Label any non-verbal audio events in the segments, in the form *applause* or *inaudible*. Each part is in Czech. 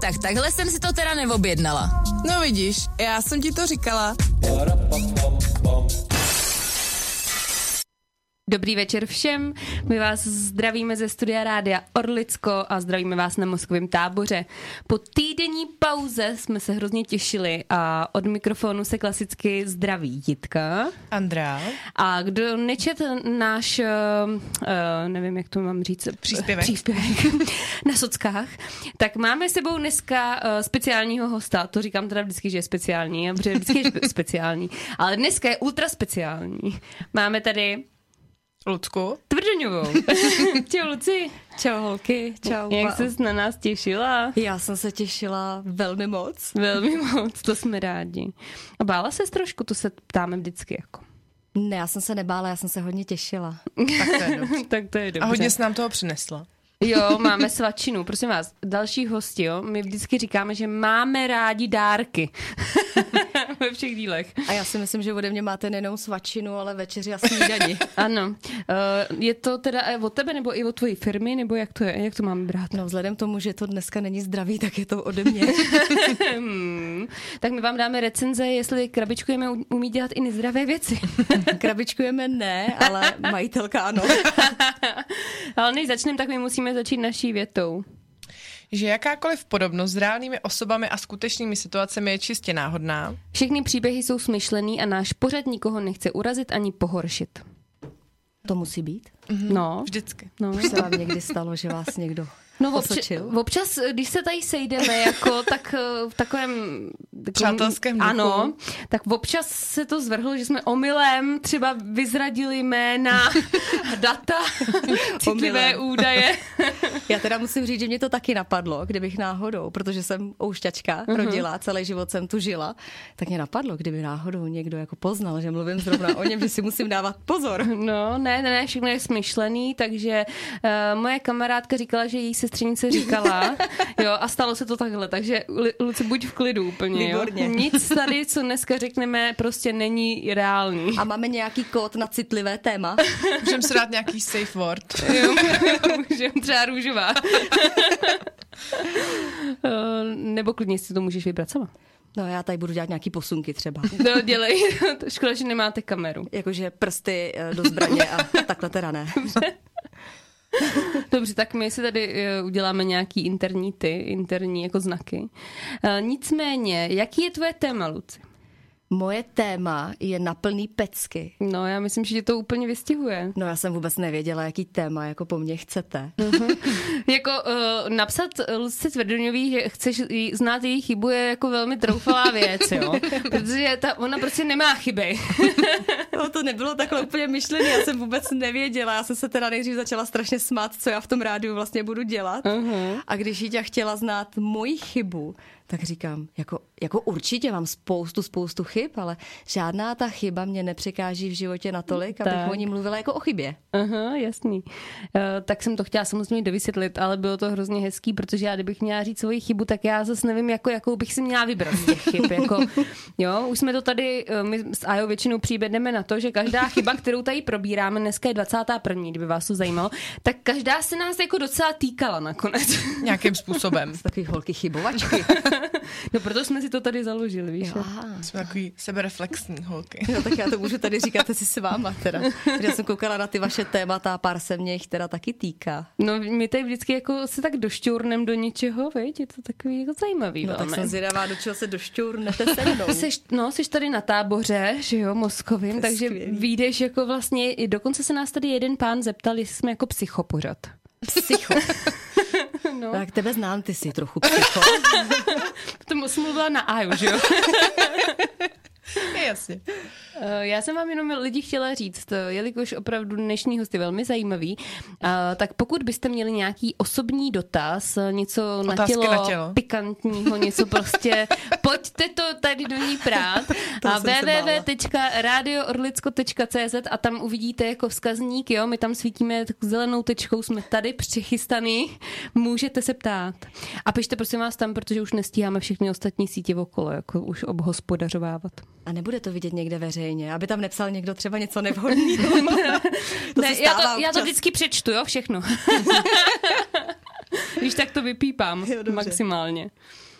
tak takhle jsem si to teda neobjednala. No vidíš, já jsem ti to říkala. Dobrý večer všem, my vás zdravíme ze studia Rádia Orlicko a zdravíme vás na mozkovém táboře. Po týdenní pauze jsme se hrozně těšili a od mikrofonu se klasicky zdraví Jitka. Andrá, A kdo nečet náš, eh, eh, nevím, jak to mám říct, Příspěvek. příspěvek *laughs* na sockách, tak máme s sebou dneska eh, speciálního hosta. To říkám teda vždycky, že je speciální, protože vždycky je špe- speciální. Ale dneska je ultra speciální. Máme tady Lucku. *laughs* Tvrdoňovou. Čau, Luci. Čau holky, čau. Jak ses na nás těšila? Já jsem se těšila velmi moc. Velmi moc, to jsme rádi. A bála ses trošku, to se ptáme vždycky jako. Ne, já jsem se nebála, já jsem se hodně těšila. Tak to je dobře. *laughs* tak to je dobře. A hodně jsi nám toho přinesla. Jo, máme svačinu. Prosím vás, další hosti, jo? My vždycky říkáme, že máme rádi dárky. *laughs* Ve všech dílech. A já si myslím, že ode mě máte nejenom svačinu, ale večeři a snídani. Ano. Eh, Je to teda eh, od tebe, nebo i od tvojí firmy, nebo jak to je? Jak to mám brát? *laughs* No vzhledem k tomu, že to dneska není zdravý, tak je to ode mě. *laughs* *laughs* Hmm. Tak my vám dáme recenze, jestli krabičkujeme, um- umí dělat i nezdravé věci. Krabičkujeme ne, ale majitelka ano. *laughs* Ale než začneme, tak my musíme začít naší větou. Že jakákoliv podobnost s reálnými osobami a skutečnými situacemi je čistě náhodná. Všechny příběhy jsou smyšlený a náš pořad nikoho nechce urazit ani pohoršit. To musí být. No, Vždycky. no. Už se vám někdy stalo, že vás někdo No osočil? občas, občas, když se tady sejdeme, jako, tak eh, v takovém... takovém- Přátelském duchu. Ano, tak občas se to zvrhlo, že jsme omylem třeba vyzradili jména, data, citlivé Omylem. údaje. Já teda musím říct, že mě to taky napadlo, kdybych náhodou, protože jsem oušťačka, rodila, celý život jsem tu žila, tak mě napadlo, kdyby náhodou někdo jako poznal, že mluvím zrovna o něm, že si musím dávat pozor. No, ne, ne, ne, všechno je smyšlený, takže uh, moje kamarádka říkala, že její sestřenice říkala, jo, a stalo se to takhle, takže Lu- Luci, buď v klidu úplně, jo. Výborně. Nic tady, co dneska řekneme, prostě není reálný. *laughs* A máme nějaký kód na citlivé téma? Můžeme si dát nějaký safe word. Jo, můžem třeba růžová. *laughs* Eh, Nebo klidně si to můžeš vybrat sama. No já tady budu dělat nějaký posunky třeba. No, dělej. *laughs* Škoda, že nemáte kameru. Jakože prsty eh, do zbraně a takhle teda ne. Dobře, tak my si tady eh, uděláme nějaký interní ty, interní jako znaky. Eh, Nicméně, jaký je tvoje téma, Luci? Moje téma je naplný pecky. No, já myslím, že tě to úplně vystihuje. No já jsem vůbec nevěděla, jaký téma jako po mně chcete. Jako uh, napsat Luce Tvrdoňový, že chceš jí- znát její chybu, je jako velmi troufalá *laughs* věc, jo? Protože ta, ona prostě nemá chyby. No, to nebylo takhle úplně myšlené, já jsem vůbec nevěděla. Já jsem se teda nejdřív začala strašně smát, co já v tom rádiu vlastně budu dělat. Uh-huh. A když Jítě chtěla znát moji chybu, tak říkám, jako, jako určitě mám spoustu, spoustu chyb, ale žádná ta chyba mě nepřekáží v životě natolik, abych Tak. o ní mluvila jako o chybě. Aha, jasný. Eh, tak jsem to chtěla samozřejmě dovysvětlit, ale bylo to hrozně hezký, protože já kdybych měla říct svoji chybu, tak já zase nevím, jako, jakou bych si měla vybrat z těch chyb. Jako, jo, už jsme to tady, eh, my s Ajo většinou přibedneme na to, že každá chyba, kterou tady probíráme, dneska je 21., kdyby vás to zajímalo, tak každá se nás jako docela týkala nakonec. Nějakým způsobem. Takový holky chybovačky. *laughs* No proto jsme si to tady založili, víš. Jo. Aha. Jsme takový sebereflexní holky. No, tak já to můžu tady říkat asi s váma teda. Protože Já jsem koukala na ty vaše témata a pár se mě jich teda taky týká. No my tady vždycky jako se tak došťournem do něčeho, viď? je to takový jako zajímavý. No, tak velmi. jsem zvědavá, do čeho se došťournete se *laughs* mnou. Seš, no, seš tady na táboře, že jo, mozkovým, To je takže skvělý. vyjdeš jako vlastně, i dokonce se nás tady jeden pán zeptal, jestli jsme jako psychopořad. Psycho. No. Tak tebe znám, ty jsi trochu psycho. *laughs* To jsem mluvila na Aju, že jo? Je *laughs* jasně. Eh, Já jsem vám jenom lidi chtěla říct, eh, jelikož opravdu dnešní host je velmi zajímavý, eh, tak pokud byste měli nějaký osobní dotaz, eh, něco na Otázky tělo, na tělo. pikantního, něco *laughs* prostě, pojďte to tady do ní prát To a jsem se bála. www.radioorlicko.cz a tam uvidíte jako vzkazník, jo, my tam svítíme tak zelenou tečkou, jsme tady přichystaný, můžete se ptát. A pište prosím vás tam, protože už nestíháme všechny ostatní sítě okolo, jako už obhospodařovávat. A nebude to vidět někde veřejně, aby tam nepsal někdo třeba něco nevhodného. *laughs* To se já, stává to, já to občas. *laughs* vždycky přečtu, jo, všechno. Když tak to vypípám Jo, dobře. maximálně.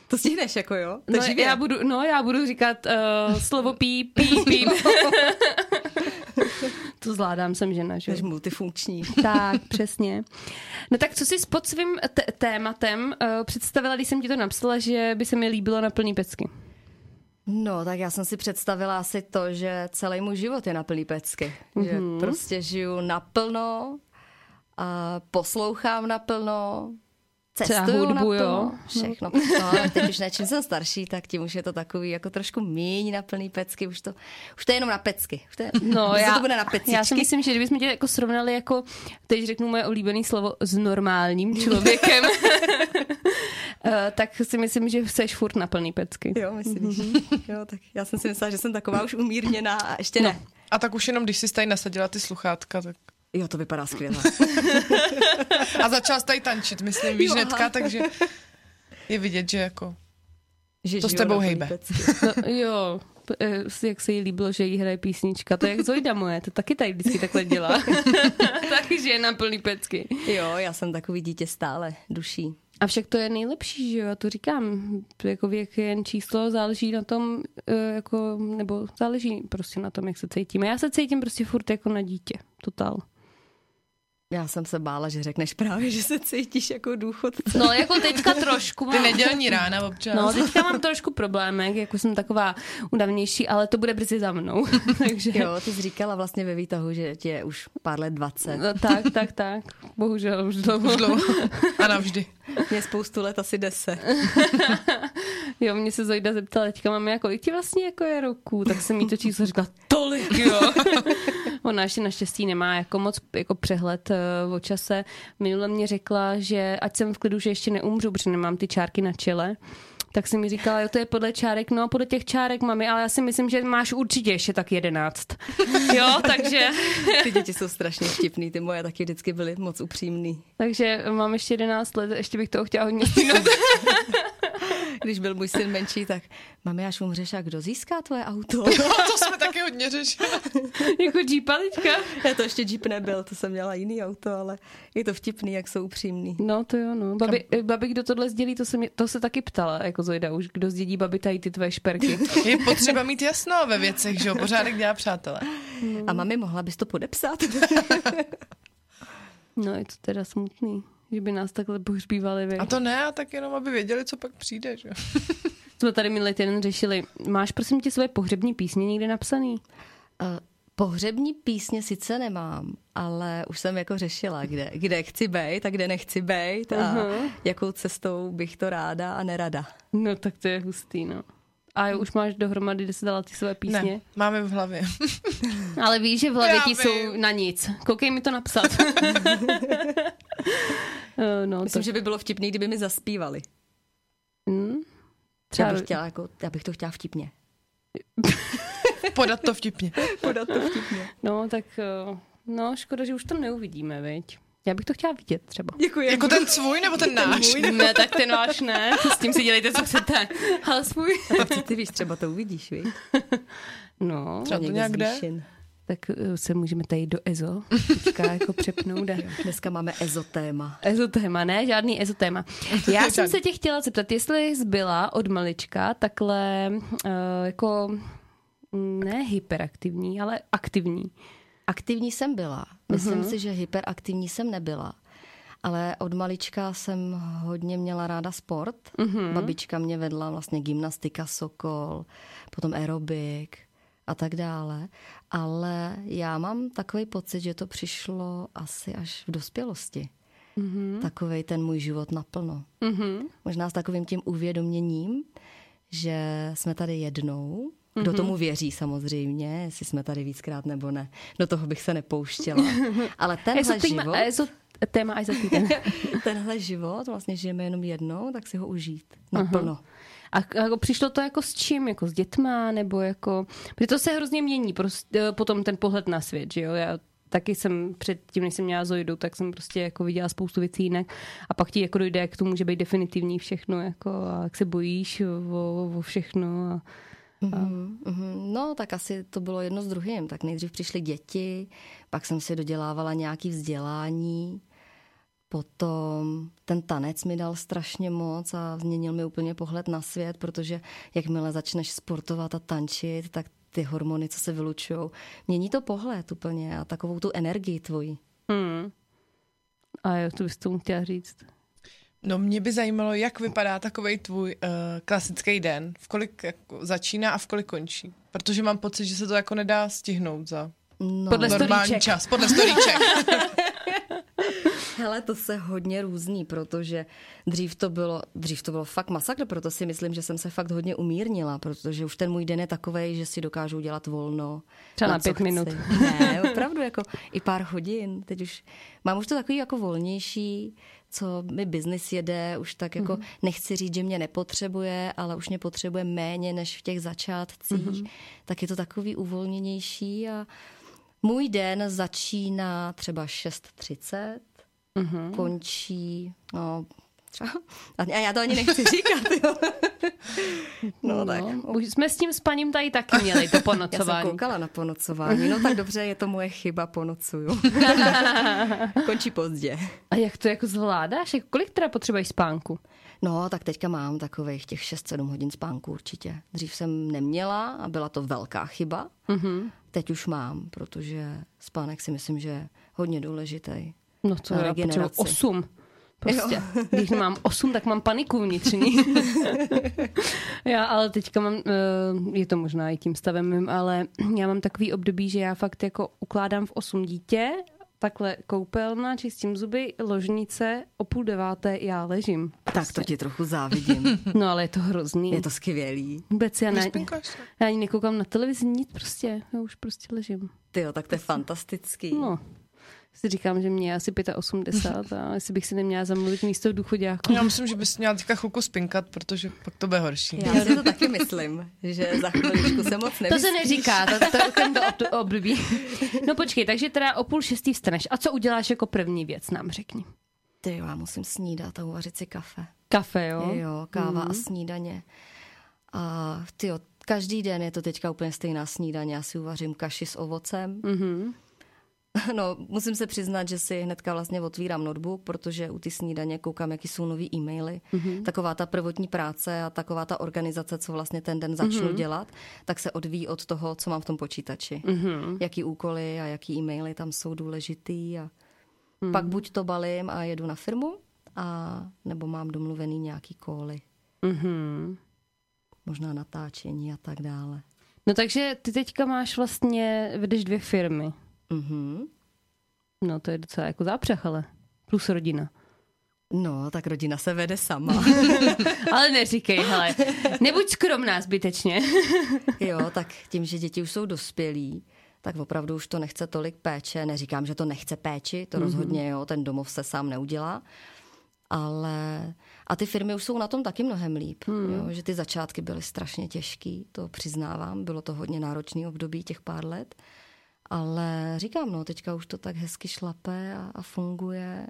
To stihneš jako jo? To je No, živě. já budu, no, já budu říkat uh, slovo *laughs* píp, píp, píp. to zvládám, jsem žena, že? Jsi jo? multifunkční. Tak, přesně. No tak co jsi pod svým t- tématem uh, představila, když jsem ti to napsala, že by se mi líbilo na plný pecky? No, tak já jsem si představila asi to, že celý můj život je na plný pecky. Mm-hmm. Že prostě žiju naplno, a poslouchám naplno, Třeba cestuju hudbu, naplno, jo. všechno. No, ale teď už ne, čím jsem starší, tak tím už je to takový jako trošku míň na plný pecky, už to, už to je jenom na pecky. Už to, je, No, už já, to bude na pecičky. já si myslím, že kdybychom tě jako srovnali jako, teď řeknu moje oblíbené slovo, s normálním *laughs* člověkem, *laughs* eh, tak si myslím, že seš furt na plný pecky. Jo, myslíš. Jo, tak já jsem si myslela, že jsem taková už umírněná a ještě ne. A tak už jenom, když jsi tady nasadila ty sluchátka, tak... No, Jo, to vypadá skvěle. A začala jsi tady tančit, myslím, víš, Jo, aha. netka, takže je vidět, že jako... *laughs* Že To s žiju tebou na plný hejbe. pecky. No, jo, p- eh, jak se jí líbilo, že jí hraje písnička. To je jak Zojda moje, to taky tady vždycky takhle *laughs* dělá. taky, že je na plný pecky. Jo, já jsem takový dítě stále duší. A však to je nejlepší, že jo, já to říkám. Jako věk je jen číslo, záleží na tom, eh, jako, nebo záleží prostě na tom, jak se cítíme. Já se cítím prostě furt jako na dítě, totál. Já jsem se bála, že řekneš právě, že se cítíš jako *laughs* důchodce. No, jako teďka trošku Ty mám. nedělní rána občas. No, teďka mám trošku problémek, jako jsem taková udavnější, ale to bude brzy za mnou. Takže Jo, ty jsi říkala vlastně ve výtahu, že ti je už pár let 20. No, *laughs* tak, tak, tak. Bohužel už dlouho. Už dlouho. A navždy. Mě spoustu let asi 10. Jo, mě se Zojda zeptala, teďka mám jako, i ti vlastně jako je roku, tak jsem jí to číslo řekla, tolik, jo. *laughs* Ona ještě naštěstí nemá jako moc jako přehled eh, o čase. Minule mě řekla, že ať jsem v klidu, že ještě neumřu, protože nemám ty čárky na čele. Tak jsem mi říkala, jo, to je podle čárek, no podle těch čárek, mami, ale já si myslím, že máš určitě ještě tak jedenáct. *laughs* Jo, takže, *laughs* Ty děti jsou strašně vtipný, ty moje taky vždycky byly moc upřímný. *laughs* takže mám ještě jedenáct let, ještě bych toho chtěla hodně *laughs* jako stihnout. Když byl můj syn menší, tak mami, až umřeš, a kdo získá tvoje auto? *laughs* No, to jsme taky hodně řešili. jako džípalička. Já *laughs* to ještě Jeep nebyl, to jsem měla jiný auto, ale je to vtipný, jak jsou upřímný. No to jo, no. Babi, eh, babi kdo tohle sdělí, to se, mě, to se taky ptala, jako Zojda už, kdo zdědí babi tady ty tvoje šperky. Je potřeba mít jasno ve věcech, že jo, pořádek dělá přátelé. A mami, mohla bys to *laughs* podepsat? No je to teda smutný, že by nás takhle pohřbívali. Vy. A to ne, a tak jenom, aby věděli, co pak přijde, že jo. Jsme tady minulý týden řešili, máš prosím tě své pohřební písně někde napsaný? Eh, Pohřební písně sice nemám, ale už jsem jako řešila, kde, kde chci bejt a kde nechci bejt a Aha. jakou cestou bych to ráda a nerada. No tak to je hustý, no. A jo, už máš dohromady, kde jsi dala ty své písně? Ne, máme v hlavě. Ale víš, že v Já hlavě ti jsou vím. na nic. Koukej mi to napsat. *laughs* Eh, no, Myslím, to, že by bylo vtipný, kdyby mi zaspívali. hm, Já třeba, bych, chtěla jako, já bych to chtěla vtipně. Podat to vtipně. Podat to vtipně. no tak, eh, no škoda, že už to neuvidíme, viď? Já bych to chtěla vidět třeba. *laughs* Děkuji. Jako ten svůj nebo ten náš? Ne, tak ten váš ne, to s tím si dělejte, co chcete. Ale svůj. Co ty víš, třeba to uvidíš, víš? No, Třeba to nějak jde? tak eh, se můžeme tady do EZO teďka *laughs* jako přepnout. A... Dneska máme ezotéma. EZO téma, ne, žádný EZO *laughs* téma. Já jsem se tě chtěla zeptat, jestli jsi byla od malička takhle eh, jako ne hyperaktivní, ale aktivní. Aktivní jsem byla. Myslím si, že hyperaktivní jsem nebyla. Ale od malička jsem hodně měla ráda sport. Babička mě vedla vlastně gymnastika Sokol, potom aerobik a tak dále. Ale já mám takový pocit, že to přišlo asi až v dospělosti. Takovej ten můj život naplno. Možná s takovým tím uvědoměním, že jsme tady jednou. Kdo tomu věří samozřejmě, jestli jsme tady víckrát nebo ne. Do toho bych se nepouštěla. Ale tenhle EZO téma, život, EZO téma až za *laughs* týden. tenhle život, vlastně žijeme jenom jednou, tak si ho užít naplno. A k- jako přišlo to jako s čím? Jako s dětma? Nebo jako... Protože to se hrozně mění prost, eh, potom ten pohled na svět, že jo? Já taky jsem předtím, než jsem měla Zoidu, tak jsem prostě jako viděla spoustu věcí jinak a pak ti jako dojde, jak to může být definitivní všechno, jako a jak se bojíš o, o všechno a Mhm, No, tak asi to bylo jedno s druhým. Tak nejdřív přišly děti, pak jsem si dodělávala nějaké vzdělání, Potom ten tanec mi dal strašně moc a změnil mi úplně pohled na svět, protože jakmile začneš sportovat a tančit, tak ty hormony, co se vylučují, mění to pohled úplně a takovou tu energii tvoji. Hmm. A jo, to bys tomu chtěla říct. No mě by zajímalo, jak vypadá takový tvůj uh, klasický den, v kolik jako, začíná a v kolik končí. Protože mám pocit, že se to jako nedá stihnout za No, Podle normální storíček. čas, podle storíček. Hele, to se hodně různí, protože dřív to bylo, dřív to bylo fakt masakr, proto si myslím, že jsem se fakt hodně umírnila, protože už ten můj den je takový, že si dokážu dělat volno. Třeba na co pět chci. minut. *laughs* Ne, opravdu, jako i pár hodin. Teď už mám už to takový jako volnější, co mi biznis jede, už tak Mhm. jako mm-hmm. nechci říct, že mě nepotřebuje, ale už mě potřebuje méně než v těch začátcích, Mhm. mm-hmm. tak je to takový uvolněnější a můj den začíná třeba 6.30, Mm-hmm. končí, no, třeba, *laughs* a a já to ani nechci říkat, *laughs* jo. No tak, No, už jsme s tím spaním tady taky měli to *laughs* já jsem ponocování. koukala na ponocování, no tak dobře, je to moje chyba, *laughs* ponocuju. končí pozdě. A jak to jako zvládáš? Jako kolik teda potřebuješ spánku? No, tak teďka mám takových těch 6-7 hodin spánku určitě. Dřív jsem neměla a byla to velká chyba. Mm-hmm. Teď už mám, protože spánek si myslím, že je hodně důležitý. No co, Na já potřebuji regeneraci. osm. Prostě. *laughs* Když mám osm, tak mám paniku *laughs* vnitřní. já ale teďka mám, eh, je to možná i tím stavem mým, ale já mám takový období, že já fakt jako ukládám v osm dítě, takhle koupelna, čistím zuby, ložnice, o půl deváté já ležím. Prostě. Tak to ti trochu závidím. No ale je to hrozný. Prostě *laughs* Je to skvělý. Vůbec já, ne, Nespinkáš se? já ani nekoukám na televizi, nic prostě. Já už prostě ležím. Ty jo, tak to je fantastický. No, si říkám, že mě je asi 85 a jestli bych si neměla zamluvit místo důchodáku. Já myslím, že bys měla teďka chvilku spinkat, protože pak to bude horší. Já si to taky myslím, že za chviličku se moc nevyspíš. To se neříká, to, to, tento obd- období. No počkej, takže teda o půl šestý vstaneš. A co uděláš jako první věc, nám řekni. Ty jo, já musím snídat a uvařit si kafe. Kafe, jo? Mhm. Jo, káva a snídaně. A ty jo, každý den je to teďka úplně stejná snídaně. Já si uvařím kaši s ovocem. Mhm. *laughs* No, musím se přiznat, že si hnedka vlastně otvírám notebook, protože u ty snídaně koukám, jaký jsou nový e-maily. Mm-hmm. Mhm. Taková ta prvotní práce a taková ta organizace, co vlastně ten den začnu Mhm. mm-hmm. dělat, tak se odvíjí od toho, co mám v tom počítači. Mhm. Mm-hmm. Jaký úkoly a jaký e-maily tam jsou důležitý. A Mhm. mm-hmm. Pak buď to balím a jedu na firmu, a nebo mám domluvený nějaký kóly, Mhm. možná natáčení a tak dále. No takže ty teďka máš vlastně, vedeš dvě firmy. Mm-hmm. No to je docela jako zápřah, ale plus rodina. No, tak rodina se vede *laughs* sama. Ale neříkej, hele, nebuď skromná zbytečně. *laughs* Jo, tak tím, že děti už jsou dospělí, tak opravdu už to nechce tolik péče. Neříkám, že to nechce péči, to mm-hmm. rozhodně jo, ten domov se sám neudělá. Ale a ty firmy už jsou na tom taky mnohem líp, mm. jo, že ty začátky byly strašně těžký, to přiznávám, bylo to hodně náročný období těch pár let. Ale říkám, no, teďka už to tak hezky šlape a, a funguje.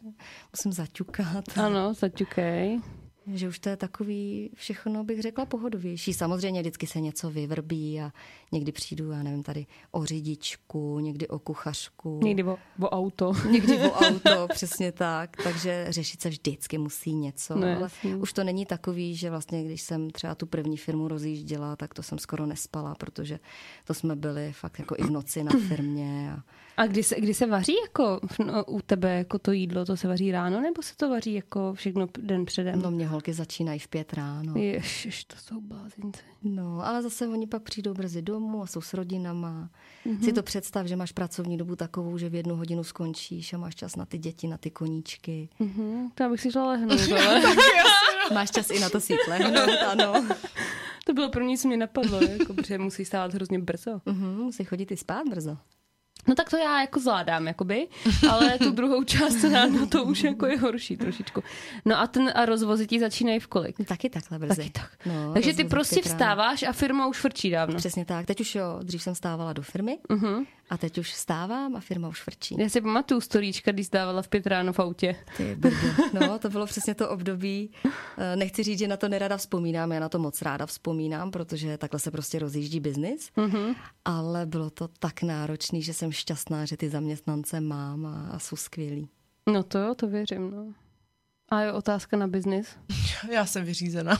Musím zaťukat Ano, zaťukej. že už to je takový, všechno bych řekla pohodovější. Samozřejmě vždycky se něco vyvrbí a někdy přijdu, já nevím, tady o řidičku, někdy o kuchařku, Někdy o, o auto. někdy *laughs* o auto, přesně tak. Takže řešit se vždycky musí něco. No, ale jasně. už to není takový, že vlastně, když jsem třeba tu první firmu rozjížděla, tak to jsem skoro nespala, protože to jsme byli fakt jako i v noci na firmě. A... A kdy se, kdy se vaří jako v- no, u tebe jako to jídlo, to se vaří ráno, nebo se to vaří jako všechno p- den předem? No mě holky začínají v pět ráno. Ježiš, to jsou blázinci. No, ale zase oni pak přijdou brzy domů a jsou s rodinama. Mm-hmm. Si to představ, že máš pracovní dobu takovou, že v jednu hodinu skončíš a máš čas na ty děti, na ty koníčky. Mhm, to já bych si šla *laughs* lehnout, ale *laughs* Máš čas i na to si lehnout, ano. to bylo první, co mě napadlo, jako, protože musí stát hrozně brzo. Mm-hmm, musí chodit i spát brzo. No tak to já jako zvládám, jakoby, ale tu druhou část ráno to už jako je horší trošičku. No a ten a rozvozy ti začínají v kolik? Taky takhle brzy. Taky tak. No, Takže ty rozvozit prostě pět ráno. vstáváš a firma už frčí dávno. Přesně tak. Teď už jo, dřív jsem stávala do firmy Mhm. a teď už vstávám a firma už frčí. Já si pamatuju storíčka, když dávala v pět ráno v autě. Ty brdo. No, to bylo přesně to období. Eh, Nechci říct, že na to nerada vzpomínám, já na to moc ráda vzpomínám, protože takhle se prostě rozjíždí biznis. Mm-hmm. Ale bylo to tak náročný, že jsem šťastná, že ty zaměstnance mám a, a jsou skvělí. No to jo, to věřím, no. A je otázka na biznis. Já jsem vyřízená.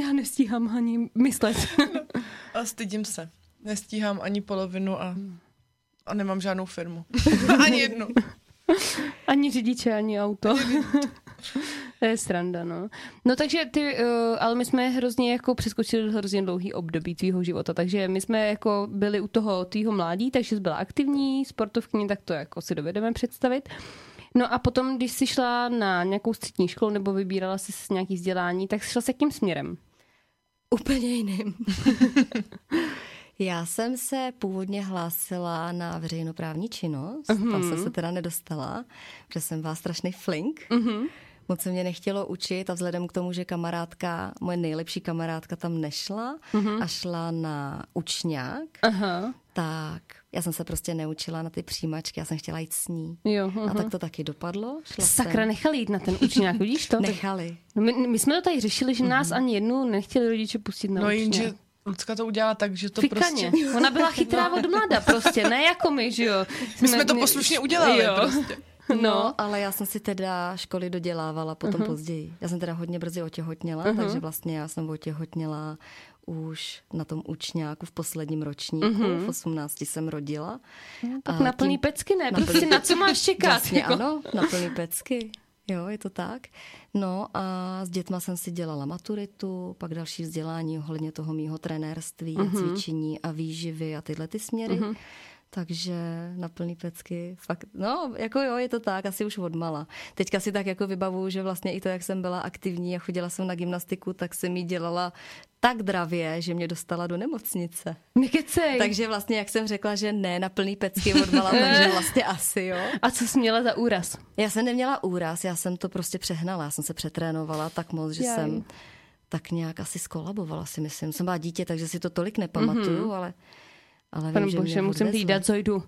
Já nestíhám ani myslet. A stydím se. Nestíhám ani polovinu a, a nemám žádnou firmu. *laughs* ani jednu. Ani řidiče, ani auto. *laughs* to je sranda, no. No takže ty, uh, ale my jsme hrozně jako přeskočili hrozně dlouhý období tvýho života, takže my jsme jako byli u toho tvýho mládí, takže jsi byla aktivní, sportovkyně, tak to jako si dovedeme představit. No a potom, když jsi šla na nějakou střední školu nebo vybírala jsi si nějaký vzdělání, tak jsi šla s jakým směrem? Úplně jiným. *laughs* Já jsem se původně hlásila na veřejnoprávní činnost, uh-huh. tam jsem se teda nedostala, protože jsem byla strašný flink. Uh-huh. Moc se mě nechtělo učit a vzhledem k tomu, že kamarádka, moje nejlepší kamarádka tam nešla uh-huh. a šla na učňák, Aha, tak já jsem se prostě neučila na ty přijímačky, já jsem chtěla jít s ní. jo. A aha. tak to taky dopadlo. Šla Sakra, nechali jít na ten učňák, vidíš to? jsem, nechali. No My, my jsme to tady řešili, že nás ani jednu nechtěli rodiče pustit na Mhm. No učňák. jenže Lucka to udělala tak, že to Fikaně. prostě... Ona byla *laughs* chytrá od mláda prostě, ne jako my, že jo. My jsme to poslušně udělali prostě. *laughs* No, ale já jsem si teda školy dodělávala potom uh-huh. později. Já jsem teda hodně brzy otěhotněla, uh-huh. takže vlastně já jsem otěhotněla už na tom učňáku v posledním ročníku. Uh-huh. V 18 jsem rodila. tak A na plný tím- pecky ne, na plný prostě na co máš čekat. Vlastně jako. ano, na plný pecky. Jo, je to tak. No a s dětma jsem si dělala maturitu, pak další vzdělání ohledně toho mýho trenérství, mm-hmm. cvičení a výživy a tyhle ty směry. Mm-hmm. Takže na plný pecky fakt, no jako jo, je to tak, asi už odmala. Teďka si tak jako vybavuju, že vlastně i to, jak jsem byla aktivní a chodila jsem na gymnastiku, tak jsem ji dělala tak dravě, že mě dostala do nemocnice. Nekecej. Takže vlastně, jak jsem řekla, že ne na plný pecky odmala, takže vlastně asi jo. A co jsi měla za úraz? Já jsem neměla úraz, já jsem to prostě přehnala, já jsem se přetrénovala tak moc, že Jaj. jsem tak nějak asi skolabovala, si myslím. Jsem byla dítě, takže si to tolik nepamatuju, mm-hmm. ale, ale Mhm. vím, Pane že bože, mě musím odvezlo. hlídat *laughs* Zojdu.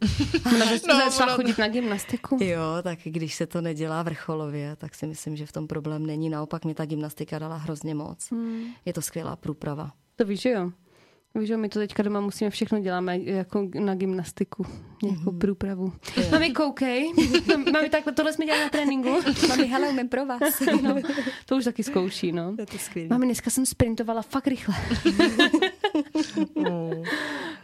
Ona No, začala ono- chodit na gymnastiku. Jo, tak když se to nedělá vrcholově, tak si myslím, že v tom problém není. Naopak mě ta gymnastika dala hrozně moc. Hmm. Mm. Je to skvělá průprava. To víš, že jo? Víš, že my to teďka doma musíme všechno děláme jako na gymnastiku, nějakou průpravu. Mami, koukej. *laughs* Mami, takhle, tohle jsme dělali na *laughs* tréninku. Mami, hele, umím *laughs* pro vás. No, to už taky zkouší, no. to je skvělý. Mami, dneska jsem sprintovala fakt rychle. Oh. *laughs*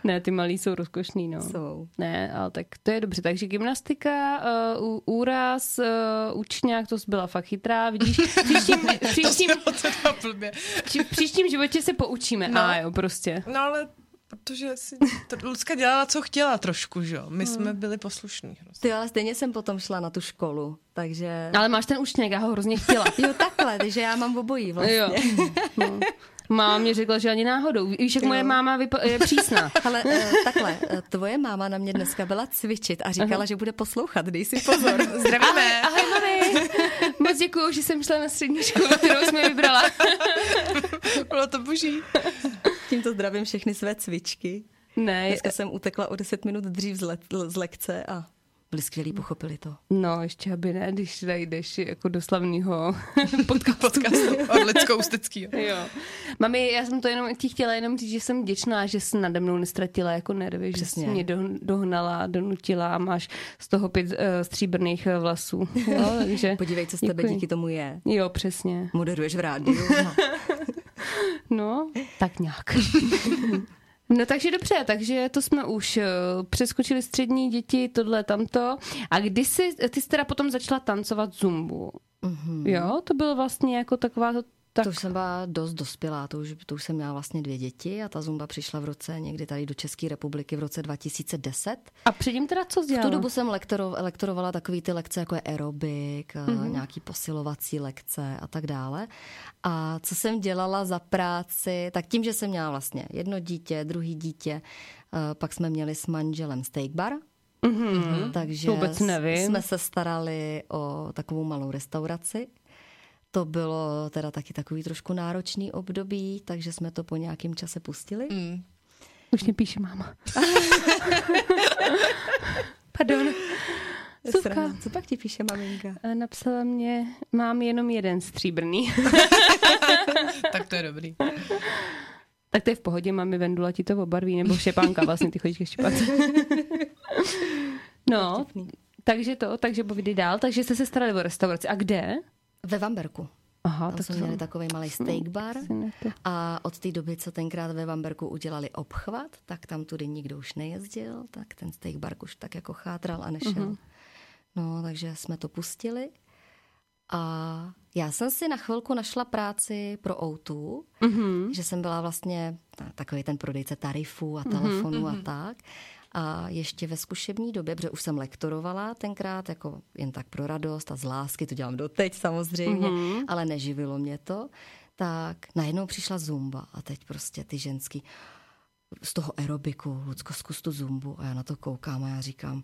Ne, ty malí jsou rozkošný, no. Jsou. Ne, ale tak to je dobře. Takže gymnastika, uh, ú- úraz, uh, učňák, to jsi byla fakt chytrá. *laughs* Vidíš, v příštím, v příštím, To teda blbě. v příštím životě se poučíme. No. No. A jo, prostě. No ale protože si to, Lucka dělala, co chtěla trošku, že jo? My jsme byli prostě. poslušní *laughs* hrozně. Ty, ale stejně jsem potom šla na tu školu, takže... Ale máš ten učňák, já ho hrozně *laughs* chtěla. Jo, takhle, takže já mám obojí vlastně. Jo. No. Máma mě řekla, že ani náhodou. Víš, jak moje máma vypa- je *laughs* přísná. Ale eh, takhle, eh, tvoje máma na mě dneska byla cvičit a říkala, že bude poslouchat, dej si pozor. Zdravíme. Ahoj, mami. Moc děkuju, že jsem šla na střední školu, kterou jsme *laughs* vybrala. Bylo to boží. Tímto zdravím všechny své cvičky. Ne, Dneska jsem utekla o 10 minut dřív z, le- z lekce a byli skvělí, pochopili to. no, ještě aby ne, když najdeš jako do slavného podcastu. Podcast od Lidskou Ústeckýho. Jo. *laughs* Mami, já jsem to jenom ti chtěla jenom říct, že jsem vděčná, že jsi nade mnou nestratila jako nervy, že jsi Přesně. mě do, dohnala, donutila a máš z toho pět uh, stříbrných eh, vlasů. Jo, *laughs* takže Podívej, co z tebe děkuji. díky tomu je. Jo, přesně. Moderuješ v rádiu. No, tak nějak. *laughs* No takže dobře, takže to jsme už eh, přeskočili střední děti, tohle, tamto. A kdy jsi, ty jsi teda potom začala tancovat zumbu. Mm-hmm. Jo, to bylo vlastně jako taková to, tak, Mhm. No, To už jsem byla dost dospělá, to už, to už jsem měla vlastně dvě děti a ta zumba přišla v roce někdy tady do České republiky v roce 2010. A předtím teda co jsi V dělala? tu dobu jsem lektoro, lektorovala takové ty lekce, jako je aerobik, mm-hmm. nějaký posilovací lekce a tak dále. A co jsem dělala za práci, tak tím, že jsem měla vlastně jedno dítě, druhý dítě, eh, pak jsme měli s manželem steak bar. Mm-hmm. Takže To vůbec nevím. jsme se starali o takovou malou restauraci. To bylo teda taky takový trošku náročný období, takže jsme to po nějakém čase pustili. Mm. Už mě píše *laughs* máma. Pardon. Suvka. Co pak ti píše maminka? Eh, Napsala mě, mám jenom jeden *laughs* stříbrný. Tak to je dobrý. *laughs* tak to je v pohodě, mami Vendula ti *laughs* to obarví, nebo šepánka, vlastně ty chodíš ke štěpánce. No, Takže to, takže povídej dál. Takže jste se starali o restauraci. A kde? Ve Vamberku. Aha, Tam jsme měli takový malý steak bar si neto- *laughs* a od té doby, co tenkrát ve Vamberku udělali obchvat, tak tam tudy nikdo už nejezdil, tak ten steak bar už tak jako chátral a nešel. Mm-hmm. No, takže jsme to pustili a já jsem si na chvilku našla práci pro Outu, mm-hmm. Hmm? že jsem byla vlastně ta- takový ten prodejce tarifů Mhm, a telefonů mm-hmm. a tak. A ještě ve zkušební době, protože už jsem lektorovala tenkrát, jako jen tak pro radost a z lásky, to dělám doteď samozřejmě, Mhm. mm-hmm. ale neživilo mě to, tak najednou přišla zumba a teď prostě ty ženský z toho aerobiku, Lucko, zkus tu zumbu a já na to koukám a já říkám,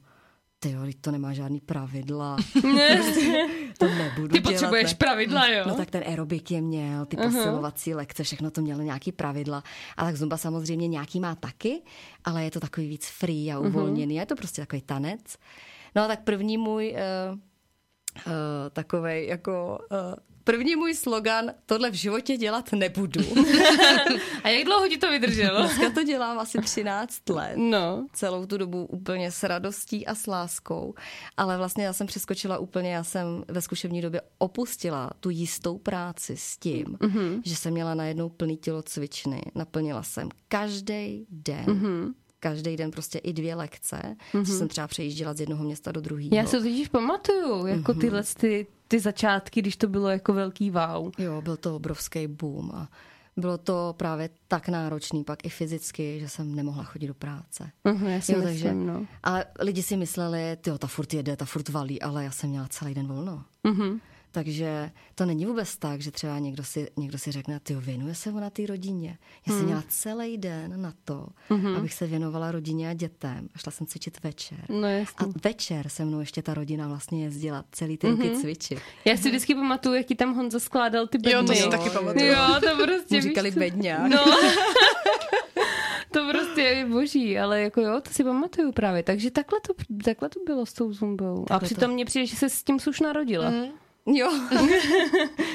ty jo, to nemá žádný pravidla, *laughs* Prostě to nebudu Ty dělat, potřebuješ ne. pravidla, jo? No tak ten aerobik je měl, ty posilovací lekce, všechno to mělo nějaký pravidla. A tak zumba samozřejmě nějaký má taky, ale je to takový víc free a uvolněný. A je to prostě takový tanec. No a tak první můj uh, uh, takovej jako... Uh, První můj slogan, tohle v životě dělat nebudu. A jak dlouho ti to *laughs* vydrželo? Dneska to dělám asi 13 let No. celou tu dobu úplně s radostí a s láskou, ale vlastně já jsem přeskočila úplně, já jsem ve zkušební době opustila tu jistou práci s tím, mm-hmm. že jsem měla najednou plný tělo cvičny, naplnila jsem každý den. Mm-hmm. Každý den prostě i dvě lekce, mm-hmm. že jsem třeba přejížděla z jednoho města do druhého. Já se to totiž pamatuju, jako tyhle ty, ty začátky, když to bylo jako velký wow. Jo, byl to obrovský boom a bylo to právě tak náročný pak i fyzicky, že jsem nemohla chodit do práce. Mhm, já si myslím, no. A lidi si mysleli, jo, ta furt jede, ta furt valí, ale já jsem měla celý den volno. Mm-hmm. Mhm. Takže to není vůbec tak, že třeba někdo si, někdo si řekne, ty věnuje se ona té rodině. Já Mhm. jsem měla celý den na to, mm-hmm. abych se věnovala rodině a dětem. A šla jsem cvičit večer. No A jasně. večer se mnou ještě ta rodina vlastně jezdila celý ty Mhm. mm-hmm. cvičit. Já si vždycky pamatuju, jaký tam Honza skládal ty bedny. Jo, to si Jo, taky pamatuju. Jo, to prostě Mu víš říkali co? bedňák. No. *laughs* to prostě je boží, ale jako jo, to si pamatuju právě. Takže takhle to, takhle to bylo s tou zumbou. Takhle a to- přitom mně přijde, že se s tím suš narodila. Mm. Jo.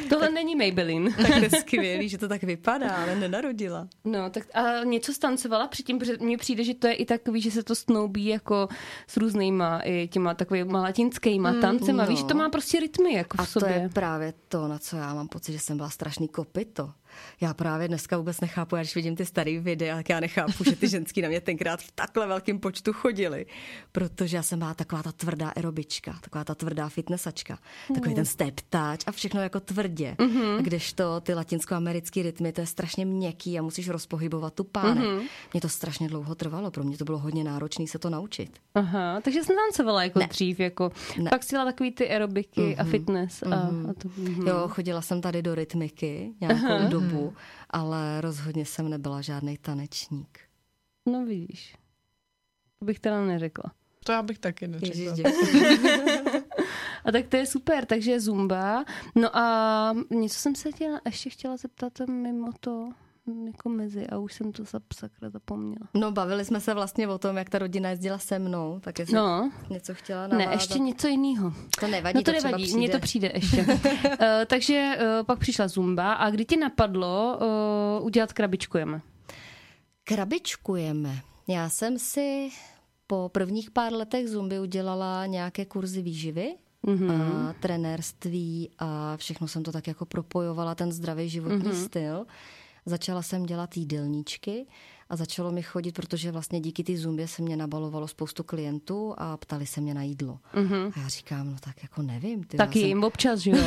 Tohle není Maybelline. *laughs* Tak to je skvělý, že to tak vypadá, ale nenarodila. No, tak a něco stancovala předtím, protože mně přijde, že to je i takový, že se to snoubí jako s různýma i těma takovýma latinskýma mm, tancema. no. Víš, to má prostě rytmy jako A v sobě. to je právě to, na co já mám pocit, že jsem byla strašný kopito. Já právě dneska vůbec nechápu, já když vidím ty starý videa, tak já nechápu, že ty ženský na mě tenkrát v takhle velkém počtu chodili. Protože já jsem byla taková ta tvrdá aerobička, taková ta tvrdá fitnessačka, Mm. takový ten steptáč a všechno jako tvrdě. Mm-hmm. Kdežto ty latinskoamerické rytmy, to je strašně měkký a musíš rozpohybovat tu páne. Mm-hmm. Mně to strašně dlouho trvalo, pro mě to bylo hodně náročné se to naučit. Aha, takže jsem tancovala jako ne. dřív, jako ne. Ne. Mhm. pak si dělala takový ty aerobiky mm-hmm. a fitness a, mm-hmm. a to. Mm-hmm. Jo, chodila jsem tady do rytmiky nějakou dobu, Hmm. ale rozhodně jsem nebyla žádný tanečník. No vidíš, to bych teda neřekla. To já bych taky neřekla. Ježíš, děkuji. A tak to je super, takže zumba. No a něco jsem se tě ještě chtěla zeptat mimo to, jako mezi, a už jsem to za sakra zapomněla. No, bavili jsme se vlastně o tom, jak ta rodina jezdila se mnou, tak jestli no, No, něco chtěla ne, navázat. ještě něco jiného. To nevadí, No to to třeba nevadí, přijde. mně to přijde ještě. *laughs* uh, takže uh, pak přišla zumba a kdy ti napadlo uh, udělat krabičkujeme? Krabičkujeme. Já jsem si po prvních pár letech zumby udělala nějaké kurzy výživy, Mhm. mm-hmm. a trenérství a všechno jsem to tak jako propojovala, ten zdravý životní Mhm. mm-hmm. styl. Začala jsem dělat jídelníčky a začalo mi chodit, protože vlastně díky té zumbě se mě nabalovalo spoustu klientů a ptali se mě na jídlo. Mm-hmm. A já říkám, no tak jako nevím. Ty, já Mhm. Taky jsem- jim občas, *laughs* že jo?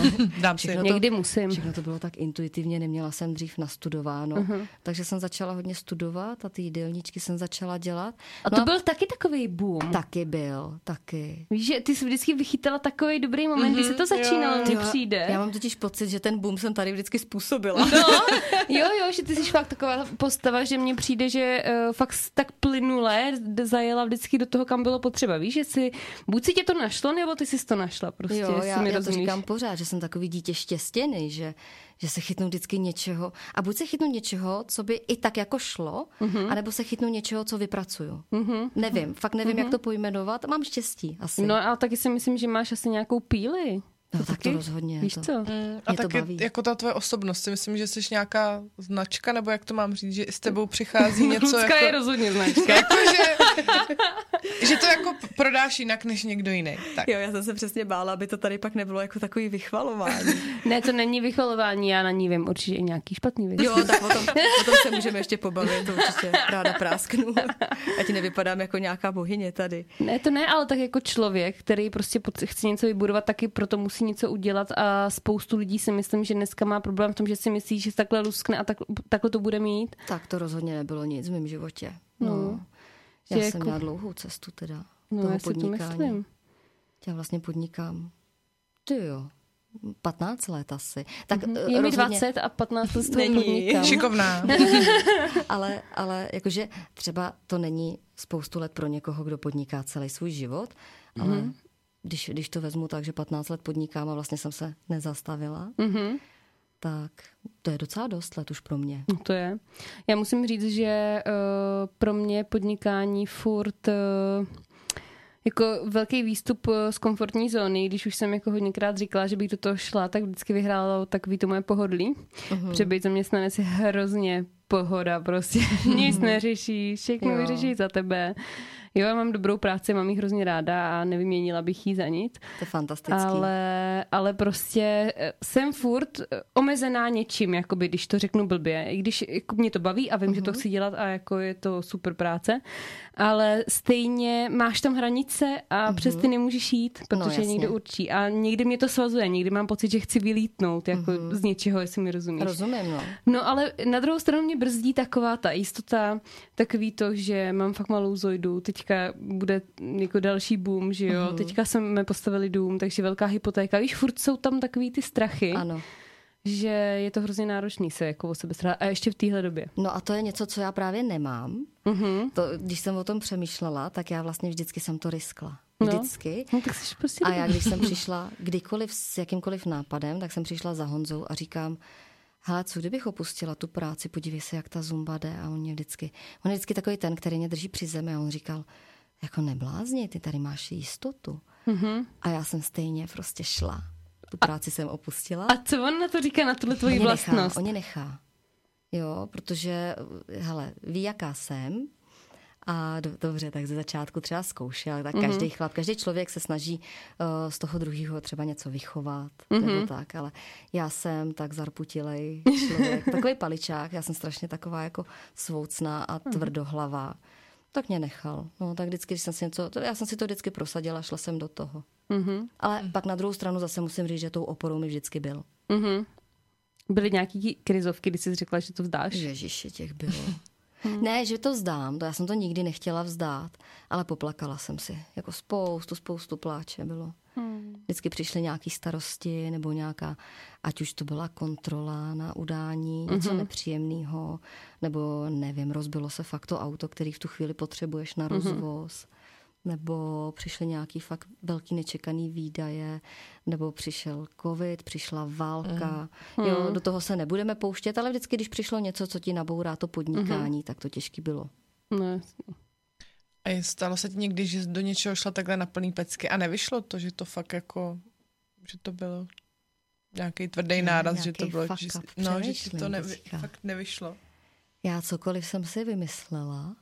Dám si. Všechno to- Někdy musím. Všechno to bylo tak intuitivně, neměla jsem dřív nastudováno. Uh-huh. Mhm. Takže jsem začala hodně studovat a ty jídelníčky jsem začala dělat. No A to byl taky takový boom. Taky byl, taky. Víš, že ty jsi vždycky vychytala takový dobrý moment, mm-hmm, kdy se to začínalo, mně přijde. Mhm. Já mám totiž pocit, že ten boom jsem tady vždycky způsobila. No, jo, jo, že ty jsi fakt taková postava, že mně přijde, že uh, fakt s- tak plynule d- zajela vždycky do toho, kam bylo potřeba. Víš, že si, buď si tě to našlo, nebo ty jsi to našla, prostě, jo, jestli já, mi já to rozumíš. říkám pořád, že jsem takový dítě štěstěný, že, že se chytnu vždycky něčeho. A buď se chytnu něčeho, co by i tak jako šlo, Mhm. uh-huh. anebo se chytnu něčeho, co vypracuju. Uh-huh. Mhm. Nevím, fakt nevím, uh-huh. jak to pojmenovat. Mám štěstí asi. No a taky si myslím, že máš asi nějakou píli. No, tak to taky? rozhodně. Víš to. co? A Mě to taky baví. jako ta tvoje osobnost, si myslím, že jsi nějaká značka, nebo jak to mám říct, že i s tebou přichází něco Lucka je jako... rozhodně značka. *laughs* jako že, že to jako p- prodáš jinak než někdo jiný. Tak. Jo, já jsem se přesně bála, aby to tady pak nebylo jako takový vychvalování. Ne, to není vycholování, já na ní vím určitě i nějaký špatný věc. *laughs* Jo, tak o tom, o tom se můžeme ještě pobavit, to určitě ráda prásknu. *laughs* Ať nevypadám jako nějaká bohyně tady. Ne, to ne, ale tak jako člověk, který prostě pot- chce něco vybudovat, taky proto musí něco udělat a spoustu lidí si myslím, že dneska má problém v tom, že si myslí, že takhle luskne a tak, takhle to bude mít. Tak to rozhodně nebylo nic v mém životě. No. No. Já Že jsem jako... jako- měla dlouhou cestu teda No, no, toho já já si to podnikání. myslím. Já vlastně podnikám. Ty jo. 15 let asi. Tak mm-hmm. Mhm. Je mi 20 a 15 let toho Není. podnikám. *laughs* Šikovná. ale, ale jakože třeba to není spoustu let pro někoho, kdo podniká celý svůj život, ale mm-hmm. když, když to vezmu tak, že 15 let podnikám a vlastně jsem se nezastavila, Mhm. tak to je docela dost let už pro mě. No to je. Já musím říct, že uh, pro mě podnikání furt uh, jako velký výstup eh, z komfortní zóny, když už jsem jako hodněkrát říkala, že bych do toho šla, tak vždycky vyhrálo takový to moje pohodlí. Uh-huh. Protože být zaměstnanec je hrozně pohoda prostě. *laughs* Nic neřešíš, všechno Jo. vyřešíš za tebe. Jo, já mám dobrou práci, mám ji hrozně ráda a nevyměnila bych ji za nic. To je fantastický. Ale, ale prostě eh, jsem furt eh, omezená něčím, jakoby, když to řeknu blbě. I když jako, mě to baví a vím, uh-huh. že to Mhm. chci dělat a jako je to super práce, ale stejně máš tam hranice a uh-huh. přes ty nemůžeš jít, protože Mhm. jasně. no, někdo určí. A někdy mě to svazuje, někdy mám pocit, že chci vylítnout jako Mhm. uh-huh. z něčeho, jestli mi rozumíš. Rozumím, no. No ale na druhou stranu mě brzdí taková ta jistota, takový to, že mám fakt malou zojdu, teďka bude jako další boom, že jo, mm. Mhm. teďka jsme postavili dům, takže velká hypotéka, víš, furt jsou tam takový ty strachy, Ano. že je to hrozně náročný se jako o sebe starat a ještě v téhle době. No a to je něco, co já právě nemám. Mm-hmm. To, když jsem o tom přemýšlela, tak já vlastně vždycky jsem to riskla. Vždycky. No tak jsi prostě A já, *laughs* když jsem přišla kdykoliv s jakýmkoliv nápadem, tak jsem přišla za Honzou a říkám, hele, co kdybych opustila tu práci, podívej se, jak ta zumba jde. A on mě vždycky, on je vždycky takový ten, který mě drží při zemi a on říkal, jako neblázni, ty tady máš jistotu. Mhm. Mm-hmm. A já jsem stejně prostě šla. Tu práci jsem opustila. A co on na to říká, na tuhle tvoji Oni vlastnost? Nechá, oni nechá. Jo, protože, hele, ví, jaká jsem. A do, dobře, tak ze začátku třeba zkoušel, tak každý Mhm. mm-hmm. chlap, každý člověk se snaží uh, z toho druhého třeba něco vychovat, mm-hmm. nebo Mhm. tak, ale já jsem tak zarputilej *laughs* člověk, takový paličák, já jsem strašně taková jako svoucná a Mhm. tvrdohlavá. Tak mě nechal. No, tak vždycky, když jsem si něco, to, já jsem si to vždycky prosadila, šla jsem do toho. Mm-hmm. Mhm, Ale pak na druhou stranu zase musím říct, že tou oporou mi vždycky byl. mhm. Byly nějaký krizovky, kdy jsi řekla, že to vzdáš? Ježiši, těch bylo. ne, že to vzdám, to já jsem to nikdy nechtěla vzdát, ale poplakala jsem si. Jako spoustu, spoustu pláče bylo. Vždycky přišly nějaké starosti nebo nějaká, ať už to byla kontrola na udání, něco nepříjemného, nebo nevím, rozbilo se fakt to auto, který v tu chvíli potřebuješ na rozvoz, nebo přišly nějaký fakt velký nečekaný výdaje, nebo přišel covid, přišla válka. Mhm. Hmm. Jo, do toho se nebudeme pouštět, ale vždycky, když přišlo něco, co ti nabourá to Mhm. podnikání, tak to těžký bylo. No, jasně. A je- stalo se ti někdy, že jsi do něčeho šla takhle na plný pecky a nevyšlo to, že to fakt jako, že to bylo nějaký tvrdý náraz, že to nějakej bylo, fuck že, jsi- up, no, že ti přemýšlím to nevy, teďka. fakt nevyšlo. Já cokoliv jsem si vymyslela,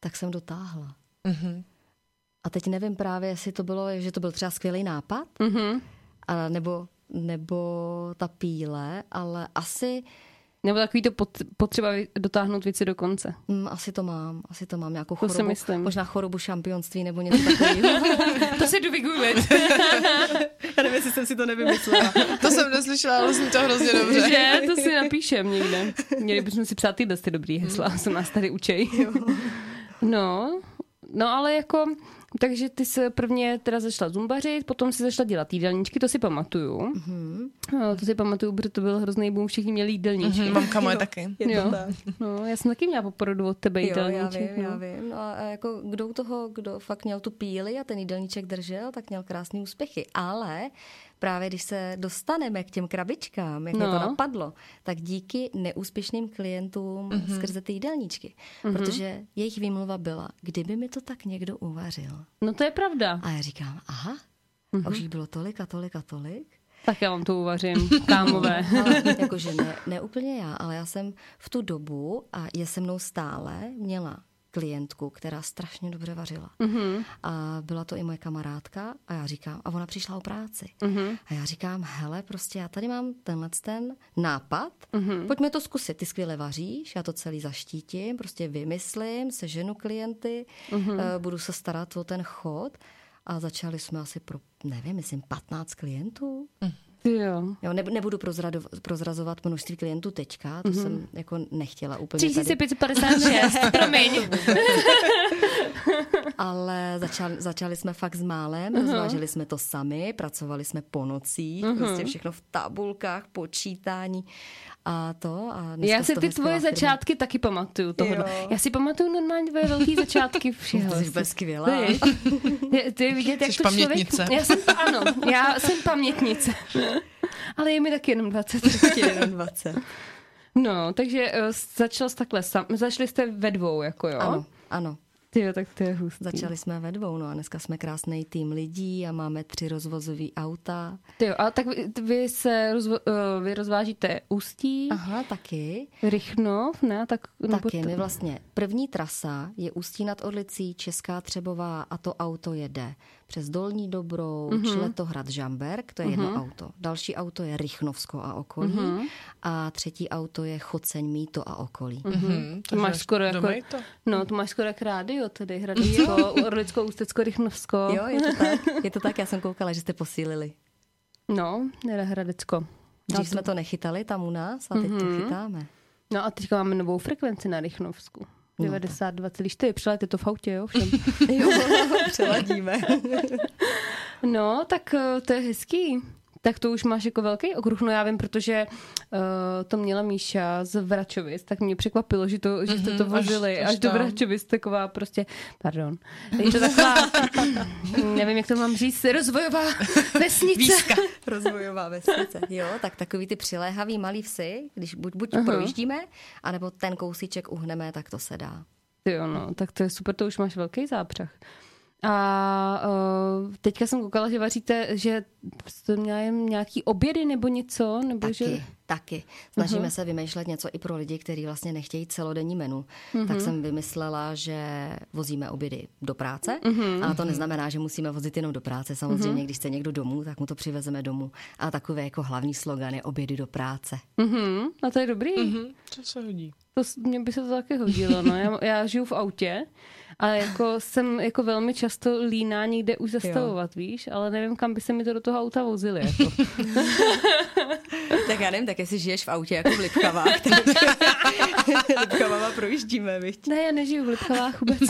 tak jsem dotáhla. Mhm. A teď nevím právě, jestli to bylo, že to byl třeba skvělý nápad, Mhm. a nebo, nebo ta píle, ale asi, Nebo takový to pot, potřeba vy- dotáhnout věci do konce. mm, asi to mám, asi to mám nějakou To si chorobu, myslím. možná chorobu šampionství nebo něco *laughs* takového. To se jdu vygooglit. Já nevím, jestli jsem si to nevymyslela. To jsem neslyšela, ale zní to hrozně dobře. Že? To si napíšem někde. Měli bychom si psát tyhle ty dobrý Mm. hesla, co nás tady *laughs* učej. No, no ale jako, takže ty se prvně teda začala zumbařit, potom si začala dělat jídelníčky, to si pamatuju. Mm-hmm. Mhm. No, to si pamatuju, protože to byl hrozný boom, všichni měli jídelníčky. Mhm, Mamka moje taky. Jo. No, já jsem taky měla po porodu od tebe Jo, já jídelníček. vím, no. já vím. No a a jako kdo u toho, kdo fakt měl tu píli a ten jídelníček držel, tak měl krásné úspěchy. Ale právě když se dostaneme k těm krabičkám, jak no. mě to No. napadlo, tak díky neúspěšným klientům Mhm. mm-hmm. skrze ty jídelníčky. Mm-hmm. Protože jejich výmluva byla, kdyby mi to tak někdo uvařil. no to je pravda. A já říkám, aha, Mm-hmm. A Mhm. už jich bylo tolik a tolik a tolik. Tak já vám to uvařím, *laughs* kámové. Ale jakože ne, ne úplně já, ale já jsem v tu dobu a je se mnou stále měla klientku, která strašně dobře vařila. Mm-hmm. A byla to i moje kamarádka a já říkám, a ona přišla o práci. Mm-hmm. A já říkám, hele, prostě já tady mám tenhle ten nápad, mm-hmm. pojďme to zkusit, ty skvěle vaříš, já to celý zaštítím, prostě vymyslím, seženu klienty, mm-hmm. budu se starat o ten chod. A začali jsme asi pro, nevím, myslím 15 klientů. Jo. Jo, ne, nebudu prozrado, prozrazovat množství klientů teďka, to Mhm. mm-hmm. jsem jako nechtěla úplně tady. 3556, *laughs* promiň. Ale začal, začali jsme fakt s málem, uh-huh. zvážili jsme to sami, pracovali jsme po nocích, Mhm. uh-huh. prostě všechno v tabulkách, počítání a to. A dneska Já z si toho ty je tvoje skvělá firma. začátky taky pamatuju toho. Jo. Já si pamatuju normálně tvoje *laughs* velký začátky všeho. Ty jsi úplně skvělá. Ty, ty, ty je vidět, jak Jsi to pamětnice. člověk... Já jsem, ano, já jsem pamětnice. Ale je mi taky jenom 23. 20. No, takže eh, začal jsi takhle sam, začali jste ve dvou, jako jo? *laughs* Ano, ano. Ty jo, tak to je hustý. Začali jsme ve dvou, no a dneska jsme krásný tým lidí a máme tři rozvozový auta. Ty jo, a tak vy, vy se rozvo, eh, vy rozvážíte Ústí, Aha, taky. Rychnov, ne? Tak, nebo Taky, to- my vlastně. První trasa je Ústí nad Orlicí, Česká Třebová a to auto jede přes Dolní Dobrou, mm-hmm. Čletohrad, Žamberk, to je mm-hmm. jedno auto. Další auto je Rychnovsko a okolí mm-hmm. a třetí auto je Choceň, Mýto a okolí. Mm-hmm. Hm, To takže máš až skoro jako... domej to. No, to máš skoro jak rádio tedy. *laughs* Hradecko, Orlicko, Ústecko, Rychnovsko. Jo, je to *laughs* tak, je to tak, já jsem koukala, že jste posílili. No, ne Hradecko. Dřív jsme No to nechytali tam u nás a teď mm-hmm. to chytáme. No a teďka máme novou frekvenci na Rychnovsku. No, 92,4. Přilejte to v autě, jo? *laughs* Všem. Jo, *laughs* přeladíme. No, tak eh, to je hezký. Tak to už máš jako velký okruh, no já vím, protože uh, to měla Míša z Vračovic, tak mě překvapilo, že, to, že jste to Mhm, až- vozili až, až až do tam. Vračovic, taková prostě, pardon, je to *laughs* taková, nevím, jak to mám říct, rozvojová vesnice. Rozvojová vesnice. Jo, tak takový ty přiléhavý malý vsi, když buď, buď uh-huh. projíždíme, anebo ten kousíček uhneme, tak to se dá. Ty jo, no, tak to je super, to už máš velký zápřah. A uh, teďka jsem koukala, že vaříte, že jste měla jen nějaký obědy nebo něco, nebo Taky, že... taky. Snažíme uh-huh. se vymýšlet něco i pro lidi, kteří vlastně nechtějí celodenní menu. Uh-huh. Tak jsem vymyslela, že vozíme obědy do práce, uh-huh. ale to neznamená, že musíme vozit jenom do práce. Samozřejmě, uh-huh. když chce někdo domů, tak mu to přivezeme domů. A takové jako hlavní slogan je obědy do práce. Mhm, a to je dobrý. Hm, to se hodí. To s- mně by se to taky hodilo, no. Já, já žiju v autě a jako jsem jako velmi často líná někde už zastavovat, jo. víš, ale nevím, kam by se mi to do toho auta vozili. Jako. No, Tak já nevím, tak jestli žiješ v autě jako v Lipkavách, tak *laughs* Lipkavama projíždíme, viď? ne, já nežiju v Lipchavách *laughs* vůbec.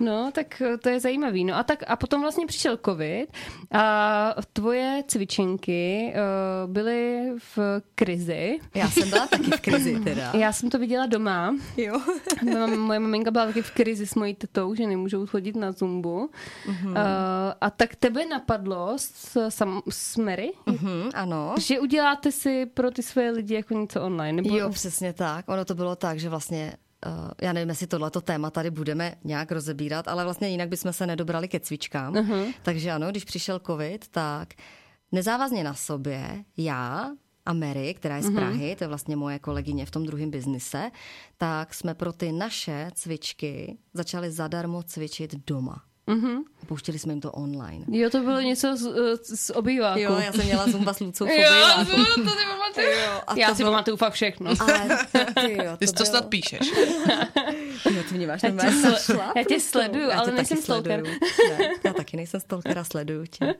no, tak eh, to je zajímavý. No a, tak, a potom vlastně přišel covid a tvoje cvičenky uh, byly v krizi. Já jsem byla taky v krizi teda. Já jsem to viděla doma. Jo. *laughs* Moje mam- Moje maminka byla taky v krizi s mojí tetou, že nemůžou chodit na zumbu. Uh, Mhm. a tak tebe napadlo s, sam, s Mary, Mhm, ano. že uděláte si pro ty svoje lidi jako něco online. Nebo... Jo, přesně tak. Ono to bylo tak, že vlastně eh, já nevím, jestli tohleto téma tady budeme nějak rozebírat, ale vlastně jinak bychom se nedobrali ke cvičkám. Uh-huh. Takže ano, když přišel covid, tak nezávazně na sobě já a Mary, která je z Prahy, to je vlastně moje kolegyně v tom druhém biznise, tak jsme pro ty naše cvičky začali zadarmo cvičit doma. Uh-huh. Pouštili jsme jim to online. Jako- jo to bylo něco z, eh, z obýváku. Jo, já jsem měla zumba s *laughs* Lucou v jo, obejváku. to si pamatuju. a Já to si bylo- pamatuju fakt všechno. Ale *laughs* ty jo, Ty jsi to bylo- snad píšeš. *laughs* Jo, ty mě máš Já tě, sl- já tě Prostě sleduju, ale nejsem stalker. *laughs* Ne, já taky nejsem stalker a sleduju tě.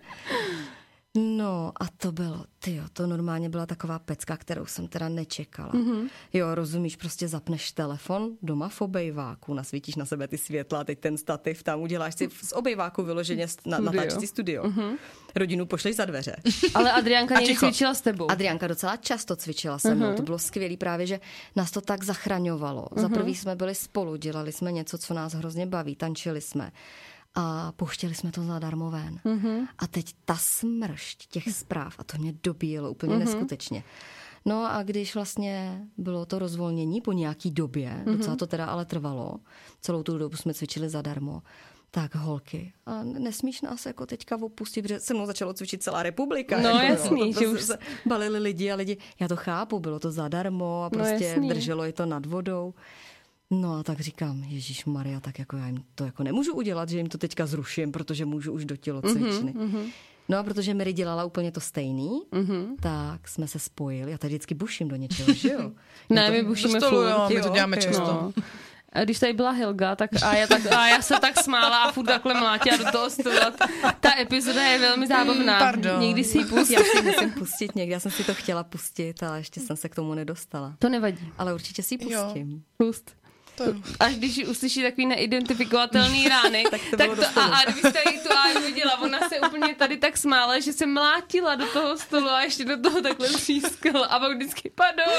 No a to bylo, ty jo, to normálně byla taková pecka, kterou jsem teda nečekala. Mhm. Mm-hmm. Jo, rozumíš, prostě zapneš telefon doma v obejváku, nasvítíš na sebe ty světla, teď ten stativ tam uděláš si z obejváku vyloženě st- na, natáčecí studio. Mhm. Mm-hmm. Rodinu pošleš *laughs* za dveře. Ale Adriánka A někdy ticho. cvičila s tebou. Adriánka docela často cvičila se Mhm. mnou, uh-huh. to bylo skvělé právě, že nás to tak zachraňovalo. Uh-huh. Za prvý jsme byli spolu, dělali jsme něco, co nás hrozně baví, tančili jsme a pouštěli jsme to zadarmo ven. Mhm. Uh-huh. A teď ta smršť těch zpráv, a to mě dobíjelo úplně Mhm. uh-huh. neskutečně. No a když vlastně bylo to Mhm. rozvolnění po nějaký době, docela to teda ale trvalo, celou tu dobu jsme cvičili zadarmo, tak holky, a nesmíš nás jako teďka opustit, protože se mnou začalo cvičit celá republika. No jako, jo. jasný, To že prostě už- se Balili lidi a lidi, já to chápu, bylo to zadarmo a No prostě jasný. no, drželo je to nad vodou. No a tak říkám, Ježíš Maria, tak jako já jim to jako nemůžu udělat, že jim to teďka zruším, protože můžu už do tělocvičny. Mhm, Mm-hmm, No a protože Mary dělala úplně to stejný, mm-hmm. Mhm. tak jsme se spojili. Já tady vždycky buším do něčeho, že *laughs* jo? Já Ne, my bušíme stolu, furt, jo, my jo, no. to děláme jo. často. A když tady byla Helga, tak a, já tak a já se tak smála a furt takhle mlátila do toho stola. Ta epizoda je velmi zábavná. Mm, pardon. Někdy si ji pust. Já si ji musím pustit někdy, já jsem si to chtěla pustit, ale ještě jsem se k tomu nedostala. To nevadí. Ale určitě si ji Jo. pustím. Pust. To jo. Až když uslyší takový neidentifikovatelný rány, tak to, bylo a, a kdybyste tady tu Aju viděla, ona se úplně tady tak smála, že se mlátila do toho stolu a ještě do toho takhle třískala a pak vždycky, pardon,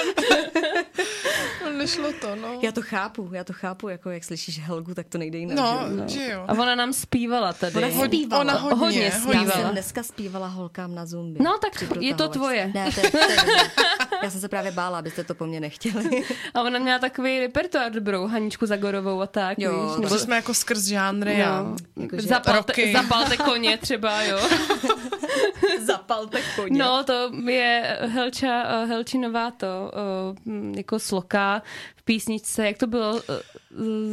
No, nešlo to, no. Já to chápu, já to chápu, jako jak slyšíš Helgu, tak to nejde jinak. No, že jo? že jo. A ona nám zpívala tady. Ona Hod- zpívala. Ona hodně, Hodně Já jsem zpívala. dneska zpívala holkám na zumbi. No, tak Při je to protahovačce. tvoje. Ne, to je, to je dobré. Já jsem se právě bála, abyste to po mně *laughs* nechtěli. A ona měla takový repertoár dobrou, Haničku Zagorovou a tak, Jo, víš, Nebo... nebo jako, Že jsme jako skrz žánry No. a... Jakože- zapalte, Jako, roky. zapalte koně třeba, jo. Zapalte koně. No, to je Helča, eh, Helčinová to, eh, hm, jako sloka v písničce, jak to bylo? eh,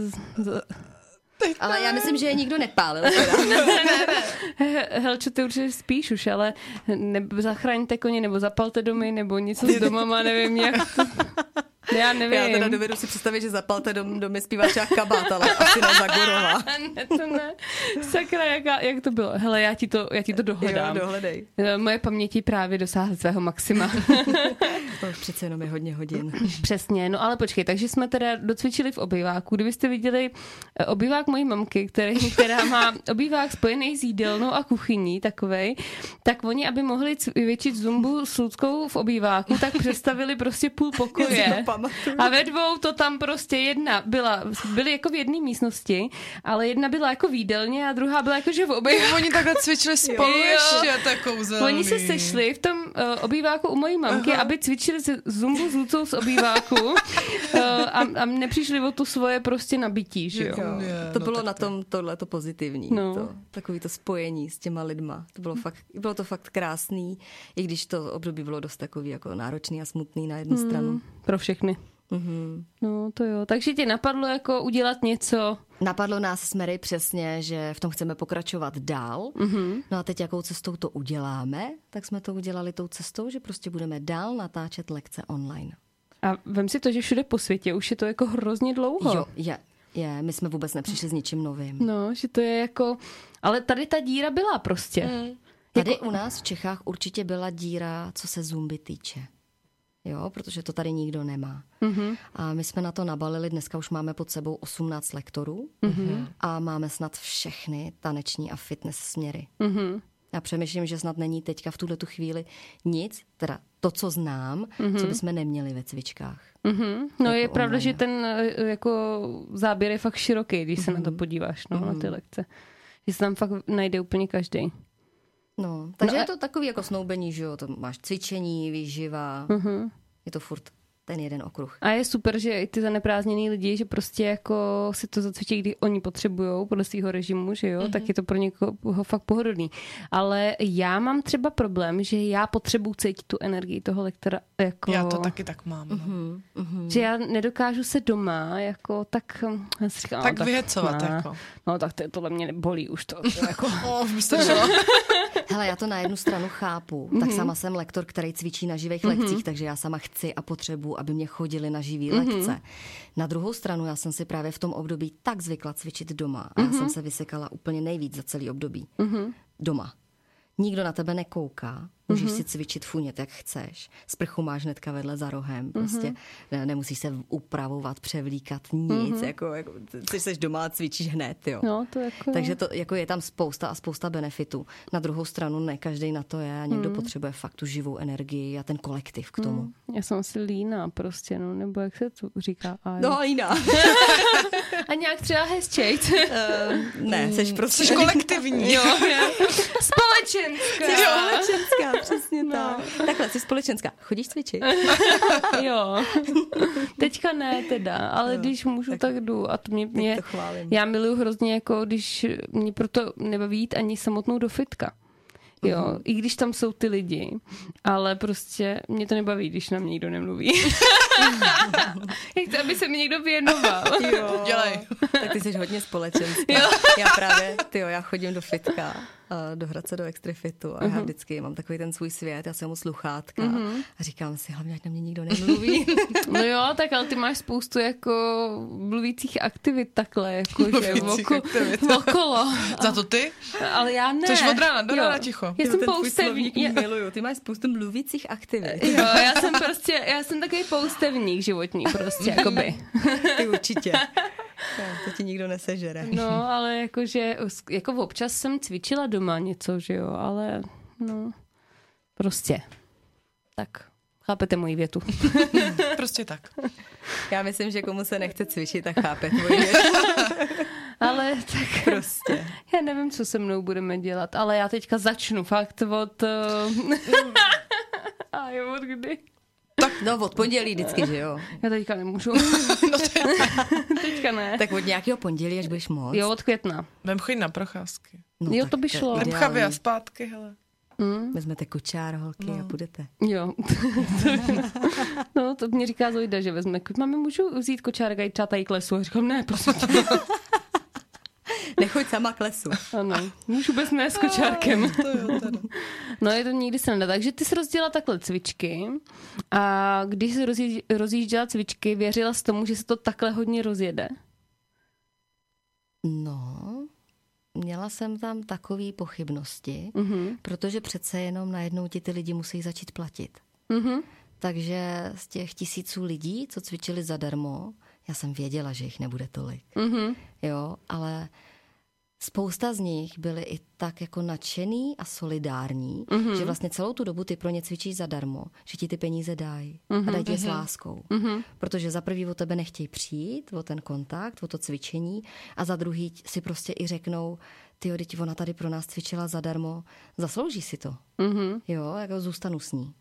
z- z- Ale já myslím, že je nikdo nepálil. *laughs* Teda. He- eh, Helčo, ty určitě spíš už, ale ne, zachraňte koně, nebo zapalte domy, nebo něco s domama, nevím, jak to... Já nevím. Já teda dovedu si představit, že zapalte dom, domy zpívá třeba kabát, ale asi ne *laughs* Zagorová. ne, to ne. Sakra, jaká, jak to bylo? Hele, já ti to, já ti to dohledám. Jo, dohledej. Eh, Moje paměti právě dosáhly svého maxima. To už přece jenom je hodně hodin. *laughs* Přesně, no ale počkej, takže jsme teda docvičili v obýváku. Kdybyste viděli eh, obývák mojí mamky, který, *laughs* která má obývák spojený s jídelnou a kuchyní takovej, tak oni, aby mohli cv- cvičit zumbu s Ludskou v obýváku, tak představili prostě půl Já si pokoje. to pamatuju. A ve dvou to tam prostě jedna byla, byly jako v jedné místnosti, ale jedna byla jako v jídelně a druhá byla jako že v obýváku. Oni takhle cvičili spolu Jo. ještě, to je kouzelný. Oni se sešli v tom uh, obýváku u mojí mamky, Aha. aby cvičili z- zumbu s Lucou z obýváku *laughs* uh, a, a nepřišli o to svoje prostě nabití, že jo. Jo. Je, To no, bylo tak na tom tohle to pozitivní, No. no. to, takový to spojení s těma lidma. To bylo, fakt, bylo to fakt krásný, i když to období bylo dost takový jako náročný a smutný na jednu stranu. Pro všechny. Mm-hmm. No to jo. Takže tě napadlo jako udělat něco. Napadlo nás s Mary přesně, že v tom chceme pokračovat dál. Mm-hmm. No a teď jakou cestou to uděláme, tak jsme to udělali tou cestou, že prostě budeme dál natáčet lekce online. A vem si to, že všude po světě už je to jako hrozně dlouho. Jo, je, je, my jsme vůbec nepřišli s ničím novým. No, že to je jako... Ale tady ta díra byla prostě. Mm. Tady u nás v Čechách určitě byla díra, co se zumby týče. Jo, protože to tady nikdo nemá. Mhm. Mm-hmm. A my jsme na to nabalili, dneska už máme pod sebou 18 lektorů Mhm. mm-hmm. a máme snad všechny taneční a fitness směry. Mhm. Já přemýšlím, že snad není teďka v tuhle tu chvíli nic, teda to, co znám, mm-hmm. co bychom neměli ve cvičkách. Mhm. No Jako je pravda, online, že jo. ten eh, jako záběr je fakt široký, když se na to podíváš, no, na ty lekce. Že se tam fakt najde úplně každý. No, takže No no a- je to takový jako snoubení, že jo, to máš cvičení, výživa, Mhm. je to furt ten jeden okruh. A je super, že i ty zaneprázdněný lidi, že prostě jako si to zacvičí, kdy oni potřebují podle svého režimu, že jo, mm-hmm. Mhm. tak je to pro někoho fakt pohodlný. Ale já mám třeba problém, že já potřebuji cítit tu energii toho lektora, jako, Já to taky tak mám. Mhm. No. že já nedokážu se doma, jako tak, hm, já si říkám, Tak no, vyhecovat, ne. jako. No tak to, tohle mě bolí už *laughs* to, to *laughs* jako. Oh, vystačilo. Hele, já to na jednu stranu chápu. Tak sama jsem lektor, který cvičí na živých lekcích, takže já sama chci a potřebuji, aby mě chodili na živý lekce. Na druhou stranu, já jsem si právě v tom období tak zvykla cvičit doma a já jsem se vysekala úplně nejvíc za celý období. Doma. Nikdo na tebe nekouká, můžeš si cvičit funět, jak chceš. Sprchu máš hnedka vedle za rohem, prostě ne, nemusíš se upravovat, převlíkat, nic. Jako, jako, ty jsi doma a cvičíš hned, jo. No, to jako... Takže to, jako je tam spousta a spousta benefitů. Na druhou stranu ne každý na to je a někdo mm. potřebuje fakt tu živou energii a ten kolektiv k tomu. Mm. Já jsem asi líná prostě, no, nebo jak se to říká. A, No a *laughs* jiná. a nějak třeba hezčejt. *laughs* ne, jsi prostě Jsi kolektivní. jo, jo. Společenská. *laughs* společenská. No. přesně tak. Takhle, jsi společenská. Chodíš cvičit? *laughs* jo. Teďka ne teda, ale když můžu, tak, tak jdu. A to mě, mě to chválím. já miluju hrozně jako, když mě proto nebaví jít ani samotnou do fitka. Jo, Mhm. uh-huh. i když tam jsou ty lidi, ale prostě mě to nebaví, když na mě nikdo *laughs* nemluví. Jak to, aby se mi někdo *laughs* věnoval. Jo. Dělej. Tak ty jsi hodně společenská. Já právě, ty jo, já chodím do fitka, a do Hradce, do Extrifitu a já vždycky mám takový ten svůj svět, já jsem mu sluchátka a říkám si, hlavně ať na mě nikdo nemluví. No jo, tak ale ty máš spoustu jako mluvících aktivit takhle, jako že Mluvících voko, aktivit. okolo. Za to ty? Ale já ne. Což od rána do Jo. rána ticho. Já Jo, jsem ten tvůj poustevní. Eh, slovník Já, miluju, ty máš spoustu mluvících aktivit. jo, já jsem prostě, já jsem takový poustevník životní prostě, jakoby. Ty určitě. To ti nikdo nesežere. No, ale jakože, jako občas jsem cvičila doma něco, že jo, ale no, prostě. Tak, chápete moji větu. *laughs* Prostě tak. *laughs* Já myslím, že komu se nechce cvičit, tak chápe *laughs* tvoji věc. Ale tak Prostě. já nevím, co se mnou budeme dělat, ale já teďka začnu fakt od... *laughs* Uh... A jo, od kdy? No od pondělí vždycky, že jo? Já teďka nemůžu. *laughs* No to je... teďka ne. Tak od nějakého pondělí, až budeš moc. Jo, od května. Vem chodit na procházky. no, jo, tak to by je šlo. ideální. Lemchavě a zpátky, hele. Vezmete kočár, holky no. a půjdete. Jo. *laughs* no, to mě říká Zojda, že vezme. Máme, můžu vzít kočárka i třeba tady k lesu? A říkám, ne, prosím *laughs* tě. Nechoď sama k lesu. Ano, už vůbec ne s kočárkem. To jo, teda. *laughs* No je to nikdy se nedá. Takže ty jsi rozdělala takhle cvičky a když jsi rozjíž- rozjížděla cvičky, věřila jsi tomu, že se to takhle hodně rozjede? No, měla jsem tam takové pochybnosti, Mhm. protože přece jenom najednou ti ty lidi musí začít platit. Mhm. Takže z těch tisíců lidí, co cvičili zadarmo, já jsem věděla, že jich nebude tolik. Mhm. Jo, ale spousta z nich byly i tak jako nadšený a solidární, Mhm. mm-hmm. že vlastně celou tu dobu ty pro ně cvičíš zadarmo, že ti ty peníze dají Mhm, mm-hmm. a dají ti je s láskou. Mm-hmm. Protože za prvý od tebe nechtějí přijít, o ten kontakt, o to cvičení a za druhý ti- si prostě i řeknou, ty jo, ona tady pro nás cvičila zadarmo, zaslouží si to. Mhm. Jo, jako zůstanu s ní.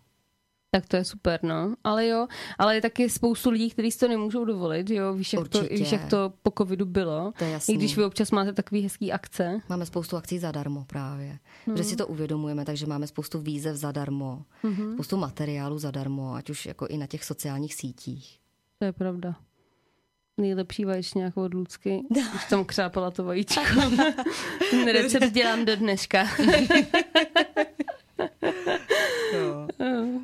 Tak to je super, no. Ale jo, ale je taky spoustu lidí, kteří si to nemůžou dovolit, jo. Víš, jak, to, Určitě. víš, jak to po covidu bylo. To je I jasný. když vy občas máte takový hezký akce. Máme spoustu akcí zadarmo právě, hmm. protože si to uvědomujeme, takže máme spoustu výzev zadarmo, hmm. spoustu materiálu zadarmo, ať už jako i na těch sociálních sítích. To je pravda. Nejlepší vajíčňák od Lucky. Už tam křápala to vajíčko. Ten recept dělám do dneška.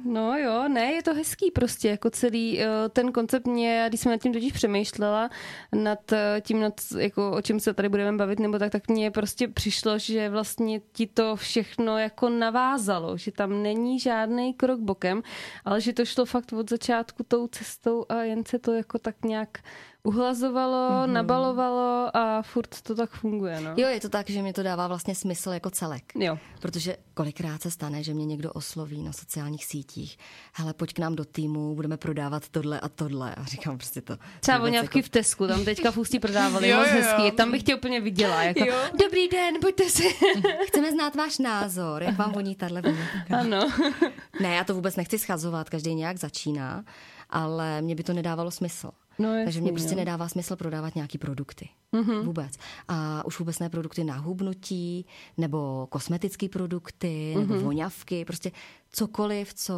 No jo, ne, je to hezký prostě, jako celý eh, ten koncept mě, já když jsem nad tím totiž přemýšlela, nad eh, tím, nad, jako, o čem se tady budeme bavit, nebo tak, tak mně prostě přišlo, že vlastně ti to všechno jako navázalo, že tam není žádný krok bokem, ale že to šlo fakt od začátku tou cestou a jen se to jako tak nějak uhlazovalo, mm-hmm. nabalovalo a furt to tak funguje, no. Jo, je to tak, že mi to dává vlastně smysl jako celek. Jo. Protože kolikrát se stane, že mě někdo osloví na sociálních sítích, hele, pojď k nám do týmu, budeme prodávat tohle a tohle. A říkám prostě to. Třeba vůbec voňavky v Tesku, tam teďka v Ústí prodávali, *laughs* Jo, moc jo, jo. hezký, tam bych tě úplně *laughs* viděla, jako, dobrý den, pojďte si. jako, Chceme znát váš názor, jak vám voní tahle voňavka. Ano. *laughs* Ne, já to vůbec nechci schazovat, každý nějak začíná, ale mě by to nedávalo smysl. No, Takže jasný, mě prostě jo. Mhm. nedává smysl prodávat nějaký produkty. Mm-hmm. Vůbec. A už vůbec ne produkty na hubnutí, nebo kosmetické produkty, mm-hmm. Mhm. nebo voňavky, prostě cokoliv, co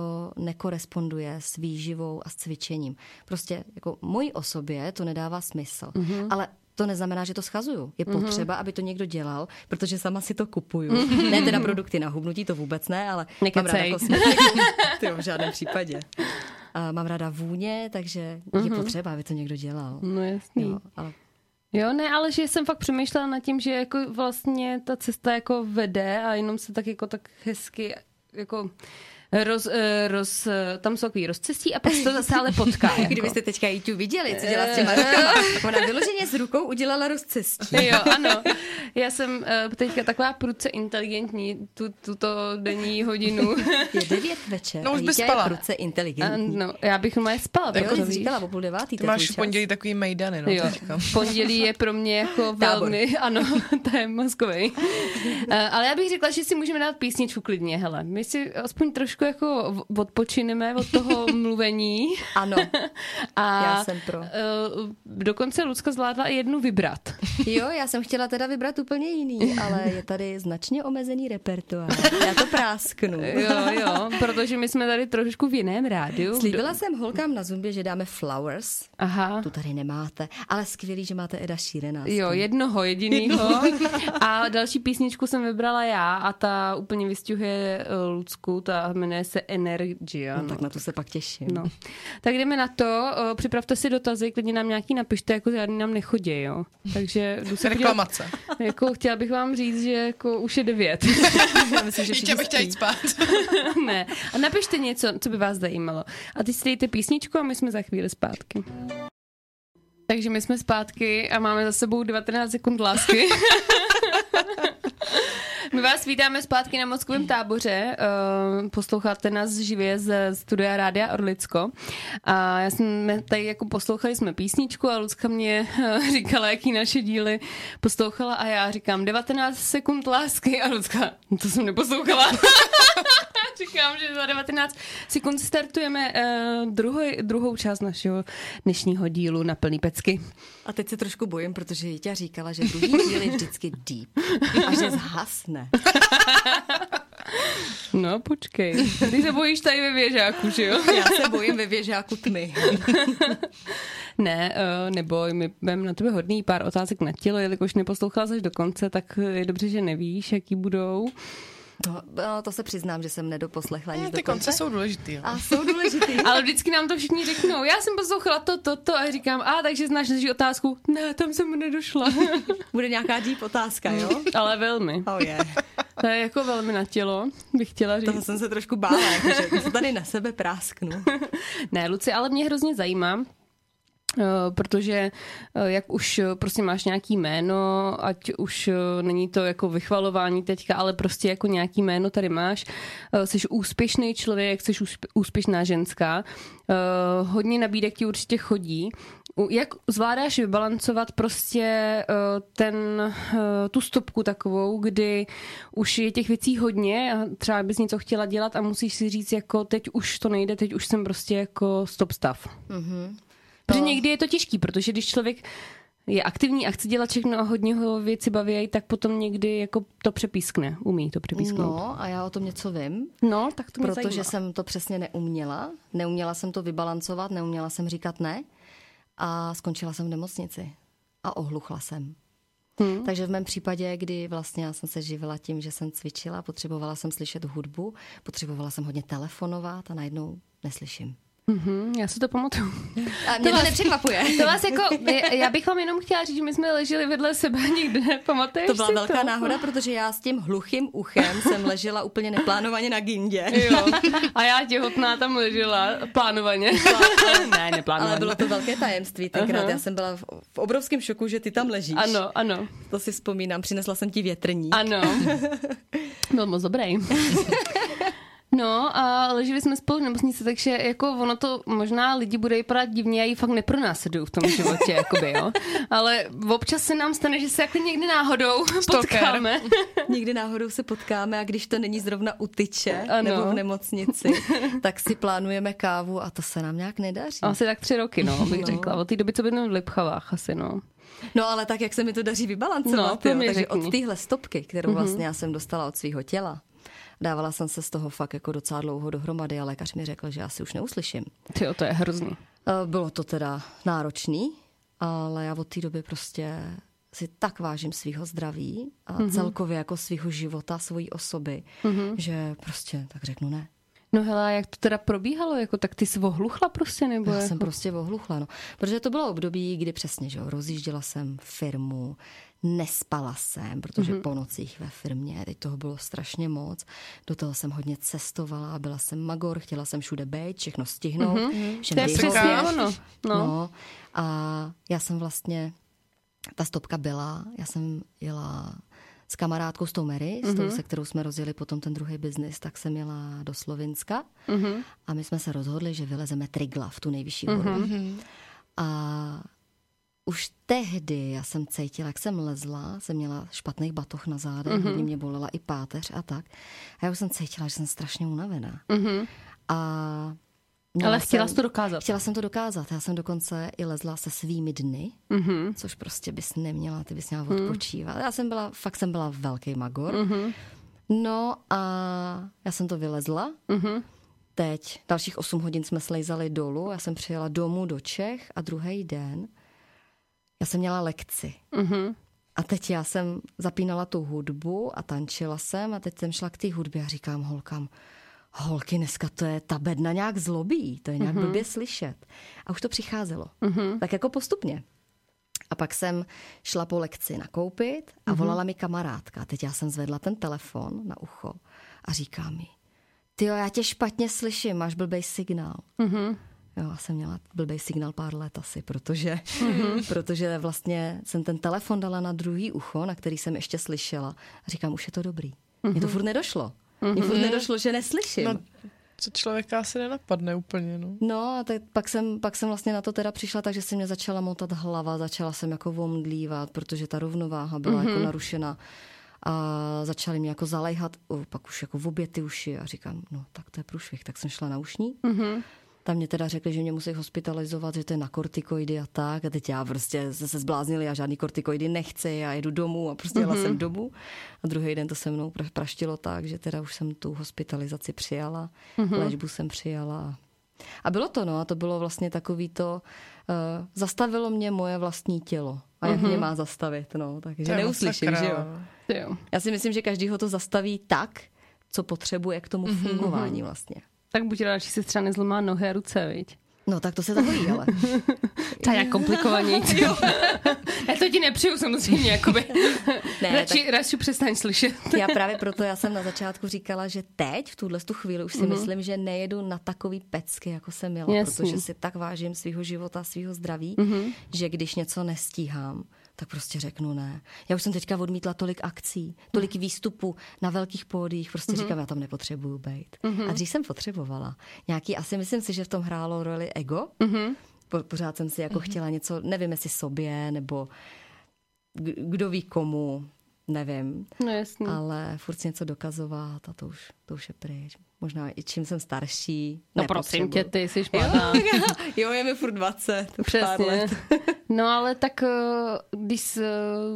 nekoresponduje s výživou a s cvičením. Prostě jako mojí osobě to nedává smysl. Mhm. Mm-hmm. Ale to neznamená, že to schazuju. Je potřeba, mm-hmm. aby to někdo dělal, protože sama si to kupuju. Mm-hmm. Ne teda produkty na hubnutí, to vůbec ne, ale mám Mhm. ráda Nekecej. *laughs* kosmetiku. Ty jo, v žádném případě. A mám ráda vůně, takže je Mhm. potřeba, aby to někdo dělal. *laughs* No jasný. Jo, Jo. ale jo, ne, ale že jsem fakt přemýšlela nad tím, že jako vlastně ta cesta jako vede a jenom se tak jako tak hezky jako roz, eh, roz, eh, tam jsou takový rozcestí a pak se to zase ale *laughs* potká. Jako. Kdybyste teďka YouTube viděli, co dělá s těma rukama. *laughs* Ona vyloženě s rukou udělala rozcestí. Jo, ano. Já jsem eh, teďka taková prudce inteligentní tu, tuto denní *laughs* hodinu. Je devět večer. No, už a by Jítě je spala. Prudce A, inteligentní. no, já bych normálně spala. Jako protože jsi říkala, o půl devátý. Ty máš v pondělí takový mejdany, no, Jo, teďka. pondělí je pro mě jako *laughs* Tábor. velmi, ano, *laughs* to je mozkový. Eh, Ale já bych řekla, že si můžeme dát písničku klidně, hele. My si aspoň trošku jako v- odpočineme od *laughs* toho mluvení. *laughs* Ano, A Já jsem pro. eh, dokonce Lucka zvládla i jednu vybrat. jo, já jsem chtěla teda vybrat úplně jiný, ale je tady značně omezený repertoár. Já to prásknu. Jo, jo, protože my jsme tady trošku v jiném rádiu. Slíbila jsem holkám na zumbě, že dáme flowers. Aha. Tu tady nemáte, ale skvělý, že máte Eda Sheerana. Jo, jednoho jedinýho. *laughs* A další písničku jsem vybrala já a ta úplně vystihuje eh, Lucku, ta jmenuje se Energia. No, tak na to se pak těším. No. Tak jdeme na to, eh, připravte si dotazy, klidně nám nějaký napište, jako žádný nám nechodí, jo. Takže jdu se podívat- Reklamace. jako chtěla bych vám říct, že jako už je devět. *laughs* Já myslím, *laughs* že Dítě bych chtěla jít spát. *laughs* ne. A napište něco, co by vás zajímalo. A teď si dejte písničku a my jsme za chvíli zpátky. Takže my jsme zpátky a máme za sebou 19 sekund *laughs* lásky. My vás vítáme zpátky na mozkovém táboře. Eh, Posloucháte nás živě ze studia Rádia Orlicko. A já jsme tady jako poslouchali jsme písničku a Lucka mě eh, říkala, jaký naše díly poslouchala a já říkám 19 sekund lásky a Lucka, "No to jsem neposlouchala. Říkám, že za 19 sekund startujeme eh, druhý, druhou část našeho dnešního dílu na plný pecky. A teď se trošku bojím, protože Jitě říkala, že druhý díl je vždycky deep a že zhasne. No počkej, ty se bojíš tady ve věžáku, že jo? Já se bojím ve věžáku tmy. Ne, eh, neboj, my mám na tebe hodný pár otázek na tělo, jelikož neposlouchala jsi až do konce, tak eh, je dobře, že nevíš, jaký budou. No, no, to se přiznám, že jsem nedoposlechla nic Ne, *laughs* do Ty konce. konce jsou důležitý, jo. A jsou důležitý. Ale vždycky nám to všichni řeknou. Já jsem poslouchala to, to, to a říkám, a takže znáš naši otázku. Ne, tam jsem nedošla. Bude nějaká deep otázka, jo? *laughs* Ale velmi. Oh je. To je jako velmi na tělo, bych chtěla říct. Toho jsem se trošku bála, jako, že to tady na sebe prásknu. Ne, Luci, ale mě hrozně zajímá, eh, protože eh, jak už eh, prostě máš nějaký jméno, ať už eh, není to jako vychvalování teďka, ale prostě jako nějaký jméno tady máš, eh, jsi úspěšný člověk, jsi úsp- úspěšná ženská, eh, hodně nabídek ti určitě chodí. U- Jak zvládáš vybalancovat prostě eh, ten, eh, tu stopku takovou, kdy už je těch věcí hodně a třeba bys něco chtěla dělat a musíš si říct jako teď už to nejde, teď už jsem prostě jako stop stav. Protože někdy je to těžký, protože když člověk je aktivní a chce dělat všechno a hodně ho věci baví, tak potom někdy jako to přepískne, umí to přepísknout. No a já o tom něco vím, No, no tak to mě protože zajímá. jsem to přesně neuměla. Neuměla jsem to vybalancovat, neuměla jsem říkat ne a skončila jsem v nemocnici a ohluchla jsem. Hmm. Takže v mém případě, kdy vlastně já jsem se živila tím, že jsem cvičila, potřebovala jsem slyšet hudbu, potřebovala jsem hodně telefonovat a najednou neslyším. Hm, já si to pamatuju. A mě to, nepřekvapuje. *laughs* To vás jako, je- já bych vám jenom chtěla říct, že my jsme leželi vedle sebe někde, pamatuješ To byla si velká to? náhoda, protože já s tím hluchým uchem jsem ležela úplně neplánovaně na gindě. Jo. A já těhotná tam ležela, plánovaně. ne, neplánovaně. Ale bylo to velké tajemství tenkrát. Já jsem byla v, v obrovském šoku, že ty tam ležíš. Ano, ano, To si vzpomínám, přinesla jsem ti větrní. ano. *laughs* Byl moc dobrý. No a leželi jsme spolu v nemocnici, takže jako ono to možná lidi bude vypadat divně, já ji fakt nepronásleduju v tom životě, jakoby, jo. Ale občas se nám stane, že se jako někdy náhodou *laughs* Stalker. potkáme. *laughs* Někdy náhodou se potkáme a když to není zrovna u tyče Ano. nebo v nemocnici, *laughs* tak si plánujeme kávu a to se nám nějak nedaří. Asi tak tři roky, no, bych No. řekla. Od té doby, co bydlím v Lipchavách asi, no. No ale tak, jak se mi to daří No, vybalancovat, to jo? mi takže řekni. Mhm. od téhle stopky, kterou vlastně já jsem dostala od svého těla, dávala jsem se z toho fakt jako docela dlouho dohromady a lékař mi řekl, že asi už neuslyším. Tyjo, to je hrozný. Eh, Bylo to teda náročný, ale já od té doby prostě si tak vážím svého zdraví Mhm. a mm-hmm. celkově jako svého života, svojí osoby, mm-hmm. že prostě tak řeknu ne. No hele, a jak to teda probíhalo? Jako, tak ty jsi ohluchla prostě? Nebo Já jsem jako... prostě ohluchla, no. Protože to bylo období, kdy přesně, že jo, rozjížděla jsem firmu, nespala jsem, protože Mhm. mm-hmm. po nocích ve firmě, teď toho bylo strašně moc. Do toho jsem hodně cestovala, byla jsem magor, chtěla jsem všude být, všechno stihnout. Mm-hmm. Mhm. To je přesně Říkáš? ono. No. No. no. A já jsem vlastně, ta stopka byla, já jsem jela s kamarádkou s tou Mary, mm-hmm. s tou, Mhm. se kterou jsme rozjeli potom ten druhý biznis, tak jsem jela do Slovinska Mhm. mm-hmm. a my jsme se rozhodli, že vylezeme Trigla v tu nejvyšší horu. Mm-hmm. Mhm. A už tehdy já jsem cítila, jak jsem lezla, jsem měla špatný batoh na zádech, Mhm. mm-hmm. hodně mě bolela i páteř a tak. A já už jsem cítila, že jsem strašně unavená. Mm-hmm. A měla Mhm. Ale chtěla jsi jsem- to dokázat. Chtěla jsem to dokázat. Já jsem dokonce i lezla se svými dny, mm-hmm. což prostě bys neměla, ty bys měla odpočívat. Já jsem byla, fakt jsem byla velký magor. Mm-hmm. No a já jsem to vylezla. Mm-hmm. Teď dalších 8 hodin jsme slejzali dolů. Já jsem přijela domů do Čech a druhý den já jsem měla lekci. Mhm. A teď já jsem zapínala tu hudbu a tančila jsem a teď jsem šla k té hudbě a říkám holkám, holky, dneska to je, ta bedna nějak zlobí, to je nějak mm-hmm. blbě slyšet. A už to přicházelo. Mm-hmm. Tak jako postupně. A pak jsem šla po lekci nakoupit a volala mi kamarádka. Teď já jsem zvedla ten telefon na ucho a říká mi, ty já tě špatně slyším, máš blbej signál. Mm-hmm. Jo, já jsem měla blbej signál pár let asi, protože, *laughs* protože vlastně jsem ten telefon dala na druhý ucho, na který jsem ještě slyšela. A říkám, už je to dobrý. Mně to furt nedošlo. Mně furt nedošlo, že neslyším. No, co člověka asi nenapadne úplně, *laughs* no. No a tak pak jsem, pak jsem vlastně na to teda přišla, takže se mě začala motat hlava, začala jsem jako omdlívat, protože ta rovnováha byla mm-hmm. jako narušena a začaly mě jako zalejhat, o, pak už jako v obě ty uši a říkám, no tak to je průšvih, tak jsem šla na ušní. Mm-hmm. Tam mě teda řekli, že mě musí hospitalizovat, že to je na kortikoidy a tak. A teď já prostě se, se zbláznili, já žádný kortikoidy nechci, já jedu domů a prostě Mhm. jela mm-hmm. jsem domů. A druhý den to se mnou pra- praštilo tak, že teda už jsem tu hospitalizaci přijala, Mhm. mm-hmm. léčbu jsem přijala. A bylo to, no, a to bylo vlastně takový to, uh, zastavilo mě moje vlastní tělo. A jak mm-hmm. mě má zastavit, no, Mhm. To takže je neuslyším, masakra, že jo. no. Ty jo. Já si myslím, že každý ho to zastaví tak, co potřebuje k tomu Mhm. fungování vlastně. Tak buď rád, že si třeba nezlomá nohy a ruce, viď? No tak to se takový, *laughs* ale To je nějak komplikovanější. *laughs* Já to ti nepřeju samozřejmě, jakoby. Ne, *laughs* Ne, radši, tak... radši přestaň slyšet. já právě proto já jsem na začátku říkala, že teď, v tuhle tu chvíli, už si myslím, že nejedu na takový pecky, jako jsem jela, Jasný. protože si tak vážím svého života, svého zdraví, že když něco nestíhám, tak prostě řeknu ne. Já už jsem teďka odmítla tolik akcí, tolik výstupů na velkých pódiích, prostě říkám, já tam nepotřebuju být. A dřív jsem potřebovala. Nějaký, asi myslím si, že v tom hrálo roli ego. Po- Pořád jsem si jako chtěla něco, nevím jestli sobě, nebo k- kdo ví komu, nevím No jasný. ale furt si něco dokazovat a to už, to už je pryč. Možná i čím jsem starší. No prosím tě, ty jsi Jo, *laughs* mladá. jo, je mi furt 20. Už Pár Přesně. let. *laughs* No ale tak, eh, když jsi, eh,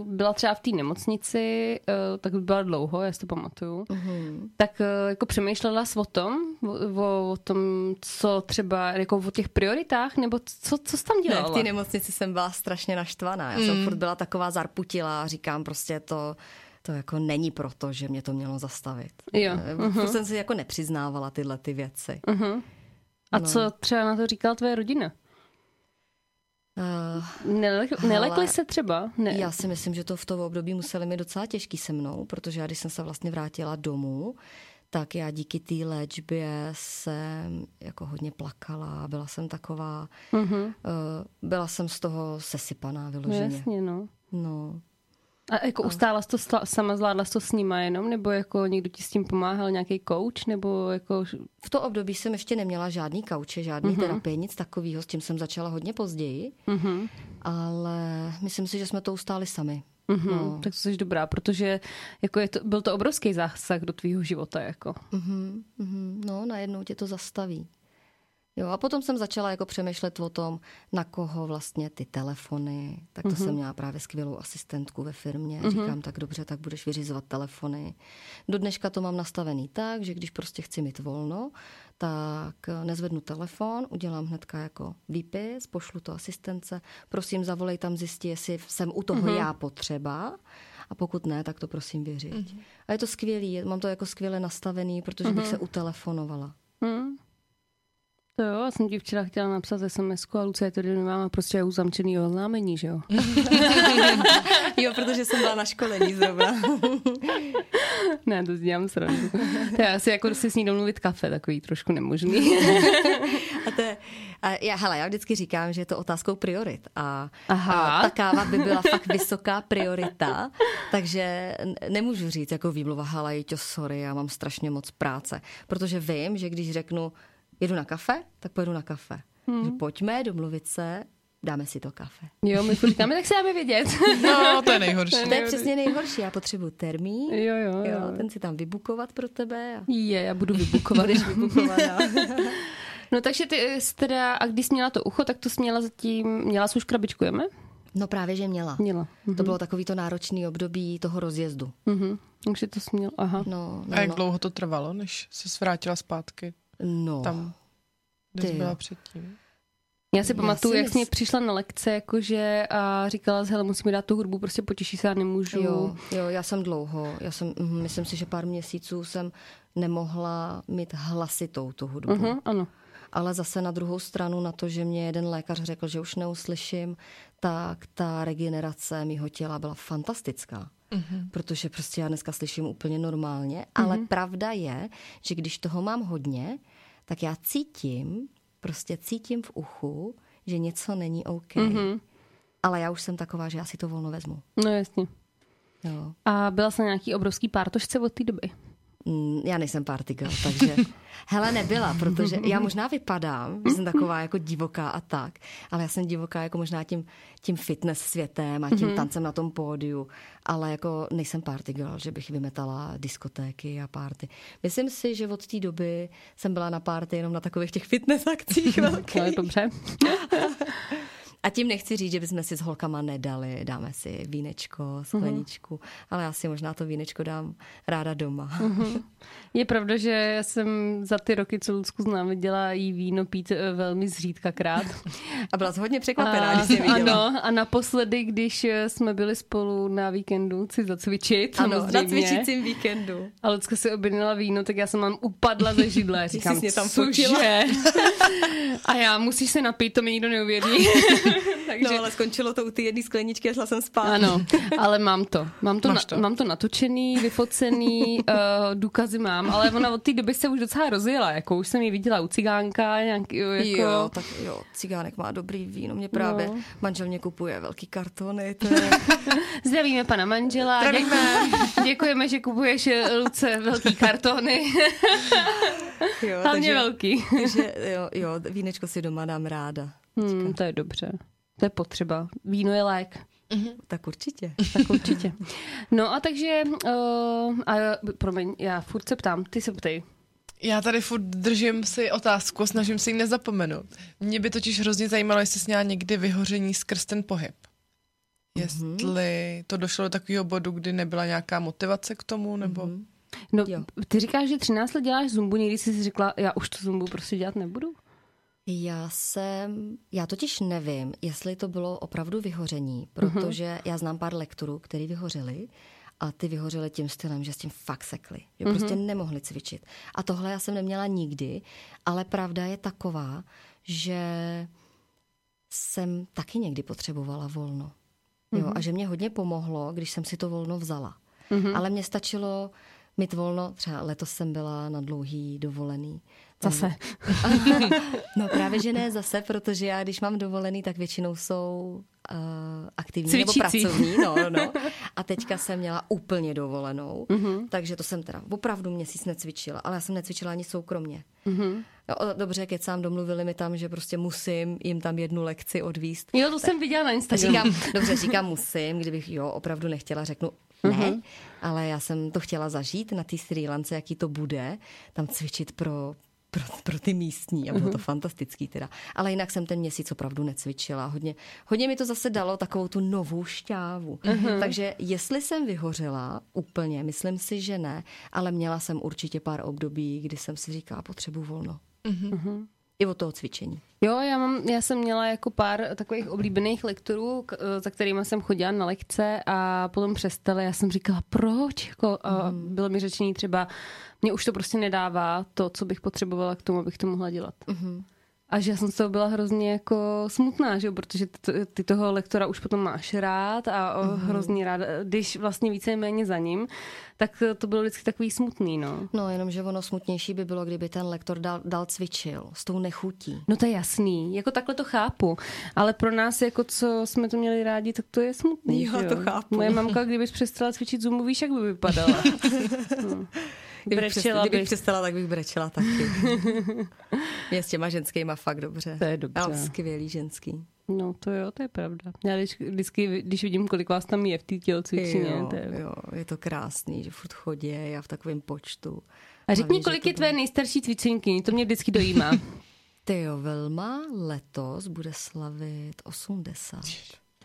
byla třeba v té nemocnici, eh, tak byla dlouho, já si to pamatuju, uh-huh. tak eh, jako přemýšlela jsi o tom, o- o, o tom, co třeba, jako o těch prioritách, nebo co, co jsi tam Ne, v dělala? té nemocnici jsem byla strašně naštvaná. Já Hm. jsem furt byla taková zarputila a říkám prostě to, to jako není proto, že mě to mělo zastavit. Jo, Eh, Furt jsem si jako nepřiznávala tyhle ty věci. Uh-huh. A co třeba na to říkala tvoje rodina? Eh, Nelek, nelekli se třeba? Ne. Já si myslím, že to v tom období museli mi docela těžký se mnou, protože já, když jsem se vlastně vrátila domů, tak já díky té léčbě jsem jako hodně plakala, byla jsem taková, mm-hmm. byla jsem z toho sesypaná Mhm. No, vyloženě. jasně, no. No. A jako ustála jsi to sla- sama, zvládla jsi to s nima jenom, nebo jako někdo ti s tím pomáhal, nějaký coach, nebo jako... V to období jsem ještě neměla žádný kauče, žádný mm-hmm. terapie, nic takového, s tím jsem začala hodně později, Mhm. ale myslím si, že jsme to ustáli sami. Mhm, no. Tak to jsi dobrá, protože jako je to, byl to obrovský zásah do tvýho života. Jako. Mm-hmm, mm-hmm. No, najednou tě to zastaví. Jo, a potom jsem začala jako přemýšlet o tom, na koho vlastně ty telefony. Tak to mm-hmm. jsem měla právě skvělou asistentku ve firmě. Mm-hmm. Říkám, tak dobře, tak budeš vyřizovat telefony. Do dneška to mám nastavený tak, že když prostě chci mít volno, tak eh, nezvednu telefon, udělám hnedka jako výpis, pošlu to asistence, prosím zavolej tam, zjistí, jestli jsem u toho mm-hmm. já potřeba a pokud ne, tak to prosím vyřiď. Mm-hmm. A je to skvělý, je- mám to jako skvěle nastavený, protože mm-hmm. bych se utelefonovala. Hm. To jo, já jsem ti včera chtěla napsat sms a Lucie tady nemám a prostě je uzamčený oznámení, že jo? *laughs* Jo, protože jsem byla na školení zrovna. ne, to si dělám srandu. To je asi jako si s ní domluvit kafe, takový trošku nemožný. A to je, a já, hele, já vždycky říkám, že je to otázkou priorit. A, Aha. a ta káva by byla fakt vysoká priorita, takže n- nemůžu říct jako výmluva, hele, jo, sorry, já mám strašně moc práce. Protože vím, že když řeknu, jedu na kafe, tak pojedu na kafe. Hmm. Že pojďme domluvit se, dáme si to kafe. Jo, my furt říkáme, tak se dáme vědět. No, to je nejhorší. To je přesně nejhorší, já potřebuji termín, Jo, jo, jo. jo, ten si tam vybukovat pro tebe. A... Je, já budu vybukovat. Budeš *laughs* vybukovaná. No takže ty eh, jsi teda, a když jsi měla to ucho, tak to jsi měla zatím, měla jsi už krabičku, jeme? No právě, že měla. Měla. To bylo takový to náročný období toho rozjezdu. Mhm. Takže to jsi měla, aha. No, no, A jak no. dlouho to trvalo, než se vrátila zpátky no. tam, kde jsi Ty jo. byla předtím? Já si Já pamatuju, si jak jsi mě mysl- přišla na lekce, jakože a říkala jsi, hele, musím mi dát tu hudbu, prostě potěší se, já nemůžu. Jo, jo, já jsem dlouho, já jsem, mhm, myslím si, že pár měsíců jsem nemohla mít hlasitou tu hudbu. Mhm, ano. Ale zase na druhou stranu na to, že mě jeden lékař řekl, že už neuslyším, tak ta regenerace mýho těla byla fantastická. Mm-hmm. Protože prostě já dneska slyším úplně normálně, mm-hmm. ale pravda je, že když toho mám hodně, tak já cítím, prostě cítím v uchu, že něco není OK. Mm-hmm. Ale já už jsem taková, že já si to volno vezmu. No jasně. Jo. A byla jsi na nějaký obrovský pártošce od té doby? Mm, Já nejsem party girl, takže... Hele, nebyla, protože já možná vypadám, že jsem taková jako divoká a tak, ale já jsem divoká jako možná tím, tím fitness světem a tím tancem na tom pódiu, ale jako nejsem party girl, že bych vymetala diskotéky a party. Myslím si, že od té doby jsem byla na party jenom na takových těch fitness akcích No, je velkých. *laughs* dobře. A tím nechci říct, že bychom si s holkama nedali, dáme si vínečko, skleničku, ale já si možná to vínečko dám ráda doma. Je pravda, že já jsem za ty roky, co Lucku znám, viděla jí víno pít eh, velmi zřídkakrát. A byla jsi hodně překvapená, když jsi je viděla. ano, a naposledy, když eh, jsme byli spolu na víkendu, si zacvičit. Ano, na samozřejmě. cvičícím víkendu. A Lucka si objednala víno, tak já jsem vám upadla ze židle. *laughs* Já Říkám, jsi mě tam cože? *laughs* A já, musíš se napít, to mi nikdo neuvěří. *laughs* Takže... No, ale skončilo to u ty jedné skleničky a šla jsem spát. Ano, ale mám to. Mám to, na, Máš to? Mám to natočený, *laughs* vyfocený, uh, důkazy mám, ale ona od té doby se už docela rozjela, jako už jsem ji viděla u cigánka, nějak, jo, jako... Jo, tak jo, cigánek má dobrý víno. Mě právě No. no. manžel mě kupuje velký kartony. *laughs* To je... Zdravíme pana manžela. Zdravíme. *laughs* Děkujeme, že kupuješ eh, Luce *laughs* velký kartony, jo, hlavně velký. takže, jo, jo, vínečko si doma dám ráda. Hmm, to je dobře. To je potřeba. Víno je lék. Tak určitě. Tak určitě. No a takže, uh, a, promiň, já furt se ptám, ty se ptej. Já tady furt držím si otázku, a snažím se ji nezapomenout. Mě by totiž hrozně zajímalo, jestli jsi měla někdy vyhoření skrz ten pohyb. Mhm. Jestli to došlo do takového bodu, kdy nebyla nějaká motivace k tomu, nebo... Mhm. Mm-hmm. No, Jo. ty říkáš, že 13 let děláš zumbu, někdy jsi si řekla, já už tu zumbu prostě dělat nebudu. Já jsem, já totiž nevím, jestli to bylo opravdu vyhoření, protože mm-hmm. já znám pár lektorů, který vyhořeli a ty vyhořeli tím stylem, že s tím fakt sekli, že mm-hmm. prostě nemohli cvičit. A tohle já jsem neměla nikdy, ale pravda je taková, že jsem taky někdy potřebovala volno. Jo, a že mě hodně pomohlo, když jsem si to volno vzala. Mm-hmm. Ale mě stačilo mít volno, třeba letos jsem byla na dlouhý dovolený. Tam Zase. No právě, že ne zase, protože já když mám dovolený, tak většinou jsou uh, aktivní Cvičící. nebo pracovní. No, no, no. A teďka jsem měla úplně dovolenou, mm-hmm. takže to jsem teda opravdu měsíc necvičila, ale já jsem necvičila ani soukromně. Mm-hmm. No, o, dobře, kecám, domluvili mi tam, že prostě musím jim tam jednu lekci odvíst. Jo, to jsem viděla na Tak Instagramu. říkám, dobře, říkám musím, kdybych jo, opravdu nechtěla, řeknu ne, uh-huh. ale já jsem to chtěla zažít na té Sri Lance, jaký to bude, tam cvičit pro, pro, pro ty místní a bylo to fantastický teda. Ale jinak jsem ten měsíc opravdu necvičila. Hodně, hodně mi to zase dalo takovou tu novou šťávu. Uh-huh. Takže jestli jsem vyhořela úplně, myslím si, že ne, ale měla jsem určitě pár období, kdy jsem si říkala, potřebuji volno. Mhm. i od toho cvičení. Jo, já, mám, já jsem měla jako pár takových oblíbených lektorů, k, eh, za kterými jsem chodila na lekce a potom přestala. Já jsem říkala, proč? Jako, a bylo mi řečení třeba, mě už to prostě nedává to, co bych potřebovala k tomu, abych to mohla dělat. A že já jsem z toho byla hrozně jako smutná, že jo, protože ty, to- ty toho lektora už potom máš rád a o, hrozně rád, když vlastně víceméně za ním, tak to bylo vždycky takový smutný, no. No, jenomže ono smutnější by bylo, kdyby ten lektor dal, dal cvičil s tou nechutí. No to je jasný, jako takhle to chápu, ale pro nás, jako co jsme to měli rádi, tak to je smutný. Jo, že to chápu. Moje mamka, kdybys přestala cvičit zoomu, víš, jak by *laughs* vypadala. Hm. Brečela kdybych bych. přestala, tak bych *laughs* brečela taky. Je s těma ženskýma fakt dobře. To je dobře. Ale skvělý ženský. No to jo, to je pravda. Já když, vždycky, když vidím, kolik vás tam je v té tělocvičně, jo, to je... jo, je to krásný, že furt chodí a v takovém počtu. A řekni, Hlavně, že kolik to je tvé nejstarší cvičenky, to mě vždycky *laughs* dojímá. Tyjo, Vilma letos bude slavit 80.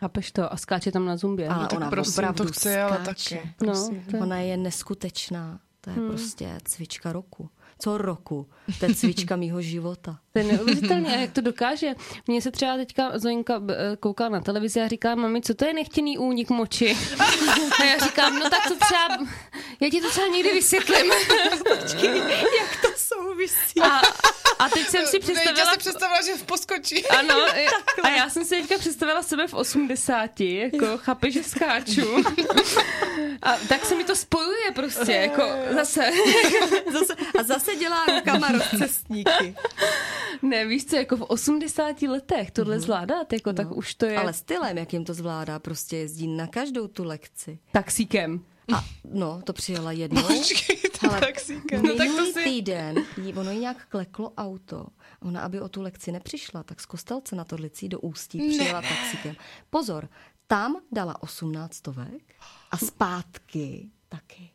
Chápeš to? A skáče tam na zumbě. Ale tak ona prosím, opravdu to chci, ale skáče. taky. no, to... Ona je neskutečná. To je hmm. prostě cvička roku. Co roku? To *laughs* je cvička mýho života. To je neuvěřitelný, a jak to dokáže. Mně se třeba teďka Zoinka eh, koukala na televizi a říká, mami, co to je nechtěný únik moči? A já říkám, no tak to třeba, já ti to třeba někdy vysvětlím. To souvisí. A, a teď jsem si Já představila... jsem představila, že v *laughs* poskočí. Ano, eh, a já jsem si teďka představila sebe v 80, jako chápeš, že skáču. A tak se mi to spojuje prostě, jako zase. *laughs* Zase, a zase dělá rukama rozcestníky. Ne, víš co, jako v 80 letech tohle zvládat, jako tak už to je No. Ale stylem, jak jim to zvládá, prostě jezdí na každou tu lekci. taxíkem. A no, to přijela jednou. Počkejte, Ale taxíkem. Minulý No tak to si... týden jí, ono jí nějak kleklo auto. A Ona, aby o tu lekci nepřišla, tak z Kostelce na Torlicí do Ústí přijela taxikem. Pozor, tam dala 18 stovek a zpátky taky.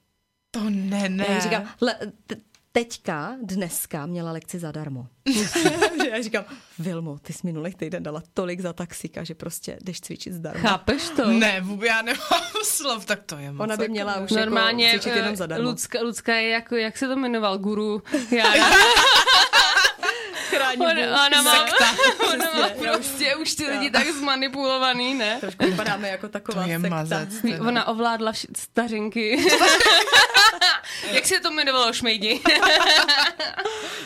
To ne, Ne. Já jí ne. říkám, le, te- teďka, dneska měla lekci zadarmo. *laughs* Že já říkám, Vilmo, ty jsi minulý týden dala tolik za taxíka, že prostě jdeš cvičit zdarma. Chápeš to? Ne, vůbec já nemám *laughs* slov, tak to je moc. Ona by měla už Normálně jako cvičit jenom eh, zadarmo. Lucka, Lucka je jako, jak se to jmenoval, *laughs* guru. Já, Chrání ona, ona má, *laughs* ona má Přesně, já prostě už ty lidi tak zmanipulovaný, ne? Trošku vypadáme jako To taková je sekta. mazec. teda. no. Ona ovládla vši- *laughs* stařinky. jak se to jmenovalo, šmejdi?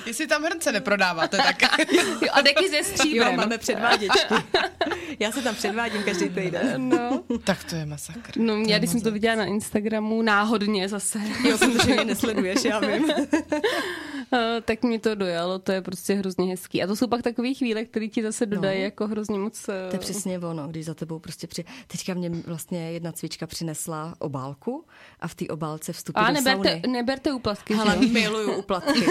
Jestli tam hrnce neprodává, to je tak. *laughs* Jo, A deky ze Jo, stříbrem. máme předváděčky. *laughs* Já se tam předvádím každý týden. No, tak to je masakr. no já když jsem to viděla na Instagramu, náhodně zase, *laughs* Jo, protože mě nesleduješ, já vím. eh, tak mě to dojalo, to je prostě hrozně hezký. A to jsou pak takové chvíle, které ti zase dodají No. jako hrozně moc... eh, To je přesně ono, když za tebou prostě při... Teďka mě vlastně jedna cvička přinesla obálku a v té obálce vstupy a do neberte, sauny. neberte úplatky, že Ale jo? *laughs* miluju uplatky.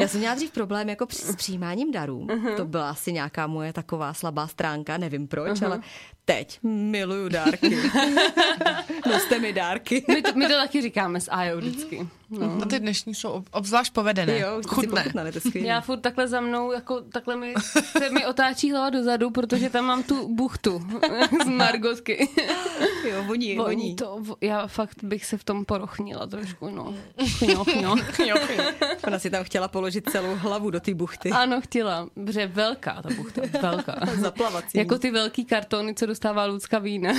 Já jsem měla dřív problém jako při, s přijímáním darů. To byla asi nějaká moje taková slabá stránka, nevím proč, ale teď miluju dárky. Noste mi dárky. My to, my to taky říkáme s Ajo vždycky. No. A ty dnešní jsou ob- obzvlášť povedené. *laughs* Jo, už jste si Chutné. pochutnali, to je skvělý. Já furt takhle za mnou, jako takhle mi, se mi otáčí hlava dozadu, protože tam mám tu buchtu *laughs* z Margotky. Jo, voní, voní. to, vo- já fakt bych se v tom porochnila trošku, *laughs* no. Chňoch, no. Ona si tam chtěla položit celou hlavu do té buchty. Ano, chtěla, protože velká ta buchta, *laughs* velká. Zaplavací. Jako ty velký kartony, co dostává Lucka *laughs* vína.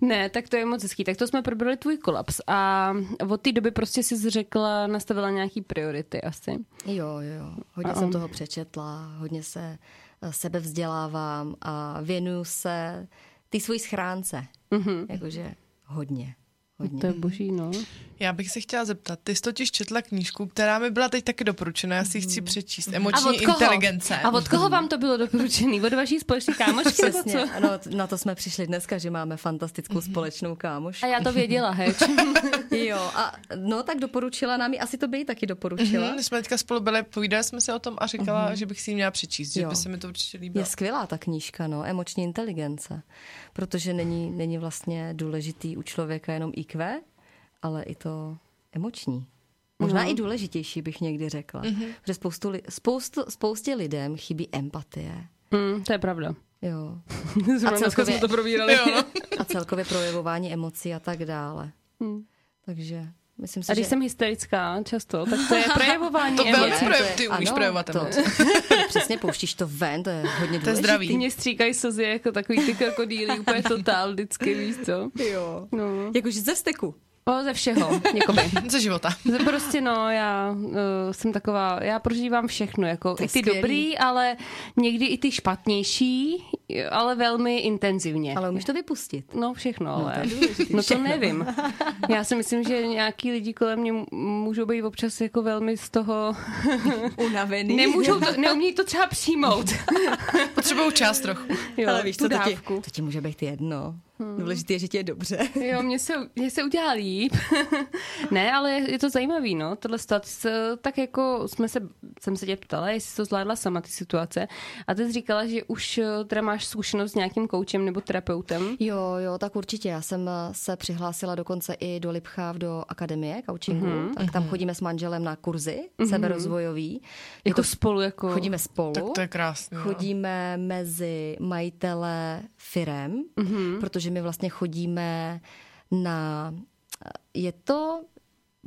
ne, tak to je moc hezký. Tak to jsme probrali tvůj kolaps a od té doby prostě si řekla, nastavila nějaký priority asi. Jo, jo. Hodně jsem toho přečetla, hodně se eh, sebevzdělávám a věnuju se ty svojí schránce. Mm-hmm. Jakože hodně. Hodně. To je boží, no. Já bych se chtěla zeptat, ty jsi totiž četla knížku, která mi byla teď taky doporučena, já si ji chci přečíst. Emoční inteligence. A od koho vám to bylo doporučený? Od vaší společné kámošky? nebo Přesně, co? Mhm. ano, t- na to jsme přišli dneska, že máme fantastickou společnou kámoš. A já to věděla, *laughs* heč. Jo, a no tak doporučila nám ji, asi to by jí taky doporučila. Mhm, My jsme teďka spolu byli, povídali jsme se o tom a říkala, že bych si ji měla přečíst, že Jo. by se mi to určitě líbilo. Je skvělá ta knížka, no, emoční inteligence, protože není, není vlastně důležitý u člověka jenom IQ, ale i to emoční. No. Možná i důležitější bych někdy řekla, Mhm. mm-hmm. že spoustu, li- spoustu, spoustě lidem chybí empatie. Hmm, to je pravda. Jo. *laughs* Zrovna dneska celkově- no. jsme to probírali. A celkově projevování emocí a tak dále. Takže Myslím si, Hmm. A když že... jsem hysterická často, tak *laughs* to je projevování To velmi emocí. pro- projev- ty umíš projevovat to, emoce. *laughs* Přesně, pouštíš to ven, to je hodně To je důležité. Ty zdravý. mě stříkají slzy jako takový ty krokodýly, úplně totál vždycky, víš co? Jo. No. Jakože ze vsteku. O, ze všeho, jakoby. *laughs* Ze života. Ze- Prostě no, já uh, jsem taková, já prožívám všechno, jako je i ty skvělý. dobrý, ale někdy i ty špatnější, ale velmi intenzivně. Ale umíš to vypustit. No všechno, ale... to je důležitý, No to všechno. nevím. Já si myslím, že nějaký lidi kolem mě m- můžou být občas jako velmi z toho... Unavený. Nemůžou to, neumějí to třeba *laughs* přijmout. Potřebuju čas trochu. Jo, Ale víš, tu co to ti, dávku. to ti může být jedno. Hmm. Důležité je, že ti je dobře. *laughs* Jo, mně se, mně se udělá líp. *laughs* ne, ale je to zajímavý, no, tohle stát. Tak jako jsme se, jsem se tě ptala, jestli jsi to zvládla sama, ty situace. A ty jsi říkala, že už eh, teda máš zkušenost s nějakým koučem nebo terapeutem. Jo, jo, tak určitě. Já jsem eh, se přihlásila dokonce i do Lipcháv do akademie coachingu, mm-hmm. tak tam chodíme s manželem na kurzy mm-hmm. seberozvojový. Je Jako to, spolu, jako... chodíme spolu. Tak to je krásné. no. Chodíme mezi majitele firem, mm-hmm. protože my vlastně chodíme na... Je to...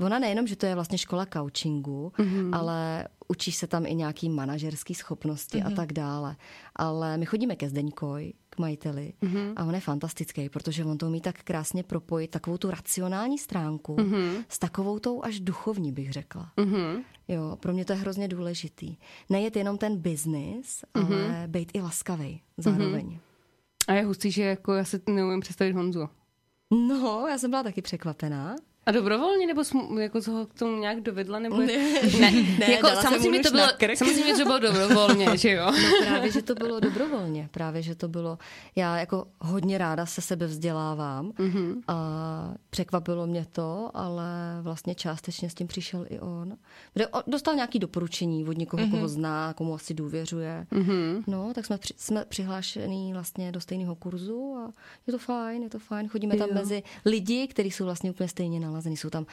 Ona nejenom, že to je vlastně škola coachingu, mm-hmm. ale učíš se tam i nějaký manažerský schopnosti mm-hmm. a tak dále. Ale my chodíme ke Zdeňkoj, k majiteli mm-hmm. a on je fantastický, protože on to umí tak krásně propojit, takovou tu racionální stránku mm-hmm. s takovou tou až duchovní, bych řekla. Mhm. Jo, pro mě to je hrozně důležitý. Nejet jenom ten biznis, ale mm-hmm. být i laskavý zároveň. Mm-hmm. A je hustý, že jako já se neumím představit Honzu. No, já jsem byla taky překvapená. A dobrovolně, nebo jsi mu- jako jsi ho k tomu nějak dovedla, nebo... Ne, ne, jako, dala jsem mu samozřejmě, to nůž bylo, na krk. samozřejmě to bylo dobrovolně, že jo? No právě, že to bylo dobrovolně. Právě, že to bylo... Já jako hodně ráda se sebe vzdělávám mm-hmm. a překvapilo mě to, ale vlastně částečně s tím přišel i on. Kde o- Dostal nějaké doporučení od někoho, mm-hmm. koho zná, komu asi důvěřuje. Mm-hmm. No, tak jsme, při, jsme přihlášený vlastně do stejného kurzu a je to fajn, je to fajn. Chodíme tam mezi lidi, kteří jsou vlastně úplně stejně nalazený, jsou tam,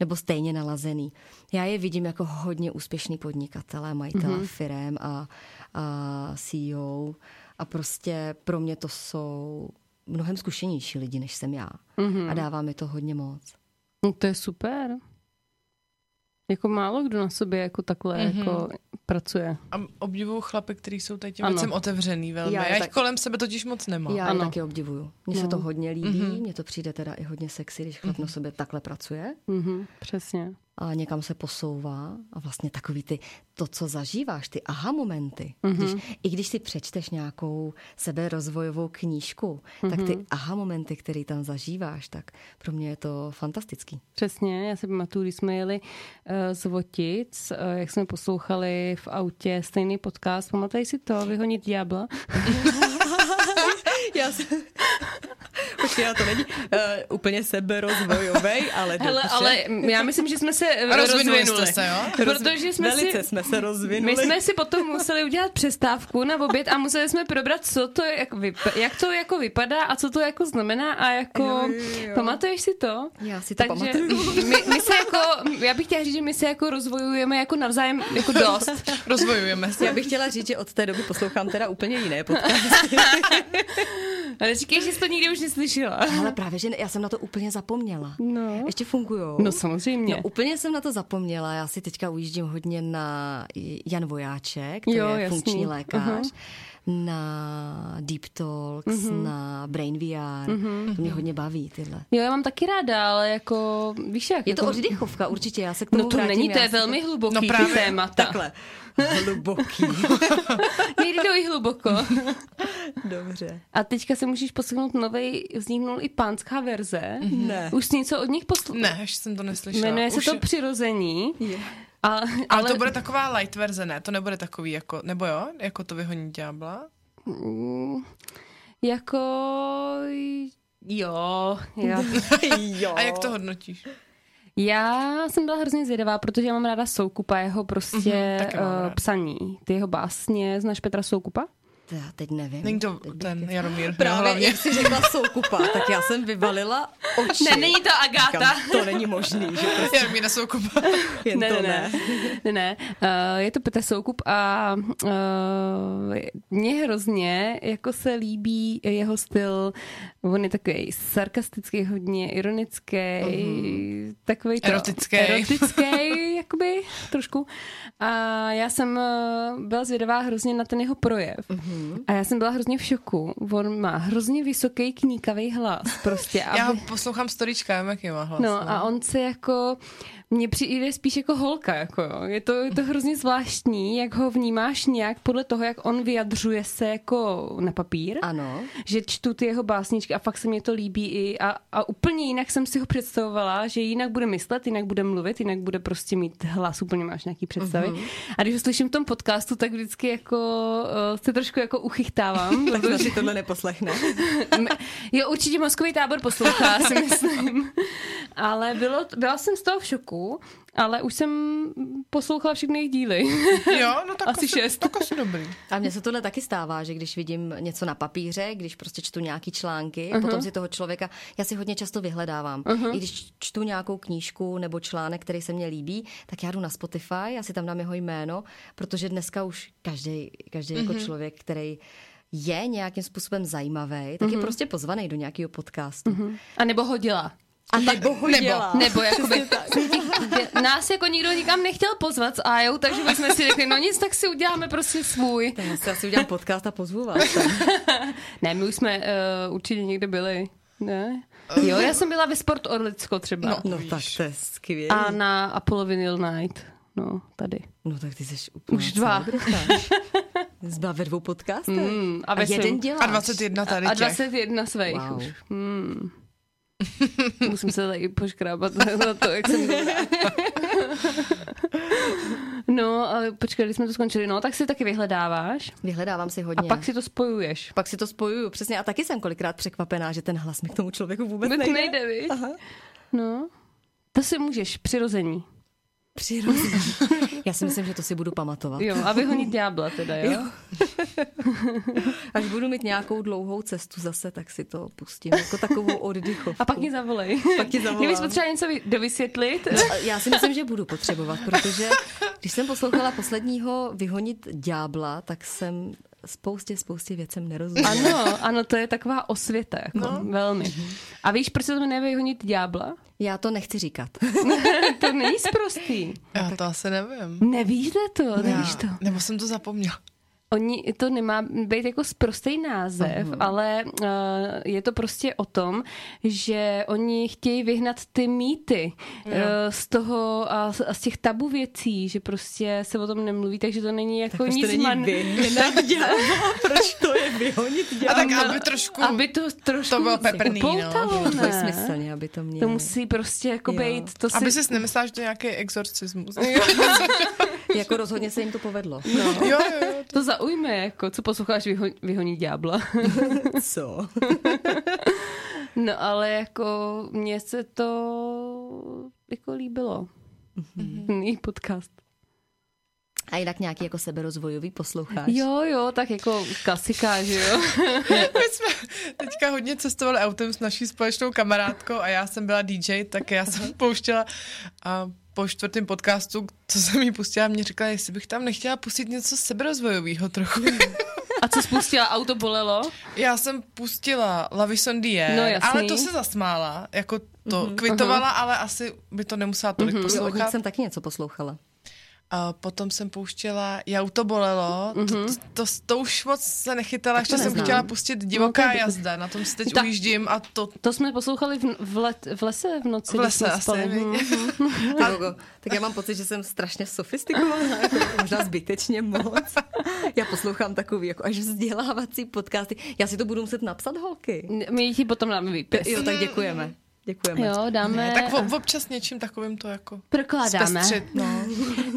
nebo stejně nalazený. Já je vidím jako hodně úspěšný podnikatelé, majitelé mm-hmm. firem a, a CEO a prostě pro mě to jsou mnohem zkušenější lidi, než jsem já. Mhm. Mm-hmm. A dává mi to hodně moc. No to je super. Jako málo kdo na sobě jako takhle mm-hmm. jako pracuje. A obdivuju chlapy, kteří jsou teď těm Ano. věcem otevřený velmi. Já Já, je já jich tak- kolem sebe totiž moc nemám. Já Já. ano. Ano. taky obdivuju. Mně no. se to hodně líbí, mm-hmm. mně to přijde teda i hodně sexy, když chlap mm-hmm. na sobě takhle pracuje. Mm-hmm, přesně. a někam se posouvá a vlastně takový ty, to, co zažíváš, ty aha momenty. Mm-hmm. Když, I když si přečteš nějakou seberozvojovou knížku, mm-hmm. tak ty aha momenty, které tam zažíváš, tak pro mě je to fantastický. Přesně, já si pamatuju, když jsme jeli eh, z Votic, eh, jak jsme poslouchali v autě stejný podcast, pamatuješ si to, Vyhonit ďábla? Já si... Počkej, já to není uh, úplně seberozvojovej, ale *laughs* Hele, ale já myslím, že *laughs* jsme se eh, Rozvinuli Prostě. rozvinuli. se, jo? Protože jsme si... jsme se rozvinuli. My jsme si potom museli udělat přestávku na oběd a museli jsme probrat, co to je, jak, vypa- jak to jako vypadá a co to jako znamená a jako, jo, jo, jo. pamatuješ si to? Já si to pamatuju. *laughs* my, my, se jako, já bych chtěla říct, že my se jako rozvojujeme jako navzájem jako *laughs* dost. Rozvojujeme se. Já bych chtěla říct, že od té doby poslouchám teda úplně jiné podcasty. Ale říkej, že jsi to nikdy už neslyšela. Ale právě, že ne, já jsem na to úplně zapomněla. No. Ještě fungujou. No samozřejmě. No, úplně jsem na to zapomněla. Já si teďka ujíždím hodně na Jan Vojáček, to Jo, je jasný. funkční lékař, uh-huh. na Deep Talks, Mhm. uh-huh. na Brain VR. Uh-huh. To mě hodně baví tyhle. Jo, já mám taky ráda, ale jako, víš jak? Je to jako, oddechovka, určitě, já se k tomu No to vrátím, není, já to je si velmi hluboký No ty právě, témata. Takhle. Hluboký. *laughs* Nejde to i hluboko. Dobře. A teďka se můžeš posunout novej, vzniknul i pánská verze. Mhm. Ne. Už jsi něco od nich poslouchal? Ne, ještě jsem to neslyšela. Jmenuje se Už- to přirození. A, ale, Ale to bude taková light verze, ne? To nebude takový jako, nebo jo? Jako to vyhoní ďábla? Mm, Jako... Jo, *laughs* já, jo. A jak to hodnotíš? já jsem byla hrozně zvědavá, protože já mám ráda Soukupa, jeho prostě Mhm, taky mám eh, ráda. psaní, ty jeho básně. Znáš Petra Soukupa? to já teď nevím. Není to ten Jaromír. no, Právě, *laughs* hlavně. jak jsi řekla soukupa, tak já jsem vyvalila oči. Ne, není to Agáta. Říkám, to není možný, že prostě Jaromíra Soukupa. jen Ne, to ne, ne. ne. *laughs* ne, ne. Uh, je to Petr Soukup a uh, mně hrozně jako se líbí jeho styl. On je takový sarkastický, hodně ironický, mm-hmm. takový to, Erotický. erotický jakoby, trošku. A já jsem uh, byla zvědavá hrozně na ten jeho projev. Mm-hmm. A já jsem byla hrozně v šoku. On má hrozně vysoký kníkavý hlas prostě. A Já ho poslouchám storička, vím, jaký má hlas. No a on se jako, mně přijde spíš jako holka, jako jo. Je to, je to hrozně zvláštní, jak ho vnímáš nějak podle toho, jak on vyjadřuje se jako na papír. Ano. Že čtu ty jeho básničky a fakt se mě to líbí i a, a úplně jinak jsem si ho představovala, že jinak bude myslet, jinak bude mluvit, jinak bude prostě mít hlas, úplně máš nějaký představy. Uh-huh. A když ho slyším v tom podcastu, tak vždycky jako uh, se trošku jako uchychtávám. Tak to si tohle neposlechne. M- Jo, určitě mozkový tábor poslouchá, si myslím. Ale bylo, byla jsem z toho v šoku, ale už jsem poslouchala všechny jejich díly. Jo, no tak Asi asi, šest. Tak asi dobrý. A mně se tohle taky stává, že když vidím něco na papíře, když prostě čtu nějaký články, uh-huh. potom si toho člověka, já si hodně často vyhledávám. Uh-huh. I když čtu nějakou knížku nebo článek, který se mně líbí, tak já jdu na Spotify, já si tam dám jeho jméno, protože dneska už každý, každý uh-huh. Mhm. jako člověk, který je nějakým způsobem zajímavý, tak uh-huh. Mhm. je prostě pozvaný do nějakého podcastu. Uh-huh. A nebo hodila. A nebo ho nebo. dělá. Nebo jakoby, *laughs* nás jako nikdo nikam nechtěl pozvat s Ajou, takže my jsme si řekli, no nic, tak si uděláme prostě svůj. Já si asi udělám podcast a pozvu vás. Ne, my už jsme uh, určitě někde byli. Ne? Jo, já jsem byla ve Sport Orlicko třeba. No. No tak to je skvělé. A na Apollo Vinyl Night. No, tady. No tak ty jsi úplně Už dva. *laughs* Zbyla ve dvou podcastech. Mm, a a ve svém- jeden děláš. A 21 tady A těch. 21 svých wow. Wow. už. Hmm. *laughs* Musím se tady poškrábat na to, jak jsem dobrá. *laughs* No, ale počkej, když jsme to skončili, no, tak si taky vyhledáváš Vyhledávám si a hodně. pak si to spojuješ. pak si to spojuju, přesně. A taky jsem kolikrát překvapená, že ten hlas mi k tomu člověku vůbec nejde. nejde viď? No, to si můžeš, přirození. Přirozeně. Já si myslím, že to si budu pamatovat. Jo, a vyhonit ďábla teda, jo? jo. Až budu mít nějakou dlouhou cestu zase, tak si to pustím jako takovou oddychovku. A pak *laughs* mě zavolej. Pak ti zavolám. Kdybych potřeba něco vy- dovysvětlit, A Já si myslím, že budu potřebovat, protože když jsem poslouchala posledního Vyhonit ďábla, tak jsem spoustě, spoustě věcem nerozuměla. ano, ano, to je taková osvěta, jako, no. velmi. A víš, proč se to jmenuje vyhonit ďábla? Já to nechci říkat. To není sprostý. Já to asi nevím. Nevíš No, to, ne. nevíš to. Nebo jsem to zapomněl. Oni, to nemá být jako sprostý název, uh-huh. ale uh, je to prostě o tom, že oni chtějí vyhnat ty mýty uh, z toho a z, a z těch tabu věcí, že prostě se o tom nemluví, takže to není jako Už to nic není man... *laughs* *laughs* vyhnat ďábla, proč to je vyhonit ďábla? A tak aby trošku... Aby to trošku To bylo peprný, no. upoutalo, To je ne? smyslně, aby to mělo. To musí prostě jako Jo. být, to Aby si... ses nemyslela, že to je *laughs* nějaký exorcismus. Jako rozhodně se jim to povedlo. jo, jo, jo. To zaujme, jako, co posloucháš vyho, vyhoní *laughs* ďábla. Co? *laughs* No ale jako mně se to jako líbilo. Mhm. Ten její podcast. A jinak nějaký jako seberozvojový posloucháš? Jo, jo, tak jako klasika, že jo. *laughs* My jsme teďka hodně cestovali autem s naší společnou kamarádkou a já jsem byla DJ, tak já Mhm. jsem pouštěla a po čtvrtém podcastu, co jsem jí pustila, mě řekla, jestli bych tam nechtěla pustit něco seberozvojového trochu. Mhm. A co spustila, auto bolelo? Já jsem pustila Lavison Dier, No, jasný. Mhm. ale to se zasmála, jako to mm-hmm. kvitovala, uh-huh. ale asi by to nemusela tolik mm-hmm. Jo, o nich poslouchat. jsem No, taky něco poslouchala. A potom jsem pouštěla Já to bolelo, Mhm. mm-hmm. to, to, to už moc se nechytala, ještě jsem neznám. chtěla pustit No, Divoká to je- jazda, na tom se teď Tak. ujíždím a to To jsme poslouchali v, v, let, v lese v noci. v když lese jsme asi. spali. viď? Hm. A... Tak já mám pocit, že jsem strašně sofistikovaná, jako možná zbytečně moc. Já poslouchám takový jako až vzdělávací podcasty. Já si to budu muset napsat, holky. My ti potom dáme výpis. Jo, tak děkujeme. Děkujeme. Jo, dáme. Tak v, občas něčím takovým to jako prokládáme. zpestřit, no.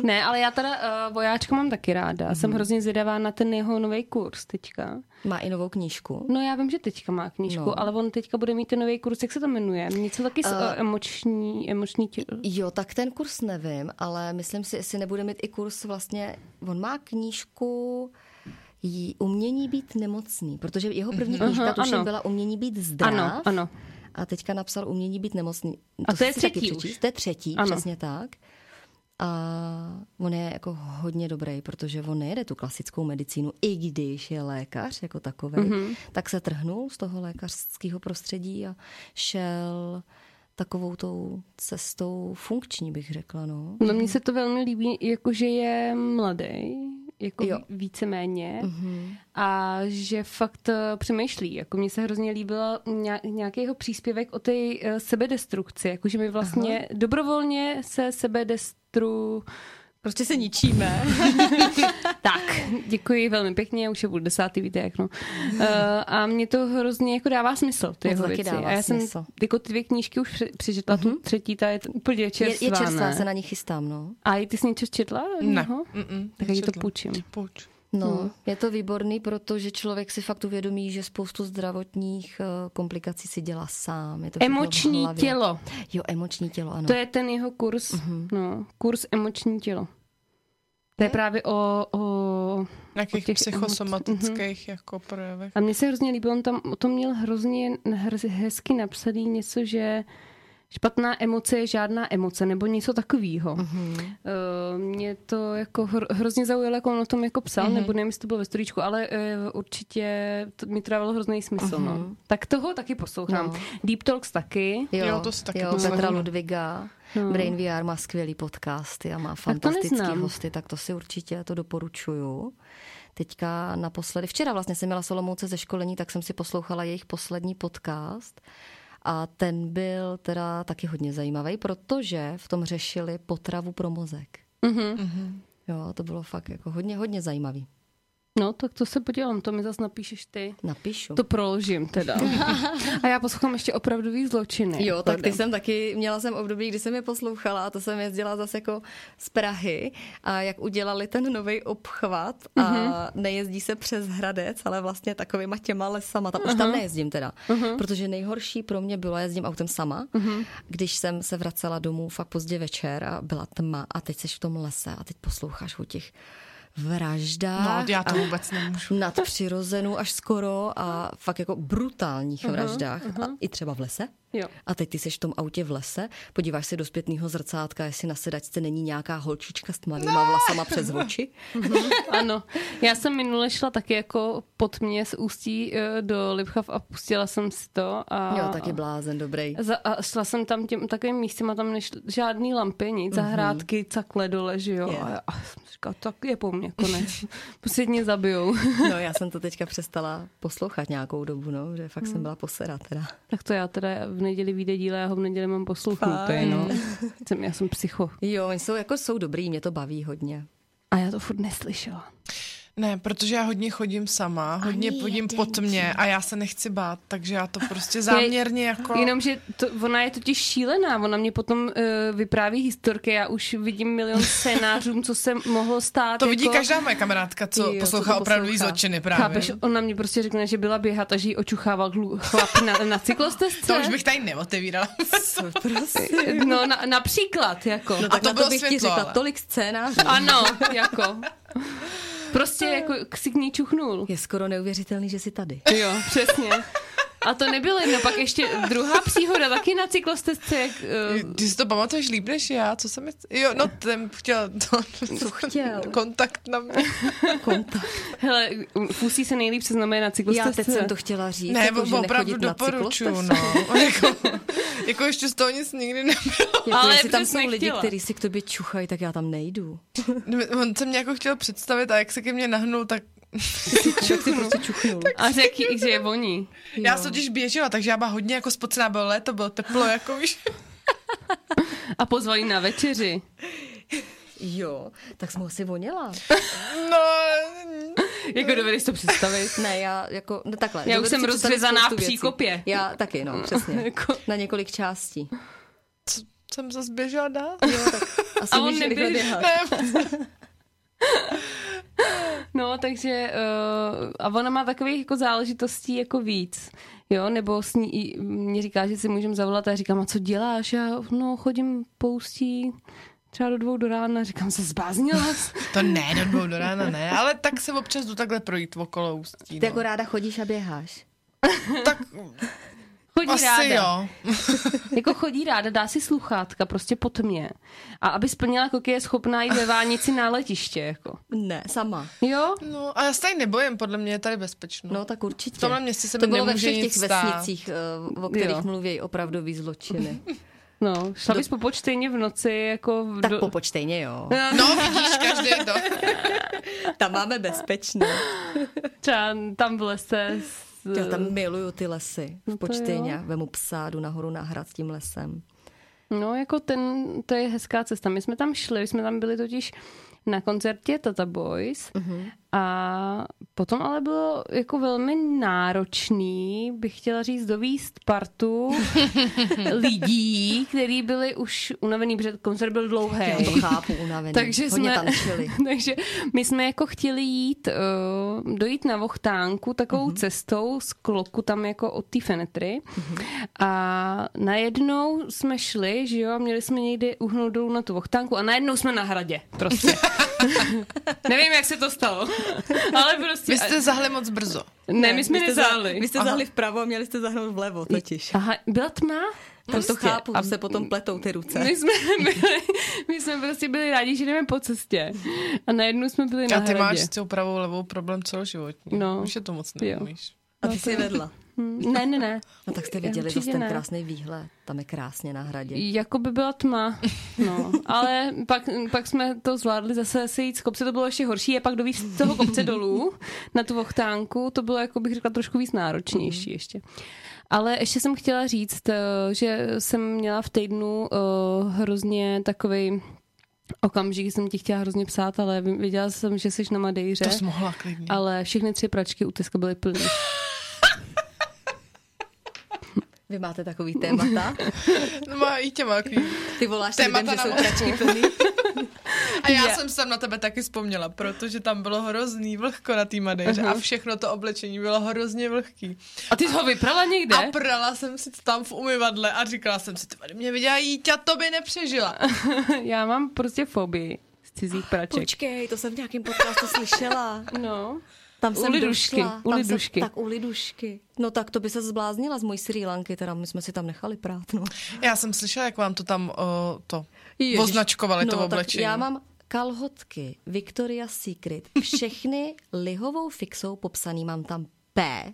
Ne, ale já teda uh, vojáčka mám taky ráda. Jsem Mhm. hrozně zvědavá na ten jeho nový kurz teďka. Má i novou knížku. No já vím, že teďka má knížku, no. No. ale on teďka bude mít ten nový kurz, jak se to jmenuje? Něco taky uh, s, emoční, emoční tě... Jo, tak ten kurz nevím, ale myslím si, jestli nebude mít i kurz vlastně, on má knížku, jí umění být nemocný, protože jeho první knížka Aha, tuším ano. byla umění být zdrav. Ano, ano. A teďka napsal umění být nemocný. A to si je chci taky třetí už. přečíst. To je třetí, Ano. ano. přesně tak. A on je jako hodně dobrý, protože on nejede tu klasickou medicínu, i když je lékař jako takový, Mhm. mm-hmm. tak se trhnul z toho lékařského prostředí a šel takovou tou cestou funkční, bych řekla. No. No mně se to velmi líbí, jakože je mladý, jako Jo. Mhm. jo. víceméně mm-hmm. a že fakt eh, přemýšlí. Jako mně se hrozně líbilo nějak- nějaký jeho příspěvek o té eh, sebedestrukci, jakože my vlastně Aha. dobrovolně se sebedestru... Prostě se ničíme. *laughs* Tak, děkuji velmi pěkně, už je budu desátý, víte jak no. Mhm. Uh, a mě to hrozně jako dává smysl, ty Moc jeho taky věci. dává a já smysl. Mhm. jsem jako ty dvě knížky už pře- přečetla, tu třetí, ta je t- úplně Je, čerstvá, je čerstvá, ne? se na ní chystám, no. A i ty jsi něco četla? Ne. Jednoho? Mm-mm, Tak já ti to nečetla. půjčím. Půjč. No, hmm. je to výborný, protože člověk si fakt uvědomí, že spoustu zdravotních eh, komplikací si dělá sám. Je to všechno v Emoční hlavě. tělo. Jo, emoční tělo, ano. To je ten jeho kurz, uh-huh. no, kurz emoční tělo. To je právě o, o... Nějakých O těch psychosomatických jako projevech. A mně se hrozně líbilo, on tam o tom měl hrozně hr- hezky napsaný něco, že špatná emoce je žádná emoce, nebo něco takového. Uh-huh. Mě to jako hr- hrozně zaujalo, jak on o tom jako psal, uh-huh. nebo nevím, jestli to bylo ve storíčku, ale uh, určitě to, mi to dávalo hrozný smysl. Uh-huh. No. Tak toho taky poslouchám. No. No. Deep Talks taky. Jo, Jo, to si taky jo poslechnu. Petra Ludviga. No. Brain VR má skvělý podcasty a má fantastický neznám. hosty, tak to si určitě to doporučuju. Teďka naposledy, včera vlastně jsem měla Solomouce ze školení, tak jsem si poslouchala jejich poslední podcast a ten byl teda taky hodně zajímavý, protože v tom řešili potravu pro mozek. Uh-huh. Jo, to bylo fakt jako hodně, hodně zajímavý. No, tak to se podívám, to mi zase napíšeš ty. Napíšu. To proložím teda. *laughs* A já poslouchám ještě opravdový zločiny. Jo, tak ty jsem taky, měla jsem období, kdy jsem je poslouchala a to jsem jezdila zase jako z Prahy a jak udělali ten nový obchvat a Mhm. mm-hmm. nejezdí se přes Hradec, ale vlastně takovýma těma lesama, tam už tam Mhm. nejezdím teda, uh-huh. protože nejhorší pro mě bylo, já jezdím autem sama, Mhm. uh-huh. když jsem se vracela domů fakt pozdě večer a byla tma a teď seš v tom lese a teď posloucháš o těch vraždách. No, já to a- vůbec nemůžu. nadpřirozenou až skoro a fakt jako brutálních Mhm, vraždách. A I třeba v lese. Jo. A teď ty seš v tom autě v lese, podíváš se do zpětného zrcátka, jestli na sedačce není nějaká holčička s tmavýma vlasama přes oči. *laughs* Ano, já jsem minule šla taky jako pod mě z ústí eh, do Lipchav a pustila jsem si to. A, Jo, no. taky *laughs* blázen, dobrý. Za, a šla jsem tam těm takovým místem a tam nešly žádný lampy, nic, zahrádky, cakle dole, že jo. Jo. A, já- a jsem říkala, tak je po mně *laughs* konec. Posledně zabijou. *laughs* No, já jsem to teďka přestala poslouchat nějakou dobu, no, že fakt jsem Hmm. byla posera teda. tak to já teda v neděli vyjde díle, já ho v neděli mám poslouchnutý, Fajn. no. Jsem, já jsem psycho. Jo, oni jsou jako jsou dobrý, mě to baví hodně. A já to furt neslyšela. Ne, protože já hodně chodím sama, hodně Ani chodím jeden pod mě a já se nechci bát, takže já *laughs* to prostě záměrně jako... Jenomže to, ona je totiž šílená, ona mě potom uh, vypráví historky, já už vidím milion scénářů, co se mohlo stát. To vidí jako, každá moje kamarádka, co jo, Jo, co poslouchá to opravdu poslouchá. zločiny právě. Chápeš, ona mě prostě řekne, že byla běhat a že ji očuchával hlu- chlap na, na cyklostezce. To už bych tady neotevírala. Prostě. No, na, například, jako. No, tak to na to bylo bych ti světlo, řekla ale. tolik scénářů. Ano, jako. Prostě jako k- si k ní čuchnul. Je skoro neuvěřitelný, že jsi tady. Jo, přesně. A to nebylo jedno, pak ještě druhá příhoda, taky na cyklostezce, jak... eh, *laughs* Ty si *laughs* to pamatuješ líp než já, co jsem... Jo, *laughs* no ten chtěl, to, Co chtěl? kontakt na mě. Kontakt. Hele, fusí se nejlíp seznamuje na Já cyklostezce. teď jsem to chtěla říct. Ne, jako, že opravdu nechodit na doporučuju, cyklostezce. no. jako, jako ještě z toho nic nikdy nebylo. *laughs* Jako, Ale Ale jestli tam přesně jsou lidi, chtěla. kteří si k tobě čuchají, tak já tam nejdu. On se mě jako chtěl představit a jak se ke mně nahnul, tak Tak si prostě *laughs* čuchnul. A řekl, jí, že je voní. já No. jsem totiž běžela, takže já byla hodně jako spocená, bylo léto, bylo teplo, jako víš. A pozvali na večeři. Jo, tak jsem ho asi voněla. No, Jako dovedeš to představit? Ne, já jako, no takhle. Já už dovedu jsem si představit rozřezaná spoustu v věcí. příkopě. Já taky, no, přesně. *laughs* Jako- Na několik částí. jsem zase běžela *laughs* dál. Jo, tak asi A on víš, že rychle neběž- běhat. No, takže uh, a ona má takových jako záležitostí jako víc, jo, nebo s ní, i- mě říká, že si můžeme zavolat a já říkám, a co děláš? Já, no, chodím poustí třeba do dvou do rána, říkám se zbáznila. *laughs* jsi?" To ne, do dvou do rána ne, ale tak se občas jdu takhle projít okolo ústí. Ty No. jako ráda chodíš a běháš. Tak Chodí ráda. asi jo. *laughs* Jako chodí ráda, dá si sluchátka prostě pod mě. A aby splnila koky, je schopná *laughs* jít ve Vánici na letiště. Jako. Ne, sama. Jo? No, a já se tady nebojím, podle mě je tady bezpečno. No tak určitě. V tomhle městě se to mi bylo ve nemůže všech těch nic stát. vesnicích, eh, o kterých Jo. mluví opravdový zločiny. *laughs* No, šla bys po počtejně v noci, jako... v tak do- popočtejně jo. No, vidíš, každý *laughs* to. Tam máme bezpečno. Třeba tam v lese s... *laughs* Já tam miluju ty lesy v No to jo. počtejně. Vemu psa, jdu nahoru na hrad s tím lesem. No, jako ten, to je hezká cesta. My jsme tam šli, my jsme tam byli totiž na koncertě Tata Boys Mhm. uh-huh. a potom ale bylo jako velmi náročný, bych chtěla říct, dovíst *laughs* partu lidí, kteří byli už unavený, protože koncert byl dlouhý. Já to chápu, *laughs* unavený. Takže Hodně jsme, tančili. *laughs* takže my jsme jako chtěli jít, uh, dojít na Vochtánku takovou mm-hmm. cestou z kloku tam jako od té fenetry. Mm-hmm. A najednou jsme šli, že jo, měli jsme někdy uhnout dolů na tu Vochtánku a najednou jsme na hradě prostě. Nevím, jak se to stalo, ale prostě... Vy jste zahli moc brzo. Ne, my jsme Vy jste nezáli. za- Vy jste Aha. zahli vpravo a měli jste zahnout vlevo totiž. Aha, byla tma? Prostě. To Prostě. chápu, a se potom pletou ty ruce. My jsme, *laughs* byli, my jsme prostě byli rádi, že jdeme po cestě. A najednou jsme byli na A ty hradě. máš s tou pravou levou problém celoživotní. No. Už je to moc Jo. neumíš. A ty jsi vedla. Ne, ne, ne. *laughs* No tak jste viděli zase Určitě ten ne. krásný výhled. Tam je krásně na hradě. Jako by byla tma. *laughs* No, ale pak, pak jsme to zvládli zase se jít z kopce, to bylo ještě horší, a pak dovíc z toho kopce *laughs* dolů na tu vochtánku, to bylo, jako bych řekla, trošku víc náročnější ještě. Ale ještě jsem chtěla říct, eh, že jsem měla v týdnu eh, hrozně takový okamžik, kdy jsem ti chtěla hrozně psát, ale věděla jsem, že jsi na Madejře, To jsi mohla klidně. ale všechny tři pračky u Teska byly plné. Vy máte takový témata. No má i tě má klidně. Ty voláš lidem, Témata že na jsou moc. pračky plný. A já jsem se tam na tebe taky vzpomněla, protože tam bylo hrozný vlhko na té Madejře a všechno to oblečení bylo hrozně vlhký. *laughs* A ty jsi ho vyprala někde? A prala jsem si tam v umyvadle a říkala jsem si, ty vole, mě viděla jít a to by *laughs* nepřežila. *laughs* Já mám prostě fobii z cizích praček. Počkej, to jsem v nějakém podcastu slyšela. No. Tam U jsem lidušky, došla. u tam lidušky. Jsem, tak u lidušky. No tak to by se zbláznila z mojí Sri Lanky, teda my jsme si tam nechali prát. No. Já jsem slyšela, jak vám to tam o, to označkovali no, to tak oblečení. Já mám kalhotky Victoria's Secret. Všechny *laughs* lihovou fixou popsaný mám tam P.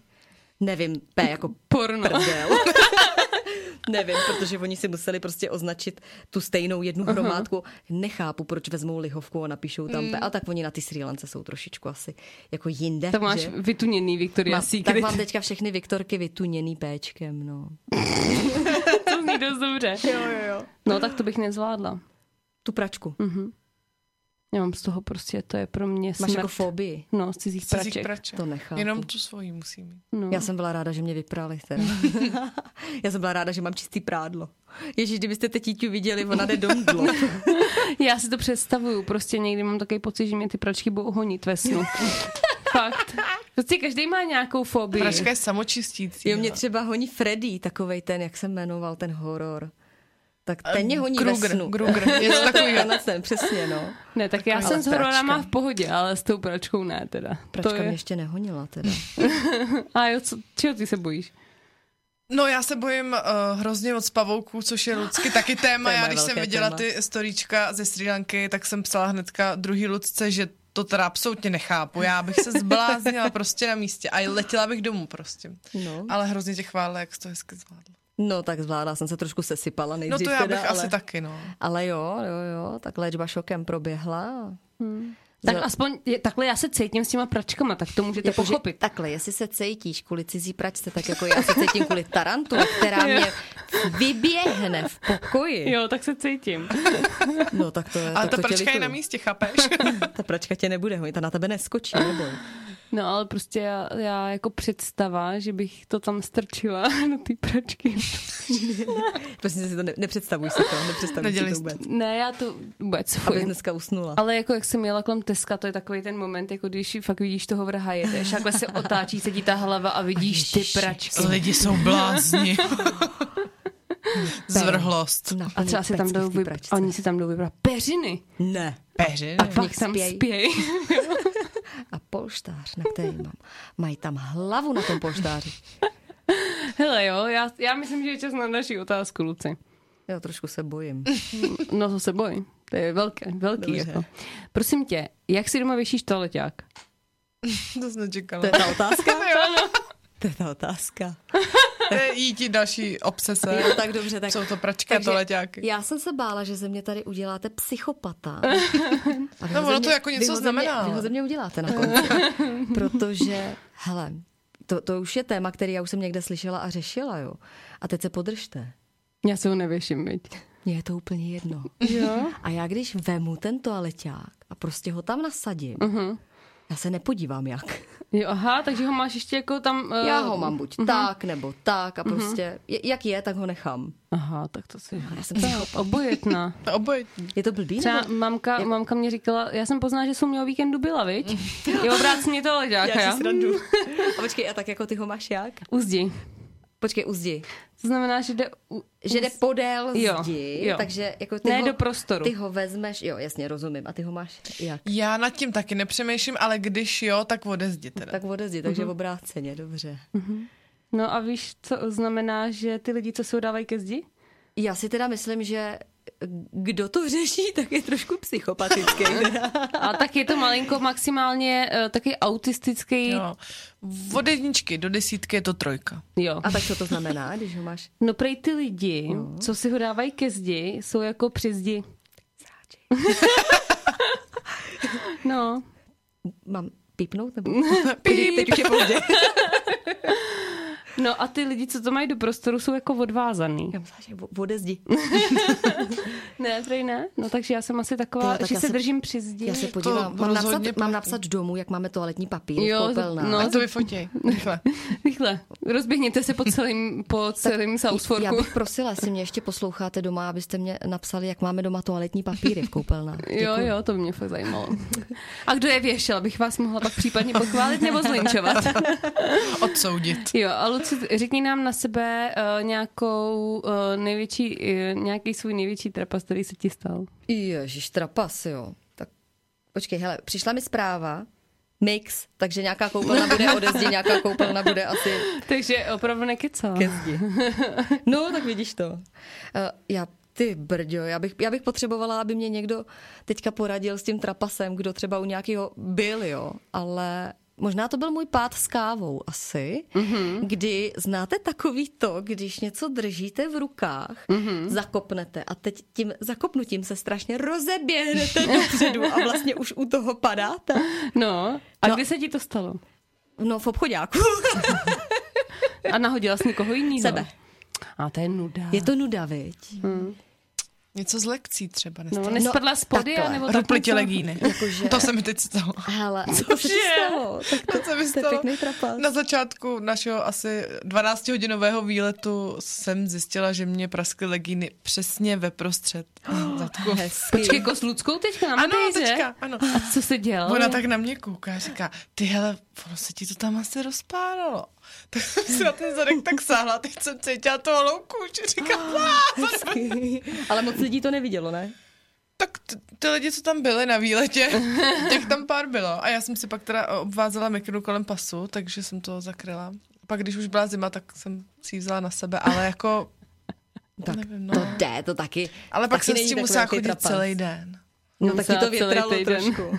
Nevím, P jako Porno. prdel. Nevím, protože oni si museli prostě označit tu stejnou jednu hromádku. Nechápu, proč vezmou lihovku a napíšou tam Mm. P. A tak oni na ty Sri Lance jsou trošičku asi jako jinde. Tak máš že? vytuněný Victoria Mám- Secret. tak mám teďka všechny Viktorky vytuněný péčkem, no. *laughs* to zní dost dobře. *laughs* Jo, jo, jo. No tak to bych nezvládla. Mhm. Tu pračku. Já mám z toho prostě, to je pro mě smrt. Máš jako fobii. No, z cizích Cizích praček. praček. To nechápu. Jenom tu svoji musím mít. No. Já jsem byla ráda, že mě vyprali *laughs* teda. Já jsem byla ráda, že mám čistý prádlo. Ježíš, kdybyste tetíťu viděli, ona jde do mdlo. Já si to představuju, prostě někdy mám takový pocit, že mě ty pračky budou honit ve *laughs* snu. Fakt. Prostě každý má nějakou fobii. Pračka je samočistící. Jo, mě ale- třeba honí Freddy, takovej ten, jak se jmenoval, ten horor. Tak ten mě honí ve Kruger, snu. Kruger, je to takový. Tenhle ten, přesně, no. Ne, tak já Ale jsem s pračka. hororama v pohodě, ale s tou pračkou ne teda. Pračka to je... mě ještě nehonila teda. A jo, co, čeho ty se bojíš? No já se bojím uh, hrozně od pavouků, což je lucky taky téma. *laughs* To je já moje když jsem velké viděla téma. ty storíčka ze Sri Lanky, tak jsem psala hnedka druhý ludce, že to teda absolutně nechápu. Já bych se zbláznila prostě na místě a letěla bych domů prostě. No. Ale hrozně tě chválila, jak jsi to hezky zvládla. no, tak zvládla jsem se trošku sesypala No nejdřív to já teda, bych ale... asi taky, no. Ale jo, jo, jo, tak léčba šokem proběhla. Tak Za- aspoň je, takhle já se cítím s těma pračkama, tak to můžete Jakože pochopit. Takhle, jestli se cítíš kvůli cizí pračce, tak jako já se cítím kvůli tarantule, která mě vyběhne v pokoji. Jo, tak se cítím. *laughs* No tak to je. Ale tak ta to tě pračka je lituju. na místě, chápeš? *laughs* Ta pračka tě nebude honit, ta na tebe neskočí, neboj. No ale prostě já, já jako představa, že bych to tam strčila *laughs* na ty pračky. Prostě si to ne, nepředstavuj si to, nepředstavuj Nedělej si si to vůbec. Ne, já to vůbec Aby fuj. dneska usnula. Ale jako jak jsem jela kolem Teska, to je takový ten moment, jako když fakt vidíš toho vrha jedeš, takhle se otáčí, sedí ta hlava a vidíš ty pračky. *laughs* Lidi jsou blázni. Zvrhlost. Na A třeba si tam pecky v jdou té vybrat, pračce. oni si tam jdou vybrat peřiny. Ne. Peřiny. Pak Pak tam spěj. spěj. *laughs* A polštář, na který mám. Mají tam hlavu na tom polštáři. Hele jo, já, já myslím, že je čas na další otázku, Luci. Já trošku se bojím. No to se boj. To je velké, velký. Dobře. Jako. Prosím tě, jak si doma věšíš toaleťák? To jsem nečekala. To je ta *laughs* otázka? no. To je ta otázka. To je jí ti další obsese. Jo, tak dobře, *laughs* tak Jsou to pračky a Takže toaleťáky. Já jsem se bála, že ze mě tady *laughs* uděláte psychopata. A vy No, ho ono ze to jako vy něco ho ze znamená. Mě, vy ho ze mě uděláte na *laughs* konci. Protože, hele, to, to už je téma, který já už jsem někde slyšela a řešila, jo. A teď se podržte. Já se ho nevěším, viď? Mně je to úplně jedno. Jo. A já když vemu ten toaleťák a prostě ho tam nasadím, Mhm. uh-huh. já se nepodívám jak. Oh. jo. Aha, takže ho máš ještě jako tam... eh, Já ho mám buď Mhm. tak, nebo tak a prostě, je- jak je, tak ho nechám. Aha, tak to si... Já jsem psychopat. Obojetná. To Obojetní. Je to blbý? Třeba nebo- mamka, mamka mě říkala, já jsem poznala, že jsou měla víkendu byla, viď? Mm. Jo, obráceně to leďáka, já. *laughs* srandu. A počkej, a tak jako ty ho máš jak? Uzdi. Počkej, u zdi. To znamená, že jde... U... Že jde podél Jo, zdi, jo. takže jako ty Ne ho, do prostoru. Ty ho vezmeš, jo, jasně, rozumím. A ty ho máš jak? Já nad tím taky nepřemýšlím, ale když jo, tak odezdi teda. Tak ode zdi, takže obráceně, dobře. No a víš, co znamená, že ty lidi, co se dávají ke zdi? Já si teda myslím, že eh, kdo to řeší, *laughs* tak je trošku psychopatický. teda. A tak je to malinko maximálně uh, taky autistický. Jo. Jo. Od jedničky do desítky je to trojka. jo. A *laughs* tak co to znamená, když ho máš No prej ty lidi, Mm. co si ho dávají ke zdi, jsou jako při zdi. sráči? *laughs* No, Mám pípnout? Nebo... *laughs* Píp, teď už je pozdě. no a ty lidi, co to mají do prostoru, jsou jako odvázaný. Já myslím, že ode zdi. Ne, prej ne. No takže já jsem asi taková, Tyjo, tak tak že já se se- držím při zdi. Já se podívám. Mám rozhodně napsat, platí. mám napsat domů, jak máme toaletní papír Jo, v popelnách. no, Tak to vyfotí. Rychle. Rychle, rozběhněte se po celým, po celým Já Southforku. bych prosila, jestli mě ještě posloucháte doma, abyste mě napsali, jak máme doma toaletní papíry v koupelnách. Jo, jo, to by mě fakt zajímalo. A kdo je věšel, abych vás mohla pak případně pochválit nebo *laughs* zlinčovat? Odsoudit. *laughs* Jo, a Luci, řekni nám na sebe uh, nějakou uh, největší, uh, nějaký svůj největší trapas, který se ti stal. Ježíš, trapas, jo. Tak počkej, hele, přišla mi zpráva, mix, takže nějaká koupelna bude ode zdi, nějaká koupelna bude asi Takže opravdu nekecal. *laughs* ke zdi. No, tak vidíš to. Uh, já ty brďo, já bych, já bych potřebovala, aby mě někdo teďka poradil s tím trapasem, kdo třeba u nějakého byl, jo, ale možná to byl můj pád s kávou asi, mm-hmm. kdy znáte takový to, když něco držíte v rukách, mm-hmm. zakopnete a teď tím zakopnutím se strašně rozeběhnete dopředu a vlastně už u toho padáte. No, a No. kdy se ti to stalo? No v *laughs* obchodáku. A nahodila jsi někoho jiného? Sebe. A to je nuda. Je to nuda, viď? *laughs* Něco z lekcí třeba. No, No, nespadla z podia, takhle. nebo tak Rupli ti něco? legíny. Jakože- To se mi teď stalo. Hele, a to se ti je? stalo. Tak *laughs* to, To se mi to je stalo. pěkný trapas. Na začátku našeho asi 12-hodinového výletu jsem zjistila, že mě praskly legíny přesně ve prostřed. *gasps* zadku. Hezky. Počkej, jako s Luckou teďka na Ano, Matejře? teďka, ano. A co se dělalo? Ona tak na mě kouká a říká, ty hele, ono se ti to tam asi rozpáralo. Tak jsem si na ten zadek tak sáhla, teď jsem cítila tu holouku, že říkám, "Ah, to nebude." Ale moc lidí to nevidělo, ne? tak t- ty lidi, co tam byli na *laughs* výletě, těch tam pár bylo. A já jsem si pak teda obvázela mikinu kolem pasu, takže jsem to zakryla. Pak když už byla zima, tak jsem si ji vzala na sebe, ale jako... *laughs* Tak nevím, no. To jde, to taky. Ale pak taky jsem s není tím takový musela velký chodit trapas. celý den. No tak ti to Celý větralo týden. trošku.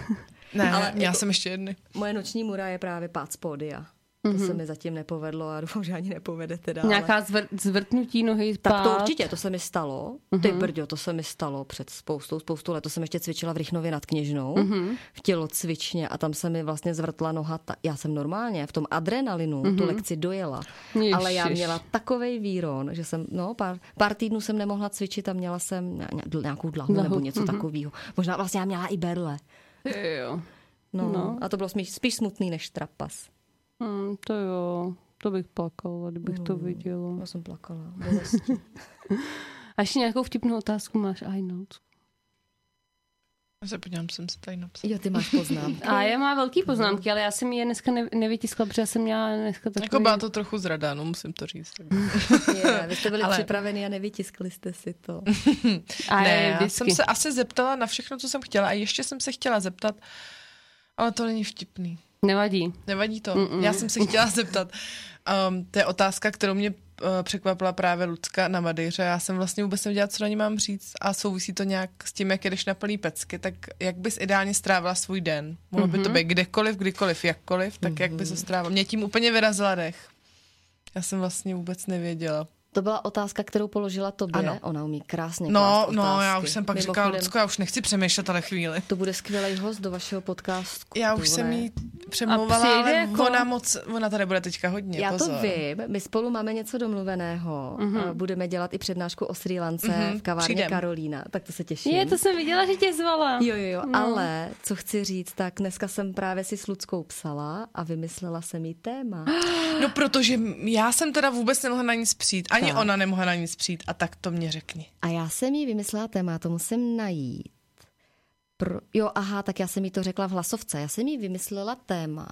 Ne, Ale ale měla jako- jsem ještě jedny. *laughs* Moje noční mura je právě pád z pódia. To mm-hmm. se mi zatím nepovedlo a doufám, že ani nepovede teda. Ale... Nějaká zvr- zvrtnutí nohy, Tak to pád. určitě, to se mi stalo. Ty brďo, to se mi stalo před spoustou, spoustou let. To jsem ještě cvičila v Rychnově nad Kněžnou, mm-hmm. v tělocvičně a tam se mi vlastně zvrtla noha. Ta... Já jsem normálně v tom adrenalinu mm-hmm. tu lekci dojela, Ježiš. ale já měla takovej výron, že jsem, no, pár, pár týdnů jsem nemohla cvičit a měla jsem ně- ně- nějakou dlahu Dlahu, nebo něco mm-hmm. takového. Možná vlastně já měla i berle. Jo. No, No. no. A to bylo spíš, spíš smutný než trapas. Hmm, to jo, to bych plakala, kdybych to No. viděla. Já jsem plakala. bolestí. A ještě nějakou vtipnou otázku máš, I know. Já se podívám, jsem si tady napsal. Jo, ty máš poznámky. A já má velký poznámky, ale já jsem je dneska ne- nevytiskla, protože já jsem měla dneska takový... Jako byla to trochu zrada, no musím to říct. Je, vy jste byli Ale- Ale... připraveni a nevytiskli jste si to. a Ne, je, já vždycky. jsem se asi zeptala na všechno, co jsem chtěla a ještě jsem se chtěla zeptat, ale to není vtipný. Nevadí. Nevadí to. Mm-mm. Já jsem se chtěla *laughs* zeptat. Um, to je otázka, kterou mě uh, překvapila právě Lucka na Madejře. Já jsem vlastně vůbec nevěděla, co na ní mám říct a souvisí to nějak s tím, jak jedeš na plný pecky, tak jak bys ideálně strávila svůj den? Mohlo by to být kdekoliv, kdykoliv, jakkoliv, tak mm-hmm. jak bys to strávila? Mě tím úplně vyrazila dech. Já jsem vlastně vůbec nevěděla. To byla otázka, kterou položila tobě. Ano. Ona umí krásně No, klást no, otázky. já už jsem pak říkala, Mimochodem, Lucko, já už nechci přemýšlet ale chvíli. To bude skvělý host do vašeho podcastu. Já už jsem ne? jí přemlouvala, přijde ale jako- ona moc, ona tady bude teďka hodně, Já pozor. to vím, my spolu máme něco domluveného. Mm-hmm. Budeme dělat i přednášku o Sri Lance Mhm, mm-hmm. v kavárně přijdem. Karolína, tak to se těším. Je, to jsem viděla, že tě zvala. Jo, jo, jo, no. ale co chci říct, tak dneska jsem právě si s Luckou psala a vymyslela jsem jí téma. No, protože já jsem teda vůbec nemohla na nic přijít. Ani tak. ona nemohla na nic přijít. A tak to mě řekni. A já jsem jí vymyslela téma, to musím najít. Pro, jo, aha, tak já jsem jí to řekla v hlasovce. Já jsem jí vymyslela téma,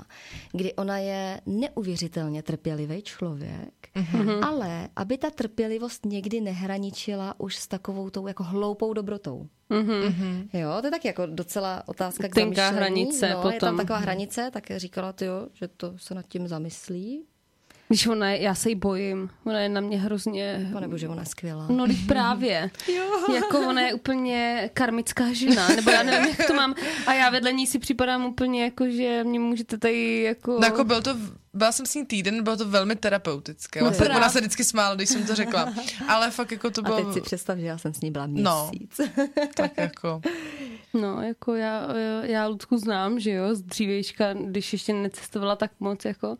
kdy ona je neuvěřitelně trpělivý člověk, Mhm. mm-hmm. ale aby ta trpělivost někdy nehraničila už s takovou tou jako hloupou dobrotou. Mm-hmm. Jo, to je tak jako docela otázka k Mhm. Tenká zamyšlení. hranice no, Je potom. tam taková hranice, tak říkala ty jo, že to se nad tím zamyslí. Když ona je, já se jí bojím. Ona je na mě hrozně... Panebože, ona je skvělá. No, teď právě. jo. Jako ona je úplně karmická žena, nebo já nevím, jak to mám. A já vedle ní si připadám úplně jako, že mě můžete tady jako... No, jako byl to, byla jsem s ní týden, bylo to velmi terapeutické. No, Vlastně právě. ona se vždycky smála, když jsem to *laughs* řekla. Ale fakt jako *gasps* to A bylo teď si představ, že já jsem s ní byla No. měsíc. tak jako... No, jako já, já Ludku znám, že jo, z dřívějška, když ještě necestovala tak moc, jako.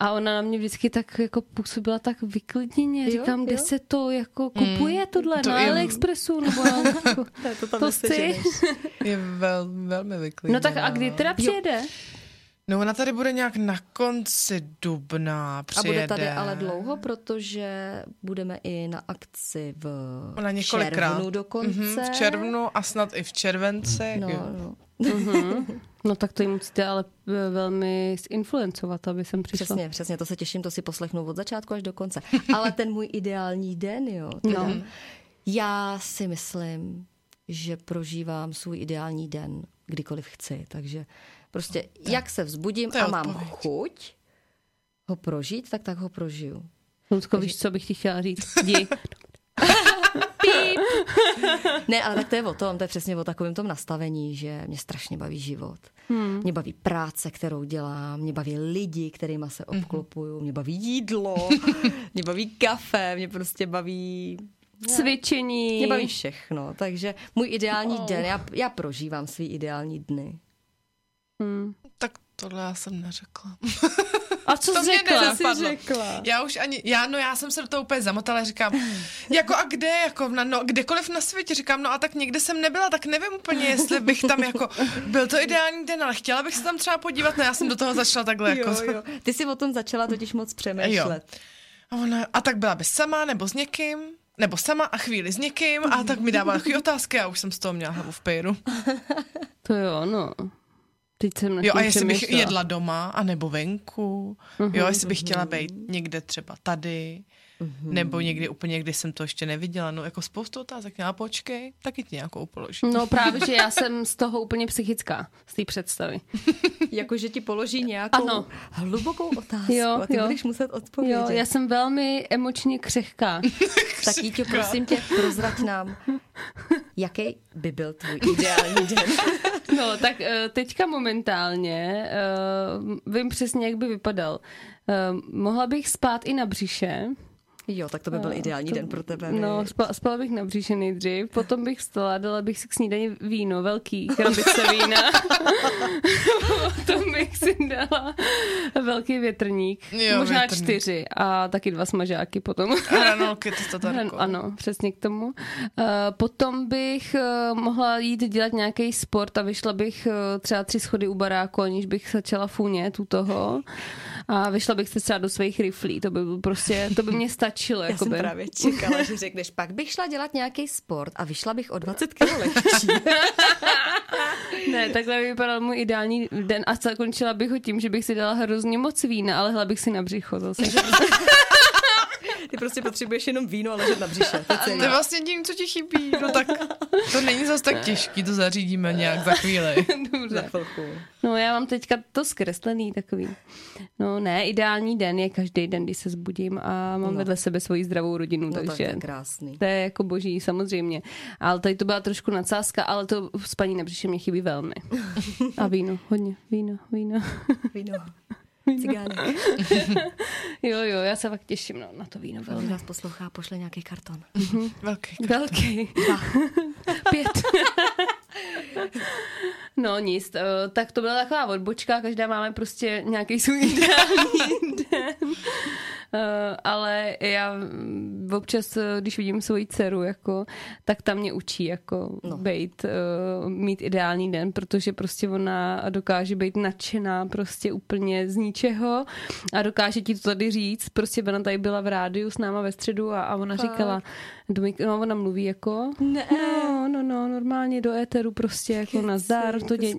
A ona na mě vždycky tak jako působila tak vyklidněně. Jo, Říkám, kde jo. se to jako kupuje tohle Mm, to na je- AliExpressu nebo na, *laughs* jako, to tam to neseženeš. chci. Je vel, velmi vyklidněná. No tak a kdy teda přijede? No ona tady bude nějak na konci dubna A přijede. bude tady ale dlouho, protože budeme i na akci v Ona několikrát. červnu dokonce. Mhm, v červnu a snad i v červenci. No, Jo. no, No tak to jim musíte ale eh, velmi zinfluencovat, aby jsem přišla. přesně, přesně, to se těším, to si poslechnu od začátku až do konce. Ale ten můj ideální den, jo. teda. Mhm, No. Já si myslím, že prožívám svůj ideální den kdykoliv chci, takže prostě jak se vzbudím No, to je a mám odpověď. chuť ho prožít, tak tak ho prožiju. *laughs* Ludko, víš, co bych ti chtěla říct? Jdi. Ne, ale tak to je o tom, to je přesně o takovém tom nastavení, že mě strašně baví život. Hmm. Mě baví práce, kterou dělám, mě baví lidi, kterými se Mhm. obklopuju, mě baví *laughs* jídlo, mě baví kafe, mě prostě baví... Cvičení. Mě baví všechno, takže můj ideální oh. den, já, já prožívám svý ideální dny. Tak tohle já jsem neřekla. Hmm. A co To jsi mě řekla? nenapadlo. jsi řekla? Já už ani, já, no já jsem se do toho úplně zamotala, říkám, jako a kde, jako na, no, kdekoliv na světě, říkám, no a tak někde jsem nebyla, tak nevím úplně, jestli bych tam jako, byl to ideální den, ale chtěla bych se tam třeba podívat, no já jsem do toho začala takhle *laughs* jako. Ty jsi o tom začala totiž moc přemýšlet. A, ona, a tak byla by sama, nebo s někým, nebo sama a chvíli s někým a tak mi dávala takový otázky a už jsem z toho měla hlavu v pejru. To jo, no. Teď jsem na Jo, a tím jestli bych přemýšlela. jedla doma, anebo venku, Mhm, jo, jestli bych chtěla být někde třeba tady, Mhm. nebo někdy úplně, kdy jsem to ještě neviděla, no jako spoustu otázek, měla počkej, taky ti nějakou položím. No právě, že já jsem z toho úplně psychická, z té představy. *laughs* Jakože Jako, ti položí nějakou Ano. *laughs* hlubokou otázku Jo, a ty jo. budeš muset odpovědět. Jo, já jsem velmi emočně křehká. Tak Jíťo, prosím tě, *laughs* prozrať nám, jaký by *laughs* byl tvůj ideální den. No, tak eh, teďka momentálně eh, vím přesně, jak by vypadal. Eh, Mohla bych spát i na břiše. Jo, tak to by byl ideální den pro tebe. Eh, No, No. spala, spala bych na břiše nejdřív, potom bych vstala, dala bych si k snídani víno, velký krabice vína. *laughs* potom bych si dala velký větrník, Jo, možná větrník. čtyři a taky dva smažáky potom. A ranolky to *laughs* jako- tatarko. Ano, ano, přesně k tomu. Uh, potom bych uh, mohla jít dělat nějaký eh, sport a vyšla bych uh, třeba tři schody u baráku, aniž bych začala funět u toho. a vyšla bych se třeba do svých riflí, to by bylo prostě, to by *laughs* mě stačilo. Já jsem jakoby. právě čekala, že řekneš, pak bych šla dělat nějaký sport a vyšla bych o 20 kg lehčí. Ne, takhle by vypadal můj ideální den a zakončila bych ho tím, že bych si dala hrozně moc vína, ale hla bych si na břicho zase. *laughs* Ty prostě potřebuješ jenom víno a ležet na břiše. To je To celý. je vlastně tím, co ti chybí. No tak to není zas tak těžký, to zařídíme nějak za *laughs* chvíli. Za Dobře. chvilku. No já mám teďka to zkreslený takový. No ne, ideální den je každý den, kdy se zbudím a mám no. vedle sebe svoji zdravou rodinu, No, tak to takže je krásný. to je jako boží samozřejmě. Ale tady to byla trošku nadsázka, ale to spaní na břiše mě chybí velmi. A víno, hodně, víno, víno. *laughs* Víno. Cigány. Jo, jo, já se fakt těším no, na to víno Velmi velmi. nás poslouchá, pošle nějaký karton. Velký. Velký. Pět. No nic, eh, tak to byla taková odbočka, každá máme prostě nějaký svůj *laughs* ideální den. Eh, Ale já mm, občas, eh, když vidím svoji dceru, jako, tak tam mě učí jako no. bejt, eh, mít ideální den, protože prostě ona dokáže být nadšená prostě úplně z ničeho a dokáže ti to tady říct. Prostě ona tady byla v rádiu s náma ve středu a, a ona říkala, do mik- no, ona mluví jako, Ne. no, no, no, normálně do éteru prostě jako na zdar. To dě...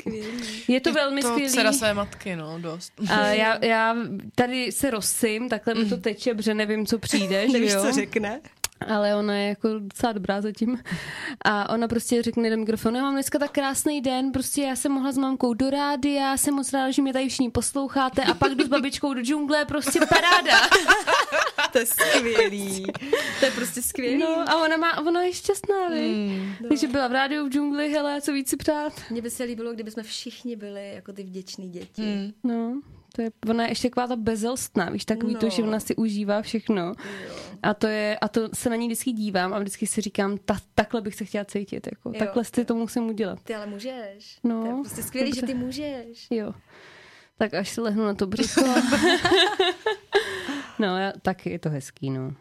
Je to velmi to skvělý. dcera své matky, no, dost. *laughs* A já, já tady se rozsím, takhle mi to teče, protože nevím, co *laughs* přijde, že Mhm. Nevíš, jo? co řekne? Ale ona je jako docela dobrá zatím. A ona prostě řekne do mikrofonu, já mám dneska tak krásný den, prostě já jsem mohla s mamkou do rády, já jsem moc ráda, že mě tady všichni posloucháte a pak jdu s babičkou do džungle, prostě *laughs* paráda. To je skvělý. *laughs* To je prostě skvělý. No a ona, má, ona je šťastná, mm, Hmm. Takže byla v rádiu v džungli, hele, co víc si přát. Mně by se líbilo, kdyby jsme všichni byli jako ty vděční děti. Mm. No, to je, ona je ještě taková ta bezelstná, víš, takový no. to, No. že ona si užívá všechno. A to, je, a to se na ní vždycky dívám a vždycky si říkám, ta, takhle bych se chtěla cítit, jako, Jo, takhle si to musím udělat. Ty ale můžeš. No, to je prostě skvělý, dobře. že ty můžeš. Jo. Tak až si lehnu na to břicho. *laughs* no, já, tak je to hezký, no.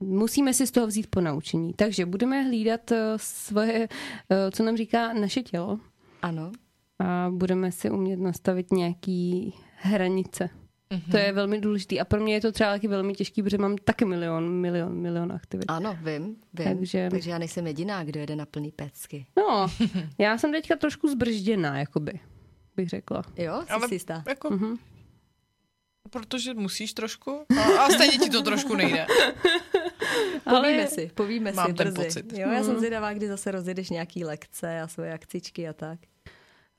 Musíme si z toho vzít po naučení. Takže budeme hlídat eh, svoje, eh, co nám říká naše tělo Ano. a budeme si umět nastavit nějaký hranice. Mhm. Mm-hmm. To je velmi důležitý. A pro mě je to třeba taky velmi těžký, protože mám taky milion, milion, milion aktivit. Ano, vím, vím. Takže- Takže, Takže já nejsem jediná, kdo jede na plný pecky. No, já jsem teďka trošku zbržděná, jakoby, bych řekla. Jo, jsi Ale si jistá. jako... Mhm. Protože musíš trošku a, a stejně ti to trošku nejde. Povíme si, povíme Mám si ten brzy. pocit. Jo, já Mhm. jsem zvědavá, kdy zase rozjedeš nějaký lekce a svoje akcičky a tak.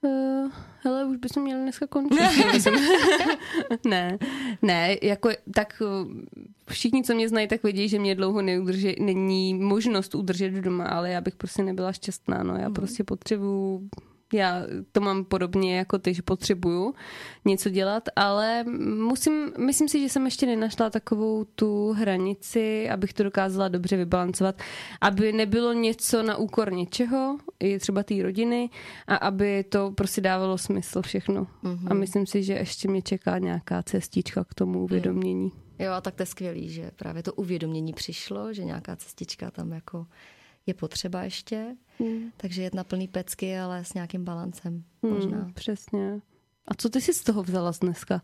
Uh, hele, už bychom měli dneska končit. *laughs* ne, ne, jako tak eh, všichni, co mě znají, tak vědí, že mě dlouho neudrži, není možnost udržet doma, ale já bych prostě nebyla šťastná, no já prostě potřebuju já to mám podobně jako ty, že potřebuju něco dělat, ale musím, myslím si, že jsem ještě nenašla takovou tu hranici, abych to dokázala dobře vybalancovat, aby nebylo něco na úkor něčeho, i třeba té rodiny, a aby to prostě dávalo smysl všechno. Mm-hmm. A myslím si, že ještě mě čeká nějaká cestička k tomu uvědomění. Jo, a tak to je skvělý, že právě to uvědomění přišlo, že nějaká cestička tam jako je potřeba ještě. Hmm. Takže jet na plný pecky, ale s nějakým balancem možná. Hmm, přesně. A co ty jsi z toho vzala z dneska?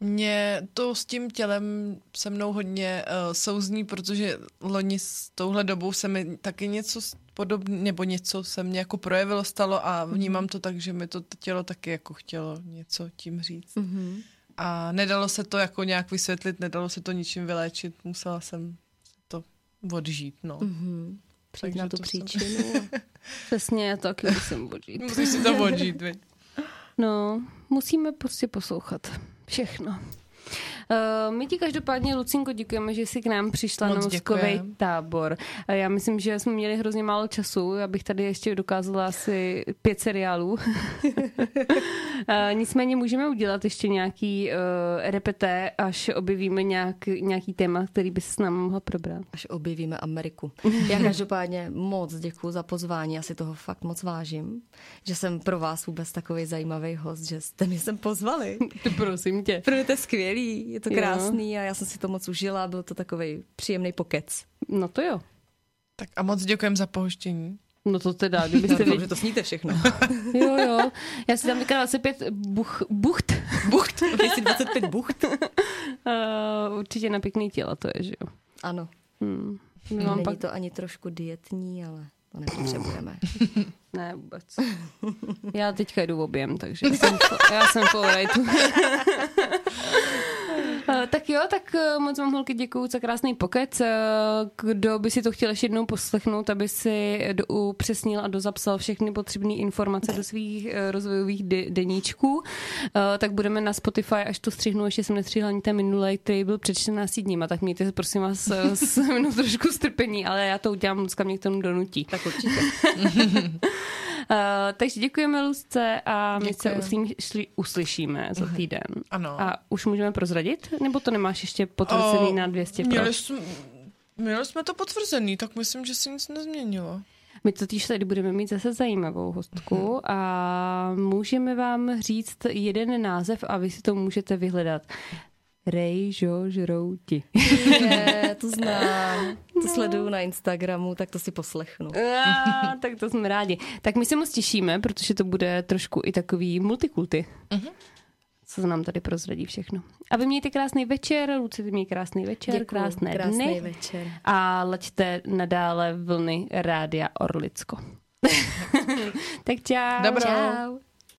Mě to s tím tělem se mnou hodně uh, souzní, protože loni s touhle dobou se mi taky něco podobně, nebo něco se mě jako projevilo, stalo a Mhm. vnímám to tak, že mi to t- tělo taky jako chtělo něco tím říct. Mhm. Mm-hmm. A nedalo se to jako nějak vysvětlit, nedalo se to ničím vyléčit, musela jsem to odžít, no. Mhm. Mm-hmm. Přijít Takže na to tu jsem- příčinu. *laughs* Přesně, já to taky musím odžít. Musíš *laughs* si to odžít, viď? No, musíme prostě poslouchat všechno. Uh, my ti každopádně, Lucinko, děkujeme, že jsi k nám přišla Moc na mozkový děkujem. tábor. A já myslím, že jsme měli hrozně málo času, já bych tady ještě dokázala asi pět seriálů. Eh, Nicméně můžeme udělat ještě nějaký uh, repeté, až objevíme nějak, nějaký téma, který by s námi mohla probrat. Až objevíme *laughs* Ameriku. Já každopádně moc děkuji za pozvání, já si toho fakt moc vážím, že jsem pro vás vůbec takový zajímavý host, že jste mě sem pozvali. Prosím tě. *laughs* Pro mě to je skvělý, je to Jo. krásný a já jsem si to moc užila, byl to takový příjemný pokec. No to jo. Tak a moc děkujem za pohoštění. No to teda, Já *laughs* kdybyste doufám, viděli. že to sníte všechno. Jo, jo. Já si tam teďka 25 buch, bucht. Bucht. *laughs* 225 bucht. Uh, určitě na pěkný těla to je, že jo. Ano. Hmm. My No, Není mám pak... to ani trošku dietní, ale to nepotřebujeme. Ne, vůbec. *laughs* Já teďka jdu v objem, takže já jsem, v- já jsem v alrightu. Eh, tak jo, tak eh, moc vám holky děkuju za krásný pokec. Eh, Kdo by si to chtěl ještě jednou poslechnout, aby si do- upřesnil a dozapsal všechny potřebné informace do svých eh, rozvojových de- deníčků, eh, tak budeme na Spotify, až to střihnu, ještě jsem nestřihla ani ten minulý, který byl před 14 dníma, tak mějte se, prosím vás *laughs* eh, s mnou trošku strpení, ale já to udělám, Lucka mě k tomu donutí. *laughs* tak určitě. Uh, takže děkujeme Luzce a my se Děkujem. uslím, šli, uslyšíme za týden. Ano. A už můžeme prozradit? Nebo to nemáš ještě potvrzený No. O, na 200 pro? Měli jsme, měli jsme to potvrzený, tak myslím, že se nic nezměnilo. My totiž tady budeme mít zase zajímavou hostku a můžeme vám říct jeden název a vy si to můžete vyhledat. Rejžo žrouti. *laughs* Je, to znám. To sleduju na Instagramu, tak to si poslechnu. Ah, *laughs* tak to jsme rádi. Tak my se moc těšíme, protože to bude trošku i takový multikulty. Co nám tady prozradí všechno. A vy mějte krásný večer, Luci, ty měj krásný večer, Děkuju, krásné krásný dny. večer. A leďte nadále vlny Rádia Orlicko. *laughs* tak čau. Dobrou. Čau.